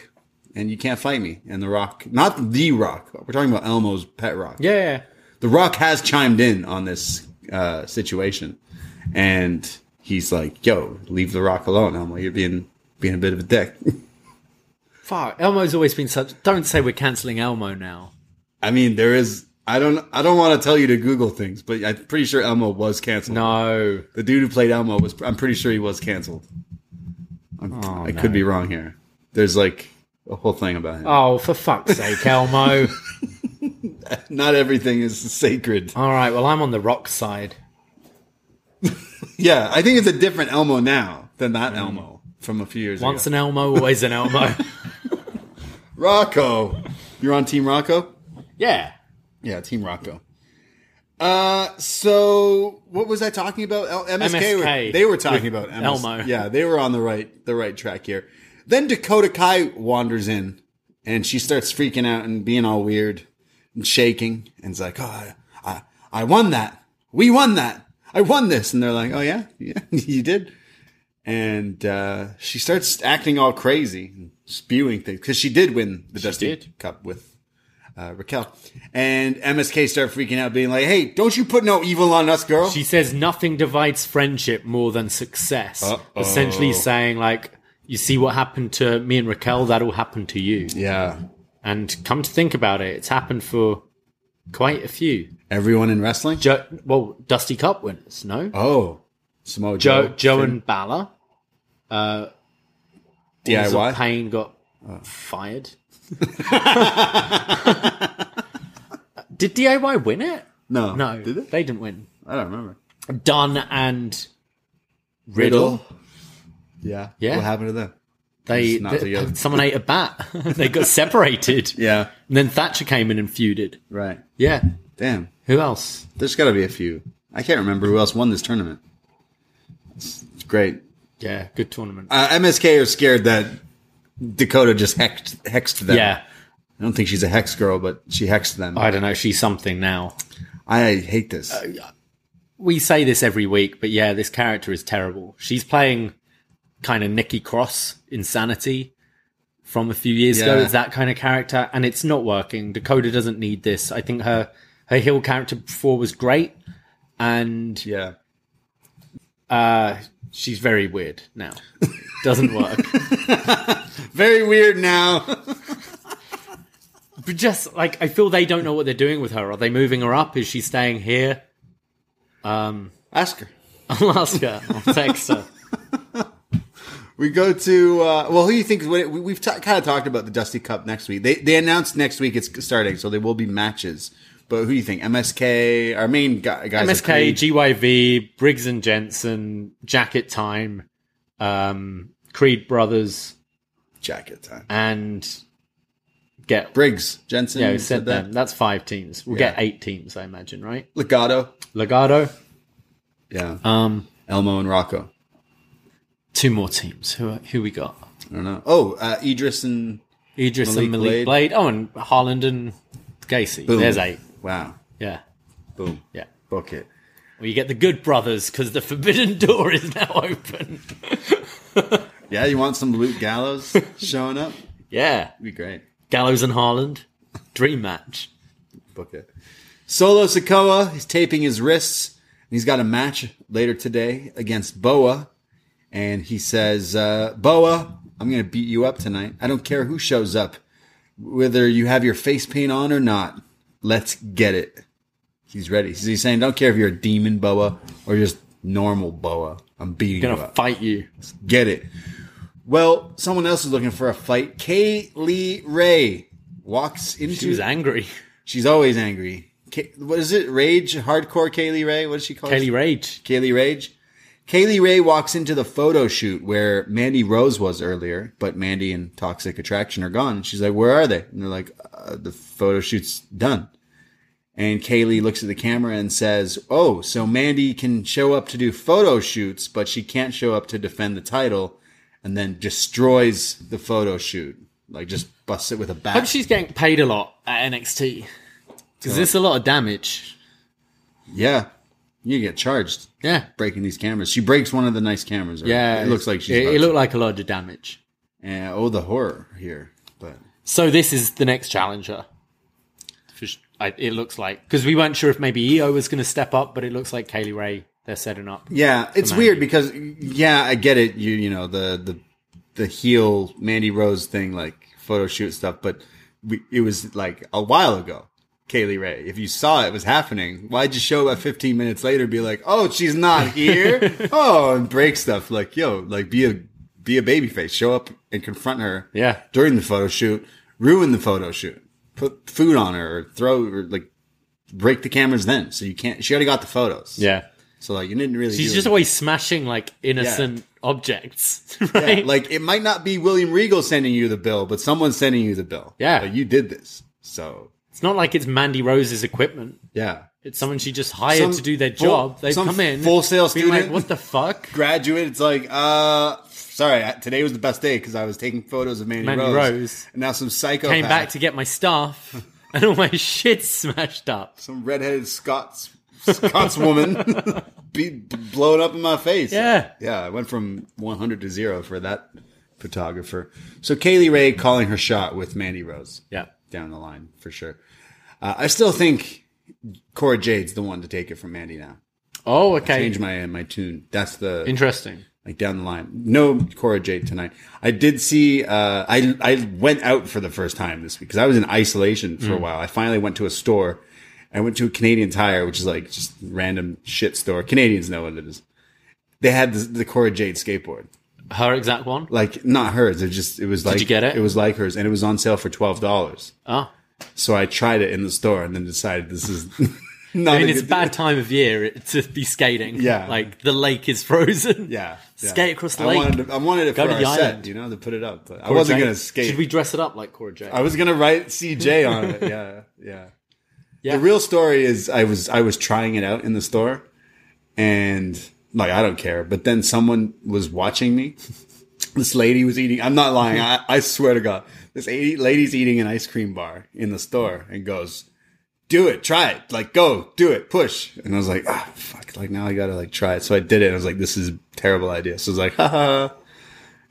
S2: and you can't fight me. And the rock not the rock. We're talking about Elmo's pet rock.
S3: Yeah, yeah.
S2: The Rock has chimed in on this uh, situation, and he's like, "Yo, leave The Rock alone, Elmo. You're being being a bit of a dick."
S3: Fuck. Elmo's always been such don't say we're cancelling Elmo now.
S2: I mean, there is. I don't. I don't want to tell you to Google things, but I'm pretty sure Elmo was canceled.
S3: No.
S2: the dude who played Elmo was. I'm pretty sure he was canceled. I'm,
S3: Oh,
S2: I could be wrong here. There's like a whole thing about him.
S3: Oh, for fuck's sake, Elmo.
S2: Not everything is sacred.
S3: All right, well, I'm on the rock side.
S2: Yeah, I think it's a different Elmo now than that Elmo from a few years
S3: Mm. Once
S2: ago.
S3: an Elmo, always an Elmo.
S2: Rocco, you're on Team Rocco.
S3: yeah.
S2: Yeah, Team Rocco. Uh, so what was I talking about? L- MSK.
S3: MSK.
S2: Were, they were talking about MS-
S3: Elmo.
S2: Yeah, they were on the right the right track here. Then Dakota Kai wanders in, and she starts freaking out and being all weird and shaking, and's like, "Oh, I, I, I won that. We won that. I won this." And they're like, "Oh yeah, yeah, you did." And uh, she starts acting all crazy and spewing things because she did win the Dusty
S3: did.
S2: Cup with uh, Raquel. And MSK start freaking out, being like, hey, don't you put no evil on us, girl.
S3: She says nothing divides friendship more than success. Essentially saying like, you see what happened to me and Raquel, that'll happen to you.
S2: yeah.
S3: And come to think about it, it's happened for quite a few.
S2: Everyone in wrestling?
S3: Joe, well, Dusty Cup winners, no?
S2: oh. Samoa
S3: Joe,
S2: Joe.
S3: Joe and Bala. Balls of
S2: DIY?
S3: Payne got fired. Did DIY win it?
S2: No.
S3: No,
S2: Oh, Did it?
S3: they didn't win.
S2: I don't remember.
S3: Dunn and Riddle.
S2: Yeah.
S3: Yeah.
S2: What happened to them?
S3: They,
S2: Just not
S3: they-
S2: together.
S3: someone ate a bat. they got separated.
S2: Yeah.
S3: And then Thatcher came in and feuded.
S2: Right.
S3: Yeah.
S2: Damn.
S3: Who else?
S2: There's got to be a few. I can't remember who else won this tournament. It's, it's great.
S3: Yeah, good tournament.
S2: Uh, MSK are scared that Dakota just hexed, hexed them.
S3: yeah.
S2: I don't think she's a hex girl, but she hexed them.
S3: I Uh, don't know, she's something now.
S2: I hate this.
S3: we say this every week, but yeah, this character is terrible. She's playing kind of Nikki Cross insanity from a few years ago.
S2: Yeah.
S3: It's that kind of character, and it's not working. Dakota doesn't need this. I think her her heel character before was great, and
S2: yeah.
S3: she's very weird now. Doesn't work.
S2: Very weird now.
S3: but just like I feel they don't know what they're doing with her. Are they moving her up? Is she staying here?
S2: Ask her.
S3: I'll ask her. I'll text her.
S2: We go to, uh, well, who do you think? we- We've ta kind of talked about the Dusty Cup next week. They, they announced next week it's starting, so there will be matches. But who do you think? MSK, our main guy, guys. are
S3: MSK,
S2: Creed.
S3: GYV, Briggs and Jensen, Jacket Time, um, Creed Brothers,
S2: Jacket time.
S3: and get
S2: Briggs, Jensen.
S3: yeah, we
S2: you
S3: said them. That's five teams. We'll get
S2: Yeah.
S3: eight teams, I imagine, right?
S2: Legato.
S3: Legado,
S2: Yeah.
S3: um,
S2: Elmo and Rocco.
S3: two more teams. Who who we got?
S2: I don't know. Oh, uh, Idris and
S3: Idris and
S2: Malik
S3: Malik Blade. Oh, and Harland and Gacy.
S2: Boom.
S3: There's eight.
S2: Wow.
S3: Yeah,
S2: Boom.
S3: yeah.
S2: Book it.
S3: Well, you get the good brothers because the forbidden door is now open.
S2: Yeah, you want some Luke Gallows showing up?
S3: yeah,
S2: Be great.
S3: Gallows and Harland, dream match.
S2: Book it. Solo Sokoa is taping his wrists. And he's got a match later today against Boa. And he says, uh, Boa, I'm going to beat you up tonight. I don't care who shows up, whether you have your face paint on or not. Let's get it. He's ready. So He's saying, don't care if you're a demon Boa or just normal Boa. I'm beating you
S3: Gonna
S2: up.
S3: fight you.
S2: Get it. Well, someone else is looking for a fight. Kay Lee Ray walks into.
S3: She was angry.
S2: She's always angry. Kay, what is it? Rage? Hardcore Kaylee Ray? What does she call
S3: Kaylee Rage.
S2: Kaylee Rage? Kaylee Ray walks into the photo shoot where Mandy Rose was earlier, but Mandy and Toxic Attraction are gone. She's like, Where are they? And they're like, uh, The photo shoot's done. And Kaylee looks at the camera and says, Oh, so Mandy can show up to do photo shoots, but she can't show up to defend the title, and then destroys the photo shoot. Like, just busts it with a bat.
S3: Hope she's getting paid a lot at NXT. Because this a lot of damage.
S2: yeah. You get charged.
S3: Yeah.
S2: breaking these cameras. She breaks one of the nice cameras. already.
S3: Yeah.
S2: it looks like she's.
S3: It,
S2: about
S3: it
S2: to.
S3: looked like a lot of damage.
S2: And, oh, the horror here, but
S3: So this is the next challenger. For sh- I, it looks like. Because we weren't sure if maybe EO was going to step up, but it looks like Kaylee Ray, they're setting up.
S2: yeah, it's weird because yeah, I get it. You you know the the the heel Mandy Rose thing, like photo shoot stuff, but we, it was like a while ago. Kaylee Ray, if you saw it was happening, why'd you show up 15 minutes later? and Be like, oh, she's not here. oh, and break stuff. Like, yo, like be a be a baby face. Show up and confront her.
S3: Yeah.
S2: during the photo shoot, ruin the photo shoot, put food on her, or throw, or like break the cameras. Then, so you can't. She already got the photos.
S3: Yeah.
S2: So like, you didn't really.
S3: She's
S2: do
S3: just
S2: it.
S3: always smashing like innocent objects. Right?
S2: Yeah, like it might not be William Regal sending you the bill, but someone's sending you the bill.
S3: Yeah.
S2: Like, you did this. So
S3: it's not like it's Mandy Rose's equipment.
S2: yeah,
S3: It's someone she just hired
S2: Some
S3: to do their
S2: full-
S3: job. They've
S2: some
S3: come in.
S2: full sales
S3: been like,
S2: student.
S3: what the fuck?
S2: graduate. It's like, uh, sorry, I- today was the best day because I was taking photos of Mandy,
S3: Mandy
S2: Rose,
S3: Rose.
S2: and now some psycho
S3: came back to get my stuff and all my shit smashed up.
S2: some redheaded Scots Scots woman be blown up in my face.
S3: Yeah.
S2: yeah. I went from 100 to zero for that photographer. So Kaylee Ray calling her shot with Mandy Rose.
S3: Yeah.
S2: down the line for sure. Uh, I still think Cora Jade's the one to take it from Mandy now.
S3: Oh, okay.
S2: Change my my tune. That's the
S3: Interesting.
S2: like down the line. No Cora Jade tonight. I did see. Uh, I I went out for the first time this week because I was in isolation for a
S3: Mm.
S2: while. I finally went to a store. I went to a Canadian Tire, which is like just random shit store. Canadians know what it is. They had the, the Cora Jade skateboard,
S3: Her exact one.
S2: like not hers. It just it was like
S3: you get it?
S2: It was like hers, and it was on sale for twelve dollars.
S3: Ah.
S2: So I tried it in the store, and then decided this is. Not
S3: I mean,
S2: a
S3: it's a
S2: good-
S3: bad time of year it- to be skating.
S2: Yeah.
S3: Like the lake is frozen.
S2: Yeah, yeah.
S3: Skate across the
S2: I
S3: lake.
S2: Wanted to, I wanted it
S3: Go
S2: for
S3: to
S2: our
S3: the
S2: set,
S3: island.
S2: you know, to put it up. But I
S3: Cora
S2: wasn't
S3: Jade.
S2: gonna skate.
S3: Should we dress it up like Cora Jade?
S2: I was gonna write CJ on it. Yeah, yeah,
S3: Yeah.
S2: The real story is I was I was trying it out in the store, and like I don't care. But then someone was watching me. This lady was eating. I'm not lying. I, I swear to God, this 80, lady's eating an ice cream bar in the store and goes, "Do it, try it, like go, do it, push." And I was like, "Ah, fuck!" Like now I gotta like try it. So I did it. And I was like, "This is a terrible idea." So I was like, "Ha ha."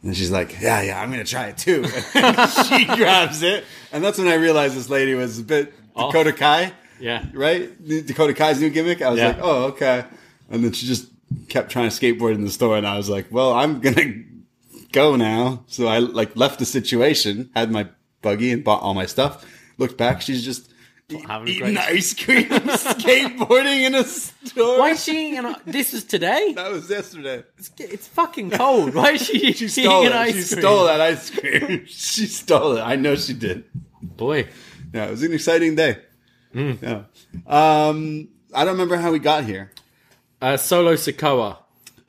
S2: And she's like, "Yeah, yeah, I'm gonna try it too." she grabs it, and that's when I realized this lady was a bit
S3: Oh.
S2: Dakota Kai,
S3: yeah.
S2: right? Dakota Kai's new gimmick. I was
S3: Yeah.
S2: like, "Oh, okay." And then she just kept trying to skateboard in the store, and I was like, "Well, I'm gonna go now." So I like left the situation, had my buggy, and bought all my stuff. Looked back, she's just
S3: having a
S2: eating
S3: great-
S2: ice cream, skateboarding in a store.
S3: Why is she eating an This is today?
S2: That was yesterday.
S3: It's fucking cold. Why is she,
S2: She stole
S3: eating an
S2: it.
S3: ice
S2: she
S3: cream?
S2: stole that ice cream. she stole it. I know she did.
S3: Boy.
S2: Yeah, it was an exciting day.
S3: Mm.
S2: Yeah. Um, I don't remember how we got here.
S3: Uh, Solo Sokoa.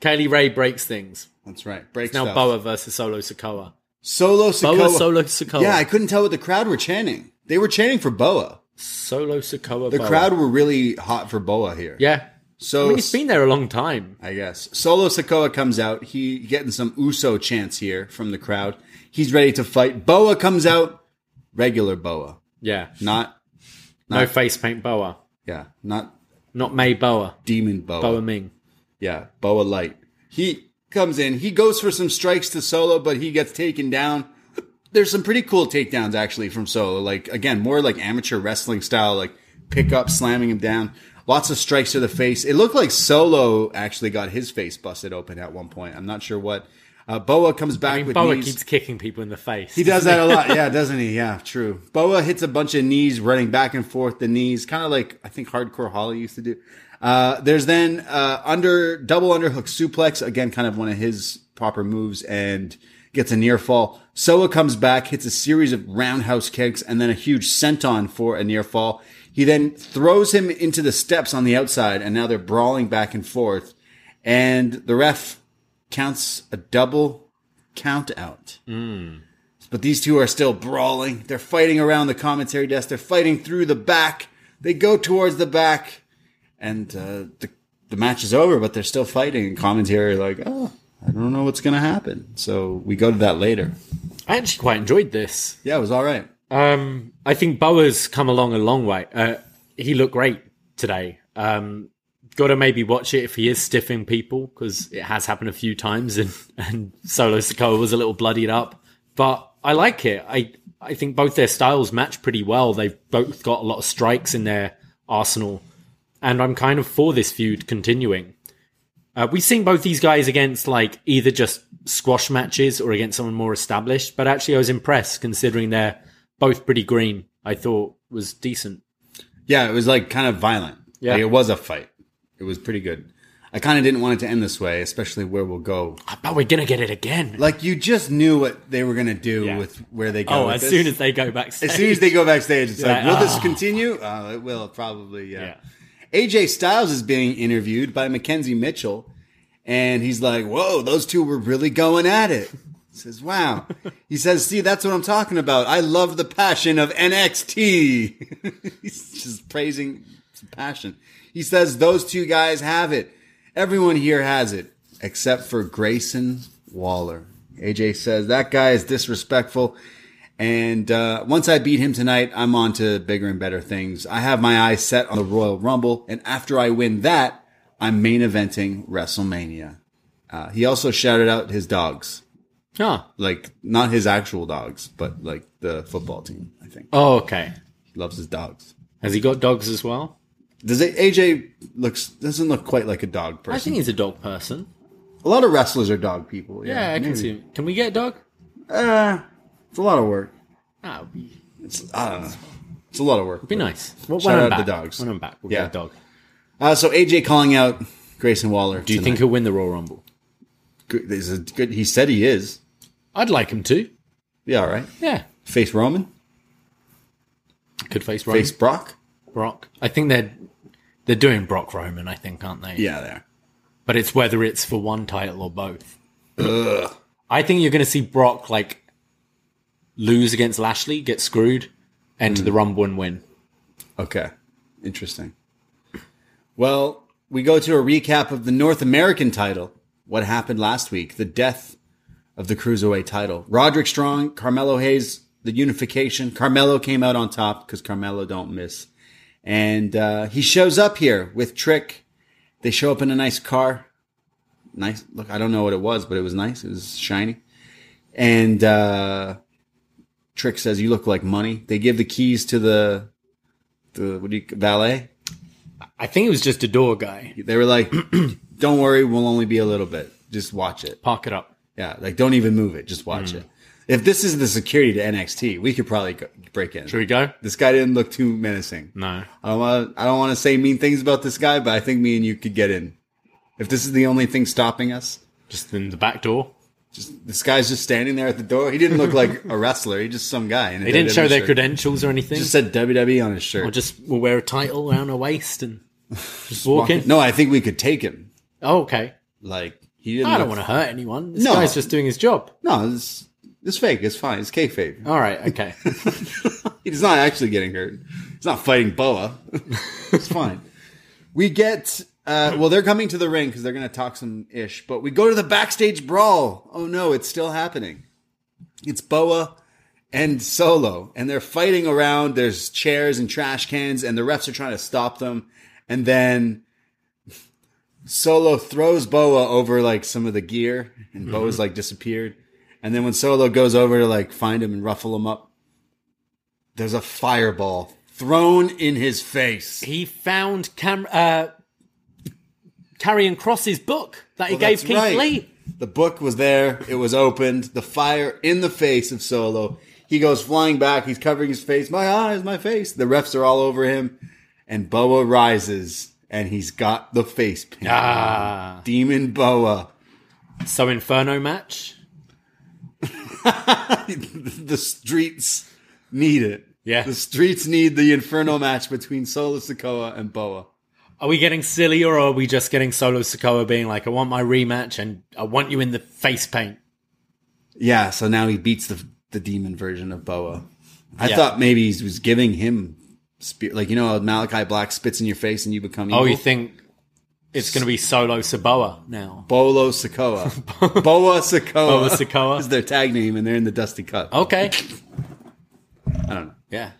S3: Kaylee Ray breaks things.
S2: That's right. Break
S3: Now
S2: stuff.
S3: Boa versus Solo Sokoa.
S2: Solo Sokoa.
S3: Boa Solo Sokoa.
S2: Yeah, I couldn't tell what the crowd were chanting. They were chanting for Boa.
S3: Solo Sokoa.
S2: The crowd were really hot for Boa here.
S3: Yeah.
S2: So
S3: I mean, he's been there a long time.
S2: I guess. Solo Sokoa comes out. He getting some Uso chants here from the crowd. He's ready to fight. Boa comes out. Regular Boa.
S3: Yeah.
S2: Not
S3: No face paint Boa.
S2: yeah, not
S3: Not May Boa.
S2: demon
S3: Boa Ming.
S2: Yeah, Boa Light. He comes in. He goes for some strikes to Solo, but he gets taken down. There's some pretty cool takedowns actually from Solo. Like again, more like amateur wrestling style, like pick up, slamming him down. Lots of strikes to the face. It looked like Solo actually got his face busted open at one point. I'm not sure what. Uh, Boa comes back
S3: I mean,
S2: with
S3: Boa
S2: knees.
S3: keeps kicking people in the face.
S2: He does that a lot, yeah, doesn't he? Yeah, true. Boa hits a bunch of knees, running back and forth the knees, kind of like I think Hardcore Holly used to do. Uh, there's then uh, under double underhook suplex again, kind of one of his proper moves, and gets a near fall. Soa comes back, hits a series of roundhouse kicks, and then a huge senton for a near fall. He then throws him into the steps on the outside, and now they're brawling back and forth. And the ref counts a double count out. But these two are still brawling. They're fighting around the commentary desk. They're fighting through the back. They go towards the back, and uh, the the match is over. But they're still fighting. And commentary like, oh, I don't know what's gonna happen. So we go to that later.
S3: I actually quite enjoyed this.
S2: Yeah, it was all right.
S3: Um, I think Boa's come along a long way. Uh, he looked great today. Um, got to maybe watch it if he is stiffing people because it has happened a few times, and and Solo Sokoa was a little bloodied up. But I like it. I I think both their styles match pretty well. They've both got a lot of strikes in their arsenal, and I'm kind of for this feud continuing. Uh, we've seen both these guys against like either just squash matches or against someone more established, but actually I was impressed considering they're both pretty green. I thought was decent.
S2: Yeah, it was like kind of violent.
S3: Yeah.
S2: Like, it was a fight. It was pretty good. I kind of didn't want it to end this way, especially where we'll go.
S3: I bet we're gonna get it again.
S2: Like you just knew what they were gonna do
S3: Yeah.
S2: with where they go.
S3: oh,
S2: with
S3: as
S2: this.
S3: soon as they go backstage,
S2: As soon as they go backstage, it's like,
S3: like,
S2: will this
S3: "Ah."
S2: continue? Uh, it will probably. Yeah.
S3: Yeah.
S2: AJ Styles is being interviewed by Mackenzie Mitchell, and he's like, "Whoa, those two were really going at it." He says, "Wow." he says, "See, that's what I'm talking about. I love the passion of NXT." he's just praising some passion. He says, "Those two guys have it. Everyone here has it, except for Grayson Waller." AJ says, "That guy is disrespectful." And uh, once I beat him tonight, I'm on to bigger and better things. I have my eyes set on the Royal Rumble, and after I win that, I'm main eventing WrestleMania. Uh, he also shouted out his dogs,
S3: Huh.
S2: Like not his actual dogs, but like the football team. I think
S3: Oh, okay.
S2: he loves his dogs.
S3: Has he got dogs as well?
S2: Does it, AJ looks doesn't look quite like a dog
S3: I
S2: person?
S3: think he's a dog person.
S2: a lot of wrestlers are dog people.
S3: Yeah, I can see him. Can we get a dog?
S2: Uh, it's a lot of work.
S3: That would be,
S2: It's I don't know. It's a lot of work.
S3: be nice. Well,
S2: Shout
S3: I'm
S2: out
S3: back,
S2: the dogs.
S3: When I'm back, we'll
S2: Yeah.
S3: get a dog.
S2: Uh, so AJ calling out Grayson Waller.
S3: Do you think he'll win the Royal Rumble?
S2: is a good? He said he is.
S3: I'd like him to.
S2: Yeah, all right.
S3: Yeah.
S2: Face Roman.
S3: Could face Roman.
S2: Face Brock.
S3: Brock. I think they're they're doing Brock Roman, I think, aren't they?
S2: Yeah, there.
S3: But it's whether it's for one title or both. I think you're going to see Brock like lose against Lashley, get screwed,
S2: Mm.
S3: enter the Rumble and win.
S2: Okay. Interesting. Well, we go to a recap of the North American title. What happened last week? The death of the Cruiserweight title. Roderick Strong, Carmelo Hayes, the unification. Carmelo came out on top because Carmelo don't miss. And uh, he shows up here with Trick. They show up in a nice car. Nice. Look, I don't know what it was, but it was nice. It was shiny. And uh, Trick says, You look like money. They give the keys to the the what do you valet?
S3: I think it was just a door guy.
S2: They were like, "Don't worry, we'll only be a little bit. Just watch it.
S3: Park it up.
S2: Yeah, like don't even move it. Just
S3: Mm.
S2: watch it. If this is the security to NXT, we could probably go, break in.
S3: Should we go?
S2: This guy didn't look too menacing.
S3: No.
S2: I don't want. I don't want to say mean things about this guy, but I think me and you could get in. If this is the only thing stopping us,
S3: Just in the back door.
S2: just this guy's just standing there at the door. He didn't look like a wrestler. He just some guy.
S3: They didn't show their
S2: shirt.
S3: credentials or anything.
S2: Just said WWE on his shirt.
S3: or just we'll wear a title around our waist and just walk in.
S2: No, I think we could take him.
S3: Oh, okay.
S2: Like he didn't.
S3: I don't
S2: look-
S3: want to hurt anyone. This
S2: No.
S3: guy's just doing his job.
S2: No, it's it's fake. It's fine. It's kayfabe.
S3: All right. Okay.
S2: He's not actually getting hurt. He's not fighting Boa. it's fine. We get. Uh, well, they're coming to the ring because they're going to talk some ish. But we go to the backstage brawl. Oh no, it's still happening. It's Boa and Solo, and they're fighting around. There's chairs and trash cans, and the refs are trying to stop them. And then Solo throws Boa over like some of the gear, and Boa's like disappeared. And then when Solo goes over to like find him and ruffle him up, there's a fireball thrown in his face.
S3: he found Cam- uh, Carrion Cross's book that he gave
S2: That's
S3: Keith
S2: right.
S3: Lee.
S2: The book was there. It was opened. The fire in the face of Solo. He goes flying back. He's covering his face. My eyes, my face. The refs are all over him. And Boa rises and he's got the face pin.
S3: Ah,
S2: Demon Boa.
S3: so Inferno match.
S2: the streets need it.
S3: Yeah.
S2: The streets need the inferno match between Solo Sokoa and Boa.
S3: Are we getting silly or are we just getting Solo Sokoa being like, I want my rematch and I want you in the face paint?
S2: Yeah, so now he beats the the demon version of Boa. I
S3: Yeah.
S2: thought maybe he was giving him spirit, like you know, how Malachi Black spits in your face and you become evil.
S3: Oh, you think it's going to be Solo Saboa now?
S2: Bolo Sokoa, Boa Sokoa,
S3: Boa Sokoa. Oh.
S2: is their tag name, and they're in the Dusty Cup.
S3: Okay.
S2: I don't know.
S3: Yeah.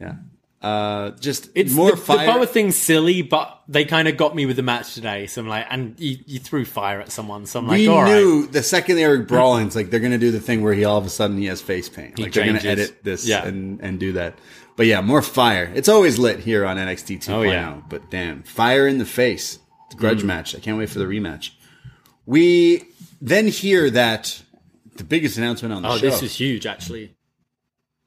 S2: Yeah, uh, just
S3: It's
S2: more
S3: the,
S2: fire.
S3: the Boa thing's silly, but they kind of got me with the match today. So I'm like, and you, you threw fire at someone. So I'm like,
S2: we
S3: all right.
S2: knew the second they were brawling, it's like they're gonna do the thing where he all of a sudden he has face paint. Like they're gonna
S3: changes.
S2: edit this
S3: Yeah.
S2: and and do that. But yeah, more fire. It's always lit here on NXT 2.0.
S3: Oh, yeah. Mm.
S2: But damn, fire in the face. It's a grudge match. I can't wait for the rematch. We then hear that the biggest announcement on the
S3: Oh,
S2: show.
S3: this is huge, actually.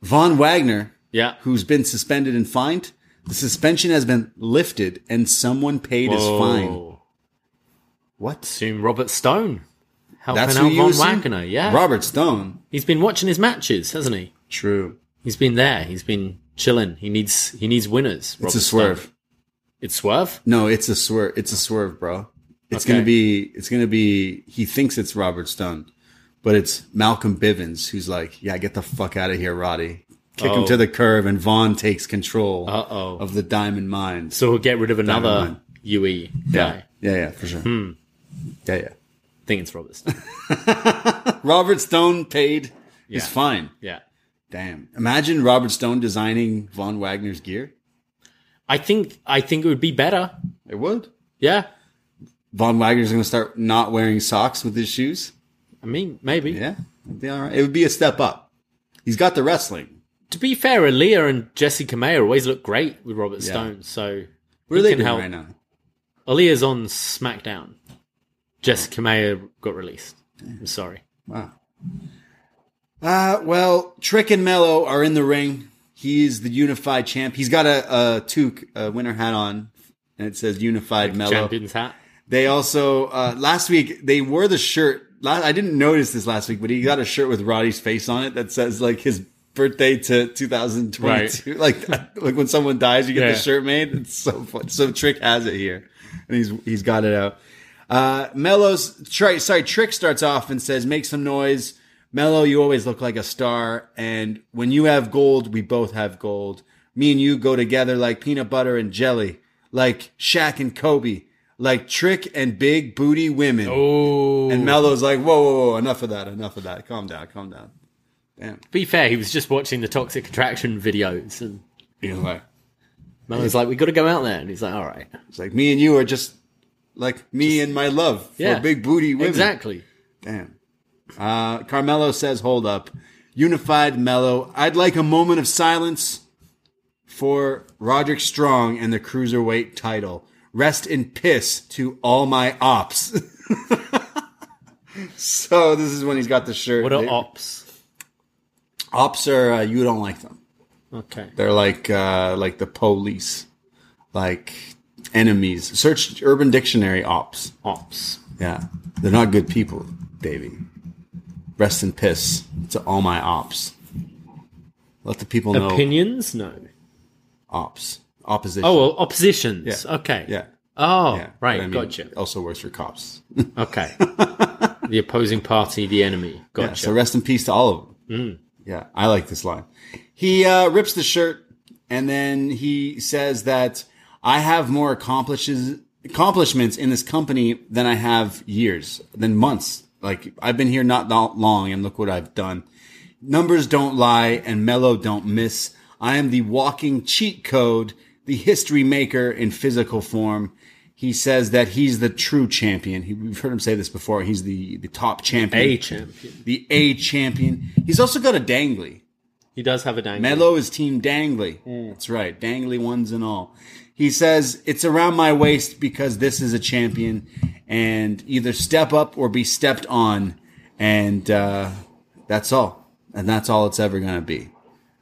S2: Von Wagner,
S3: Yeah.
S2: who's been suspended and fined. The suspension has been lifted, and someone paid his fine.
S3: Whoa.
S2: What?
S3: Assume Robert Stone helping
S2: That's who
S3: out
S2: you
S3: Von
S2: assume?
S3: Wagner. Yeah,
S2: Robert Stone.
S3: he's been watching his matches, hasn't he?
S2: True.
S3: He's been there. He's been chilling. He needs he needs winners.
S2: It's
S3: Robert
S2: a swerve.
S3: Stone. It's swerve.
S2: No, it's a swerve. It's a swerve, bro. It's
S3: Okay.
S2: gonna be. It's gonna be. He thinks it's Robert Stone, but it's Malcolm Bivens who's like, "Yeah, get the fuck out of here, Roddy. Kick him
S3: Oh.
S2: to the curb." And Vaughn takes control
S3: Uh-oh.
S2: of the Diamond Mines.
S3: So we'll get rid of another
S2: Diamond.
S3: UE guy.
S2: yeah, yeah, yeah, for sure.
S3: Hmm.
S2: Yeah, yeah.
S3: I think it's Robert Stone.
S2: Robert Stone paid.
S3: Yeah.
S2: Is fine.
S3: yeah,
S2: Damn. Imagine Robert Stone designing Von Wagner's gear.
S3: I think I think it would be better.
S2: It would.
S3: Yeah,
S2: Von Wagner's gonna start not wearing socks with his shoes.
S3: I mean maybe.
S2: Yeah. Be all right. It would be a step up. He's got the wrestling.
S3: To be fair, Aaliyah and Jessica Mayer always look great with Robert Stone. So
S2: Where are they
S3: can
S2: doing
S3: help.
S2: right now?
S3: Aaliyah's on SmackDown. Jessica Mayer got released. I'm sorry.
S2: Wow. Uh, well, Trick and Mello are in the ring. He's the unified champ. He's got a, a toque, a winter hat on, and it says unified Mello.
S3: Champions hat.
S2: They also, uh, last week, they wore the shirt. la- I didn't notice this last week, but he got a shirt with Roddy's face on it that says like his birthday to 2022. Like, like when someone dies, you get
S3: Yeah.
S2: the shirt made. It's so fun. So Trick has it here and he's, he's got it out. Uh, Mello's, sorry, sorry, Trick starts off and says, make some noise. Mello, you always look like a star. And when you have gold, we both have gold. Me and you go together like peanut butter and jelly, like Shaq and Kobe, like Trick and big booty women.
S3: Oh.
S2: And Mello's like, whoa, whoa, whoa, enough of that, enough of that. Calm down, calm down.
S3: To be fair, he was just watching the Toxic Attraction videos, and
S2: You know,
S3: Mello's like, "We got to go out there," and he's like, "All right,
S2: it's like me and you are just like me and my love for
S3: Yeah.
S2: big booty women.
S3: exactly."
S2: Damn. Uh, Carmelo says, hold up. Unified Mello, I'd like a moment of silence for Roderick Strong and the Cruiserweight title. Rest in piss to all my ops. so this is when he's got the shirt.
S3: What are
S2: They-
S3: ops?
S2: Ops are, uh, you don't like them.
S3: Okay,
S2: They're like uh, like the police, like enemies. Search Urban Dictionary ops.
S3: ops.
S2: Yeah, they're not good people, Davey. Rest in piss to all my ops. Let the people know
S3: Opinions? No.
S2: ops opposition.
S3: Oh, well, oppositions. Okay.
S2: yeah,
S3: Oh,
S2: yeah.
S3: right.
S2: But I mean,
S3: gotcha.
S2: it Also works for cops.
S3: Okay. the opposing party, the enemy.
S2: Yeah,
S3: Gotcha. Mm.
S2: so rest in peace to all of them. Yeah, I like this line. He uh, rips the shirt and then he says that I have more accomplishes, accomplishments in this company than I have years, than months. Like I've been here not that long and look what I've done. Numbers don't lie and mellow don't miss. I am the walking cheat code, the history maker in physical form. He says that he's the true champion. He, we've heard him say this before. He's the, the top champion
S3: A champion.
S2: the A champion. He's also got a dangly.
S3: He does have a dangle.
S2: Mello is team dangly. That's right, dangly ones and all. He says it's around my waist because this is a champion, and either step up or be stepped on, and uh, that's all. And that's all it's ever gonna be.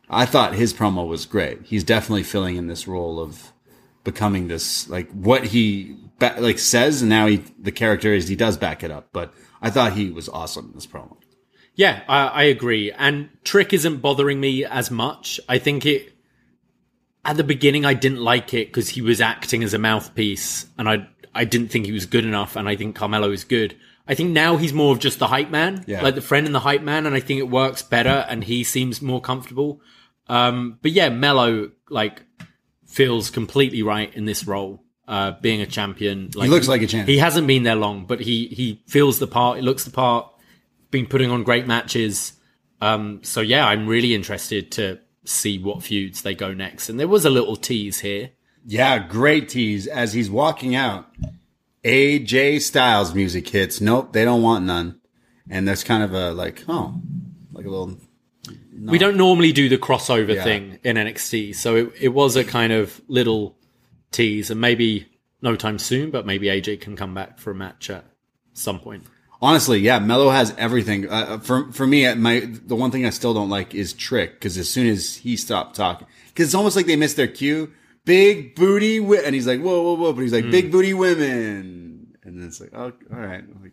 S2: I thought his promo was great. He's definitely filling in this role of becoming this like what he ba- like says, and now he the character is he does back it up. But I thought he was awesome in this promo.
S3: Yeah, I, I agree. And Trick isn't bothering me as much. I think it. At the beginning, I didn't like it because he was acting as a mouthpiece, and I I didn't think he was good enough. And I think Carmelo is good. I think now he's more of just the hype man,
S2: Yeah.
S3: like the friend and the hype man, and I think it works better. And he seems more comfortable. Um, but yeah, Mello like feels completely right in this role, uh, being a champion. Like,
S2: looks like a champion.
S3: He hasn't been there long, but he he feels the part. He looks the part been putting on great matches. Um, so yeah, I'm really interested to see what feuds they go next. And there was a little tease here.
S2: Yeah, great tease as he's walking out. AJ Styles music hits. Nope, they don't want none. And there's kind of a like, oh, like a little
S3: We don't normally do the crossover
S2: Yeah.
S3: thing in NXT, so it, it was a kind of little tease, and maybe no time soon, but maybe AJ can come back for a match at some point.
S2: Honestly, yeah, Mello has everything. Uh, for for me, my the one thing I still don't like is Trick because as soon as he stopped talking, because it's almost like they missed their cue. Big booty, wi-, and he's like, whoa, whoa, whoa, but he's like, big booty women, and then it's like, oh, all right, I'm like,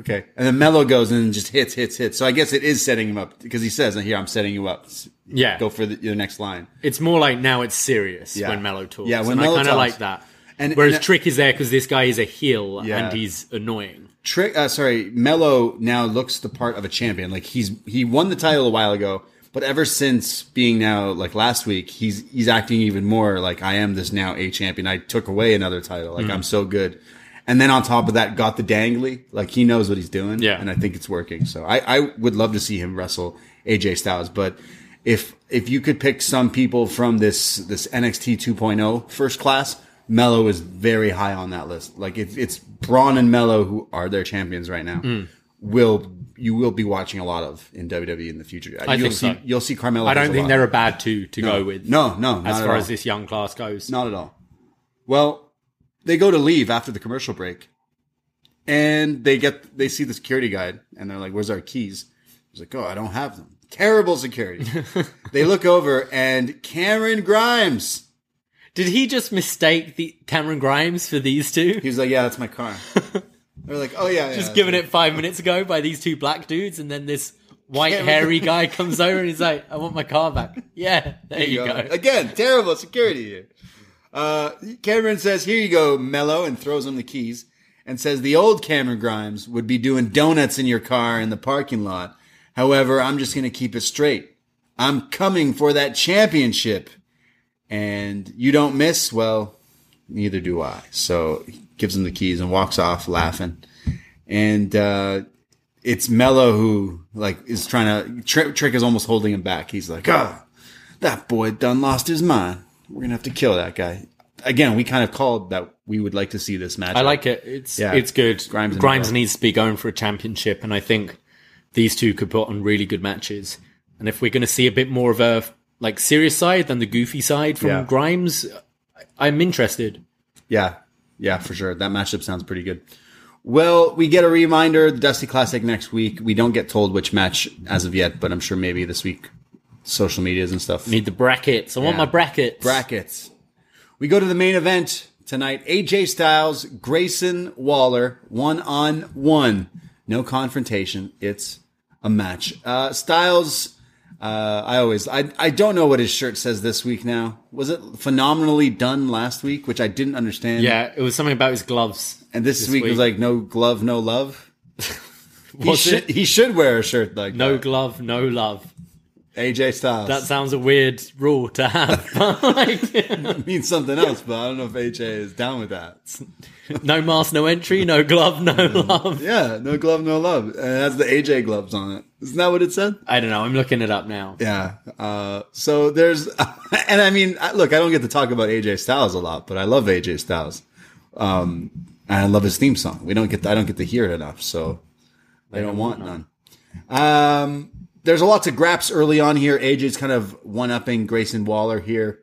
S2: okay, and then Mello goes and just hits, hits, hits. So I guess it is setting him up because he says, here, I'm setting you up. S-
S3: Yeah.
S2: go for the, your next line.
S3: It's more like now it's serious
S2: Yeah.
S3: when Mello talks.
S2: Yeah, when
S3: and
S2: Mello
S3: I kind of
S2: talks.
S3: like that.
S2: And-
S3: Whereas
S2: and-
S3: Trick is there because this guy is a heel
S2: Yeah.
S3: and he's annoying.
S2: Trick, uh, sorry, Mello now looks the part of a champion. Like he's he won the title a while ago, but ever since being now like last week, he's he's acting even more like I am this now a champion. I took away another title.
S3: Mm-hmm.
S2: Like I'm so good. And then on top of that, got the dangly. Like he knows what he's doing.
S3: Yeah.
S2: and I think it's working. So I I would love to see him wrestle AJ Styles, but. If if you could pick some people from this this NXT 2.0 first class, Mello
S3: Mm.
S2: is very high on that list. Like it, it's Braun and Mello who are their champions right now. will you will be watching a lot of in WWE in the future.
S3: I
S2: you'll
S3: think
S2: see
S3: so.
S2: you'll see Carmelo.
S3: I don't
S2: a
S3: think
S2: lot.
S3: they're a bad two to go with.
S2: No, no, not
S3: as
S2: at
S3: far
S2: all.
S3: as this young class goes.
S2: Not at all. Well, they go to leave after the commercial break, and they get they see the security guide, and they're like, "Where's our keys?" He's like, "Oh, I don't have them." Terrible security. they look over, and Cameron Grimes.
S3: Did he just mistake the Cameron Grimes for these two?
S2: He was like, "Yeah, that's my car." they're like, "Oh yeah,
S3: just given it five minutes ago by these two black dudes, and then this white
S2: Cameron-
S3: hairy guy comes over and he's like, "I want my car back." Yeah, there, you go.
S2: Again, terrible security here. Uh, Cameron says, "Here you go, Mello," and throws him the keys, and says the old Cameron Grimes would be doing donuts in your car in the parking lot. However, I'm just going to keep it straight. I'm coming for that championship, and you don't miss. Well, neither do I. So he gives him the keys and walks off laughing, and. uh it's Mello who like is trying to Tri- Trick is almost holding him back. He's like, "Ah, that boy done lost his mind. We're gonna have to kill that guy. Again, we kind of called that we would like to see this match.
S3: I like it. It's
S2: Yeah.
S3: it's good.
S2: Grimes
S3: Grimes,
S2: and Bell.
S3: needs to be going for a championship, and I think these two could put on really good matches. And if we're going to see a bit more of a like serious side than the goofy side from
S2: Yeah.
S3: Grimes, I- I'm interested.
S2: Yeah, yeah, for sure. That matchup sounds pretty good. Well, we get a reminder the Dusty Classic next week. We don't get told which match as of yet, but I'm sure maybe this week, social medias and stuff.
S3: Need the brackets. I want
S2: Yeah.
S3: my brackets.
S2: brackets. We go to the main event tonight. AJ Styles, Grayson Waller, one on one. No confrontation. It's a match. Uh, Styles, uh, I always, I, I don't know what his shirt says this week now. Was it phenomenally done last week, which I didn't understand?
S3: yeah, it was something about his gloves.
S2: And this,
S3: This
S2: week, was
S3: week.
S2: like, no glove, no love. he,
S3: Was
S2: should,
S3: it?
S2: he should wear a shirt like
S3: No
S2: that.
S3: glove, no love.
S2: AJ Styles.
S3: That sounds a weird rule to have. like,
S2: That means something else, but I don't know if AJ is down with that.
S3: no mask, no entry. No glove, no
S2: Mm.
S3: love.
S2: Yeah, no glove, no love. And it has the AJ gloves on it. Isn't that what it said?
S3: I don't know. I'm looking it up now.
S2: Yeah. Uh, so there's, and I mean, I- look, I don't get to talk about AJ Styles a lot, but I love AJ Styles. Um, and I love his theme song. We don't get, I don't get to hear it enough, so they don't want none. Um, there's a lot of graps early on here. AJ's kind of one upping Grayson Waller here.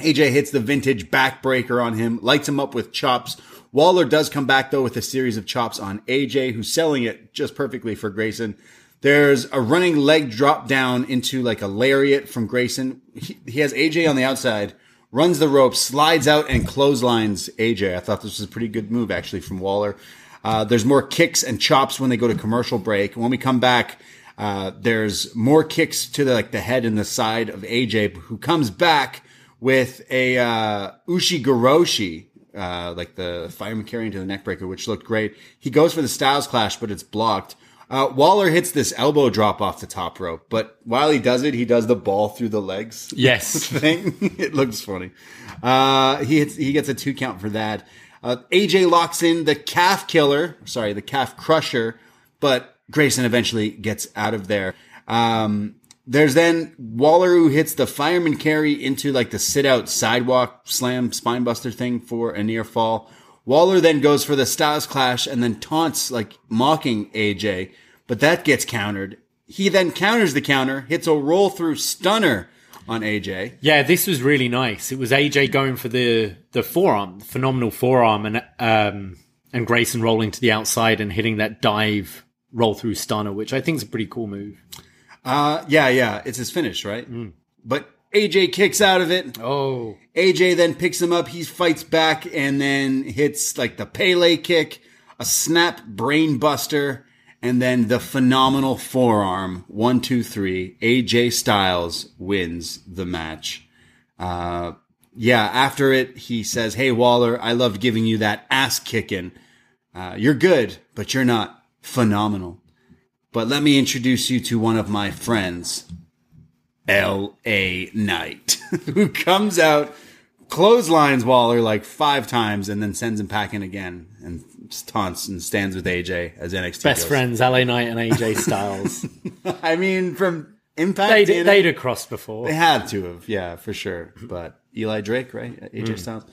S2: AJ hits the vintage backbreaker on him, lights him up with chops. Waller does come back though with a series of chops on AJ, who's selling it just perfectly for Grayson. There's a running leg drop down into like a lariat from Grayson. He, he has AJ on the outside, runs the rope, slides out and clotheslines AJ. I thought this was a pretty good move actually from Waller. Uh, there's more kicks and chops when they go to commercial break. When we come back, uh, there's more kicks to the, like the head and the side of AJ, who comes back with a uh, Ushigoroshi, uh, like the fireman carrying to the neckbreaker, which looked great. He goes for the Styles Clash, but it's blocked. Uh, Waller hits this elbow drop off the top rope, but while he does it, he does the ball through the legs
S3: Yes.
S2: thing. it looks funny. Uh, he hits, he gets a two count for that. Uh, AJ locks in the calf killer, sorry, the calf crusher, but Grayson eventually gets out of there. Um, there's then Waller who hits the fireman carry into like the sit out sidewalk slam spine buster thing for a near fall. Waller then goes for the Styles clash and then taunts like mocking AJ, but that gets countered. He then counters the counter, hits a roll through stunner on AJ.
S3: Yeah, this was really nice. It was AJ going for the the forearm, the phenomenal forearm, and um and Grayson rolling to the outside and hitting that dive roll through stunner, which I think is a pretty cool move.
S2: Uh, yeah, yeah, it's his finish, right? But AJ kicks out of it.
S3: Oh,
S2: AJ then picks him up. He fights back and then hits like the Pele kick, a snap brain buster, and then the phenomenal forearm. One, two, three. AJ Styles wins the match. Uh, yeah, after it, he says, Hey, Waller, I loved giving you that ass kicking. Uh, you're good, but you're not phenomenal. But let me introduce you to one of my friends. L.A. Knight, who comes out, clotheslines Waller like five times, and then sends him packing again and taunts and stands with AJ as NXT.
S3: best
S2: goes.
S3: friends, LA Knight and AJ Styles.
S2: I mean, from
S3: they'd,
S2: Impact, to
S3: they'd have crossed before.
S2: Mm. they had to have, yeah, for sure. But Eli Drake, right? AJ Styles.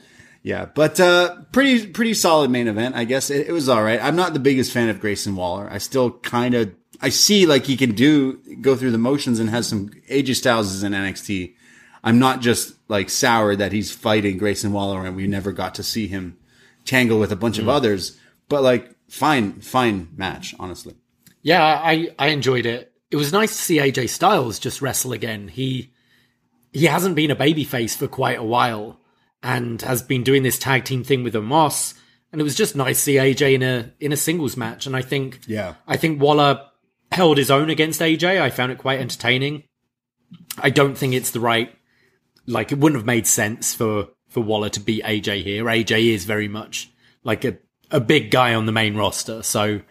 S2: Yeah, but uh, pretty pretty solid main event, I guess. It, it was all right. I'm not the biggest fan of Grayson Waller. I still kind of I see like he can do go through the motions and has some AJ Styles is in NXT. I'm not just like sour that he's fighting Grayson Waller and we never got to see him tangle with a bunch of others. But like, fine, fine match, honestly.
S3: Yeah, I I enjoyed it. It was nice to see AJ Styles just wrestle again. He he hasn't been a babyface for quite a while and has been doing this tag team thing with Amos. And it was just nice to see AJ in a in a singles match. And I think
S2: Yeah.
S3: I think Waller held his own against AJ. I found it quite entertaining. I don't think it's the right like it wouldn't have made sense for for Waller to beat AJ here. AJ is very much like a a big guy on the main roster. So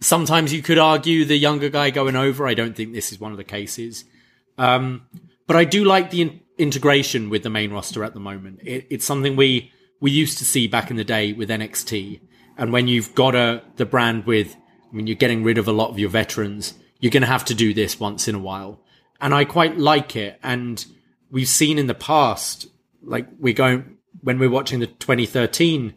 S3: sometimes you could argue the younger guy going over. I don't think this is one of the cases. Um, but I do like the in- integration with the main roster at the moment. It, it's something we we used to see back in the day with NXT. And when you've got a the brand with, I mean, you're getting rid of a lot of your veterans. You're going to have to do this once in a while, and I quite like it. And we've seen in the past, like we're going when we're watching the 2013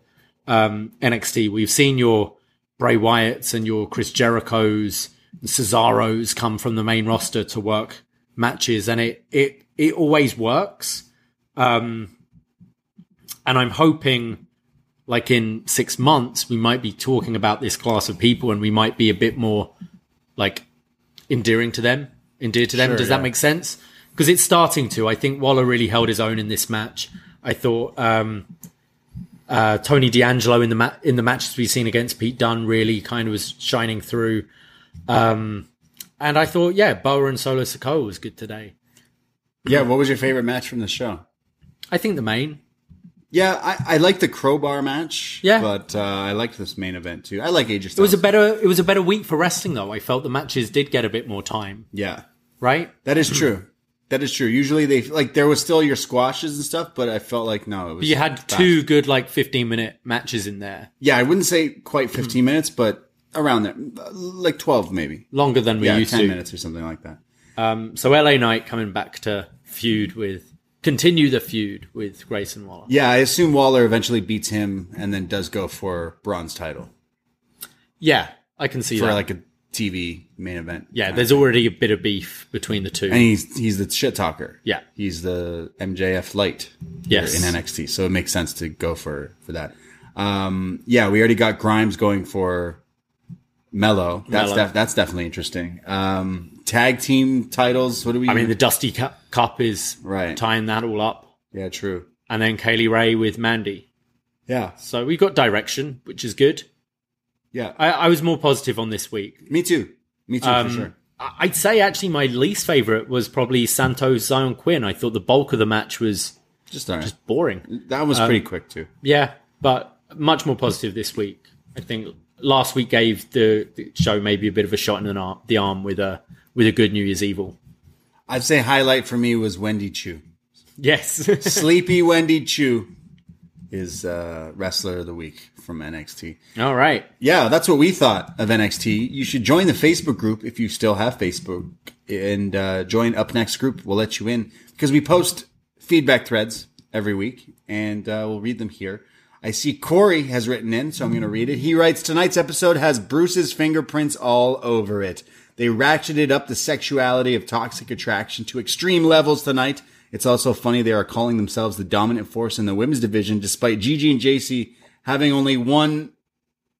S3: um, NXT, we've seen your Bray Wyatts and your Chris Jericho's and Cesaro's come from the main roster to work matches, and it it it always works. Um, and I'm hoping, like in six months, we might be talking about this class of people, and we might be a bit more like endearing to them, endeared to them. Does that make sense? Because it's starting to. I think Waller really held his own in this match. I thought um, uh, Tony D'Angelo in the ma- in the matches we've seen against Pete Dunne really kind of was shining through. Um, and I thought, yeah, Boa and Solo Sokoa was good today.
S2: Yeah, what was your favorite match from the show?
S3: I think the main.
S2: Yeah, I, I like the crowbar match.
S3: Yeah.
S2: but uh, I liked this main event too. I like AJ Styles.
S3: It was a better it was a better week for wrestling though. I felt the matches did get a bit more time,
S2: yeah.
S3: right?
S2: That is true. That is true. Usually they like there was still your squashes and stuff, but I felt like no, it was
S3: You had
S2: fast.
S3: two good like 15 minute matches in there,
S2: Yeah, I wouldn't say
S3: Hmm.
S2: quite 15 minutes, but around there, like 12 maybe.
S3: longer than we
S2: Yeah,
S3: used
S2: 10
S3: to.
S2: minutes or something like that.
S3: So LA Knight coming back to feud with continue the feud with Grayson Waller.
S2: Yeah, I assume Waller eventually beats him and then does go for bronze title
S3: Yeah, I can see
S2: for
S3: that.
S2: like a TV main event.
S3: yeah, there's already a bit of beef between the two.
S2: and he's he's the shit talker.
S3: Yeah.
S2: he's the MJF light.
S3: Yes.
S2: in NXT, so it makes sense to go for for that. Um, yeah, we already got Grimes going for Mello. That's
S3: Mello.
S2: def- that's definitely interesting. Um, tag team titles. What do we?
S3: I mean, the Dusty Cu- Cup is
S2: Right.
S3: tying that all up,
S2: yeah, true.
S3: and then Kaylee Ray with Mandy.
S2: Yeah,
S3: So we've got direction, which is good.
S2: yeah.
S3: I, I was more positive on this week.
S2: Me too. Me too
S3: Um,
S2: for sure.
S3: I- I'd say actually my least favorite was probably Santos Zion Quinn. I thought the bulk of the match was
S2: Just all right.
S3: boring.
S2: that was pretty quick too.
S3: Yeah, but much more positive this week. I think last week gave the, the show maybe a bit of a shot in the arm, the arm with a with a good New Year's Evil.
S2: I'd say highlight for me was Wendy Chu.
S3: Yes,
S2: Sleepy Wendy Chu is uh, wrestler of the week from NXT.
S3: all right.
S2: Yeah, that's what we thought of NXT. You should join the Facebook group if you still have Facebook and uh, join Up Next group. We'll let you in because we post feedback threads every week and uh, we'll read them here. I see Corey has written in, so I'm going to read it. He writes Tonight's episode has Bruce's fingerprints all over it. They ratcheted up the sexuality of toxic attraction to extreme levels tonight. It's also funny they are calling themselves the dominant force in the women's division despite Gigi and JC having only one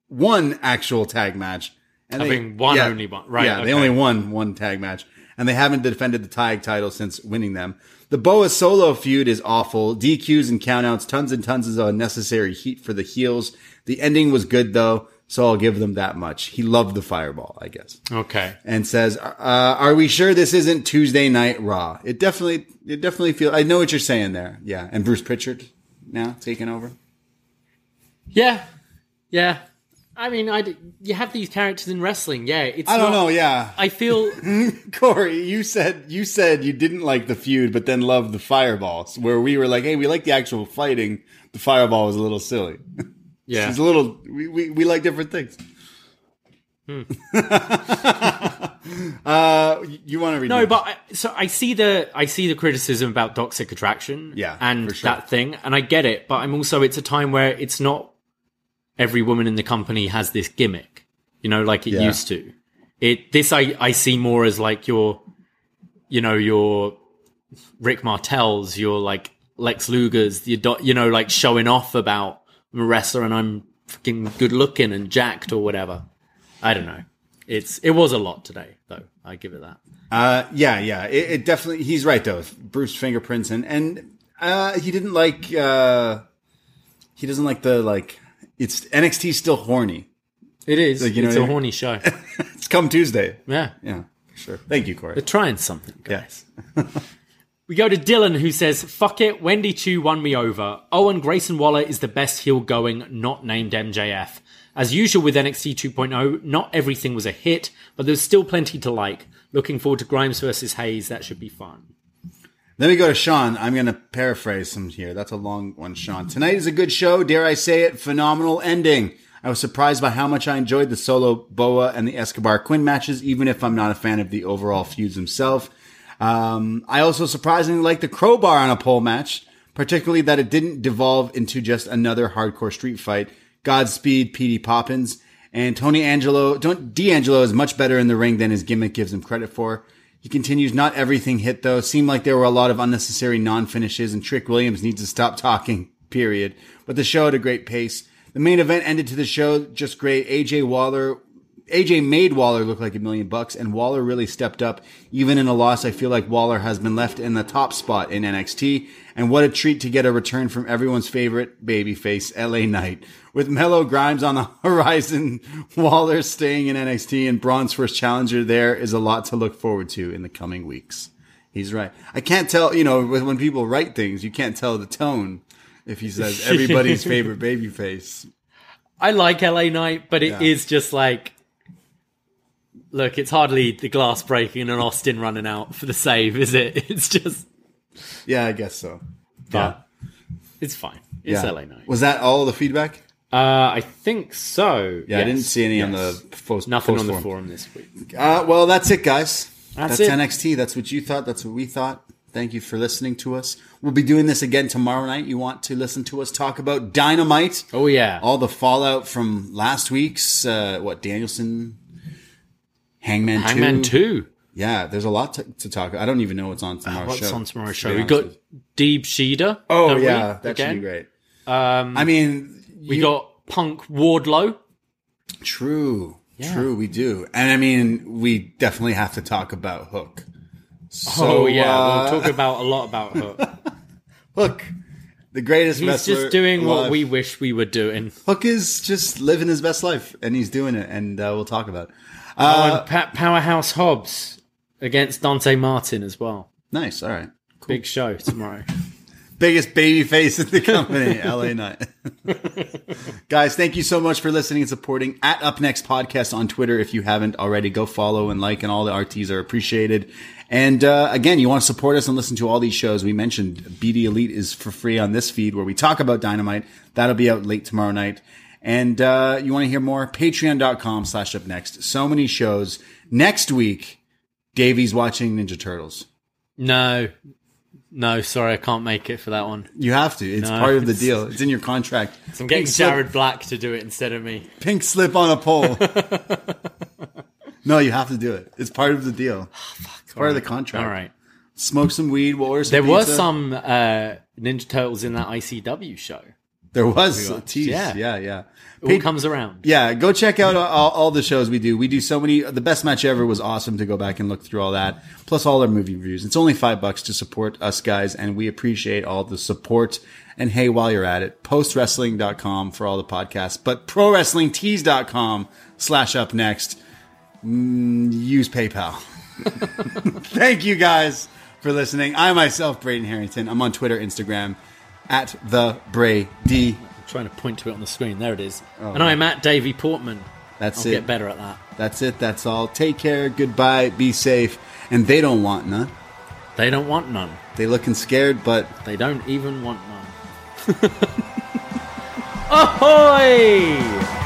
S2: one actual tag match. And
S3: Having one only one. Right,
S2: Yeah,
S3: okay.
S2: they only won one tag match. And they haven't defended the tag title since winning them. The Boa solo feud is awful. DQs and countouts, tons and tons of unnecessary heat for the heels. The ending was good though, so I'll give them that much. He loved the fireball, I guess.
S3: Okay.
S2: And says, uh, "Are we sure this isn't Tuesday Night Raw?" It definitely, it definitely feel. I know what you're saying there. Yeah, and Bruce Pritchard now taking over.
S3: Yeah, yeah. I mean, I you have these characters in wrestling. Yeah, it's.
S2: I don't
S3: not-
S2: know. Yeah,
S3: I feel
S2: Corey, you said you said you didn't like the feud, but then loved the fireballs. Where we were like, "Hey, we like the actual fighting. The fireball was a little silly.
S3: yeah.
S2: It's a little. We, we we like different things."
S3: Hmm.
S2: uh, y- you want to read?
S3: No,
S2: that?
S3: but I, so I see the I see the criticism about toxic attraction,
S2: Yeah,
S3: and
S2: for sure.
S3: that thing, and I get it. But I'm also it's a time where it's not every woman in the company has this gimmick, you know, like it
S2: Yeah.
S3: used to. It this I I see more as like your, you know, your Rick Martels, your like Lex Luger's, your do, you know, like showing off about I'm a wrestler and I'm fucking good looking and jacked or whatever. I don't know. It's it was a lot today though. I give it that.
S2: Uh, yeah, yeah. It, it definitely. He's right though. Bruce fingerprints and and uh, he didn't like. Uh, he doesn't like the like. It's NXT's still horny.
S3: It is.
S2: you know
S3: it's
S2: what I
S3: a
S2: mean?
S3: horny show.
S2: It's come Tuesday.
S3: Yeah.
S2: Yeah, sure. Thank you, Corey.
S3: They're trying something, guys.
S2: Yes.
S3: We go to Dylan, who says, Fuck it, Wendy Chu won me over. Owen Grayson Waller is the best heel going, not named MJF. As usual with NXT 2.0, oh, not everything was a hit, but there's still plenty to like. Looking forward to Grimes versus Hayes. That should be fun.
S2: Then we go to Sean. I'm going to paraphrase some here. That's a long one, Sean. Tonight is a good show. Dare I say it? Phenomenal ending. I was surprised by how much I enjoyed the solo Boa and the Escobar Quinn matches, even if I'm not a fan of the overall feuds himself. Um, I also surprisingly liked the crowbar on a pole match, particularly that it didn't devolve into just another hardcore street fight. Godspeed, P.D. Poppins. And Tony Angelo, don't, D'Angelo is much better in the ring than his gimmick gives him credit for. He continues, not everything hit though. Seemed like there were a lot of unnecessary non-finishes and Trick Williams needs to stop talking, period. But the show at a great pace. The main event ended to the show just great. AJ Waller, AJ made Waller look like a million bucks and Waller really stepped up. Even in a loss, I feel like Waller has been left in the top spot in NXT. And what a treat to get a return from everyone's favorite babyface, LA Knight. With Melo Grimes on the horizon, Waller staying in NXT and Braun's first challenger there is a lot to look forward to in the coming weeks. He's right. I can't tell, you know, when when people write things, you can't tell the tone if he says everybody's favorite babyface.
S3: I like LA Knight, but it is
S2: Yeah.
S3: just like. Look, it's hardly the glass breaking and Austin running out for the save, is it? It's just.
S2: Yeah, I guess so.
S3: But it's fine. It's
S2: Yeah.
S3: LA Knight.
S2: Was that all the feedback?
S3: Uh, I think so.
S2: Yeah, I didn't see any on the post.
S3: Nothing
S2: post
S3: on the
S2: forum.
S3: forum this week.
S2: Uh, well, that's it, guys.
S3: That's
S2: That's,
S3: it.
S2: NXT. That's what you thought. That's what we thought. Thank you for listening to us. We'll be doing this again tomorrow night. You want to listen to us talk about Dynamite?
S3: Oh yeah.
S2: All the fallout from last week's uh, what Danielson, Hangman,
S3: Hangman
S2: 2.
S3: two. Uh,
S2: Yeah, there's a lot to, to talk. I don't even know what's on tomorrow's
S3: What's
S2: show.
S3: on tomorrow's
S2: to
S3: show?
S2: be
S3: We
S2: honest
S3: got
S2: with you.
S3: Deep Sheeder.
S2: Oh
S3: don't we?
S2: yeah, that should
S3: Again.
S2: be great. Um, I mean,
S3: We got Punk Wardlow.
S2: True. True, we do. And I mean, we definitely have to talk about Hook. So,
S3: oh yeah,
S2: uh,
S3: we'll talk about a lot about Hook.
S2: Hook, the greatest
S3: He's
S2: wrestler.
S3: just doing what
S2: alive.
S3: we wish we were doing.
S2: Hook is just living his best life, and he's doing it, and uh, we'll talk about it.
S3: oh, and pa- Powerhouse Hobbs against Dante Martin as well.
S2: Nice. All right.
S3: Big show tomorrow.
S2: biggest baby face in the company, LA Knight. Guys, thank you so much for listening and supporting at Up Next Podcast on Twitter. If you haven't already, go follow and like, and all the RTs are appreciated. And uh, again, you want to support us and listen to all these shows we mentioned. BD Elite is for free on this feed where we talk about Dynamite. That'll be out late tomorrow night. And uh, you want to hear more? Patreon.com slash up next. So many shows. Next week, Davey's watching Ninja Turtles.
S3: no, no, sorry, I can't make it for that one.
S2: You have to. It's
S3: No,
S2: part of the
S3: it's-
S2: deal. It's in your contract.
S3: I'm getting
S2: Pink slip-
S3: Jared Black to do it instead of me.
S2: pink slip on a pole. no, you have to do it. It's part of the deal. it's part of the contract.
S3: Oh, All right.
S2: Smoke some weed. We'll order some
S3: There were
S2: pizza.
S3: some uh, Ninja Turtles in that ICW show.
S2: There was. a tease.
S3: Yeah.
S2: Yeah, yeah. yeah.
S3: It all comes around.
S2: Yeah, go check out all, all the shows we do. We do so many. The best match ever was awesome to go back and look through all that, plus all our movie reviews. It's only five bucks to support us guys, and we appreciate all the support. And hey, while you're at it, postwrestling.com for all the podcasts, but prowrestlingtees.com slash up next. Mm, use PayPal. Thank you guys for listening. I myself, Braden Harrington, I'm on Twitter, Instagram, at the Bray D.
S3: trying to point to it on the screen. There it is. and I'm at Davey Portman.
S2: Oh, That's
S3: I'll
S2: it.
S3: get better at that.
S2: That's it. That's all. Take care. Goodbye. Be safe. And they don't want none.
S3: They don't want none.
S2: They looking scared, but
S3: They don't even want none. Ahoy!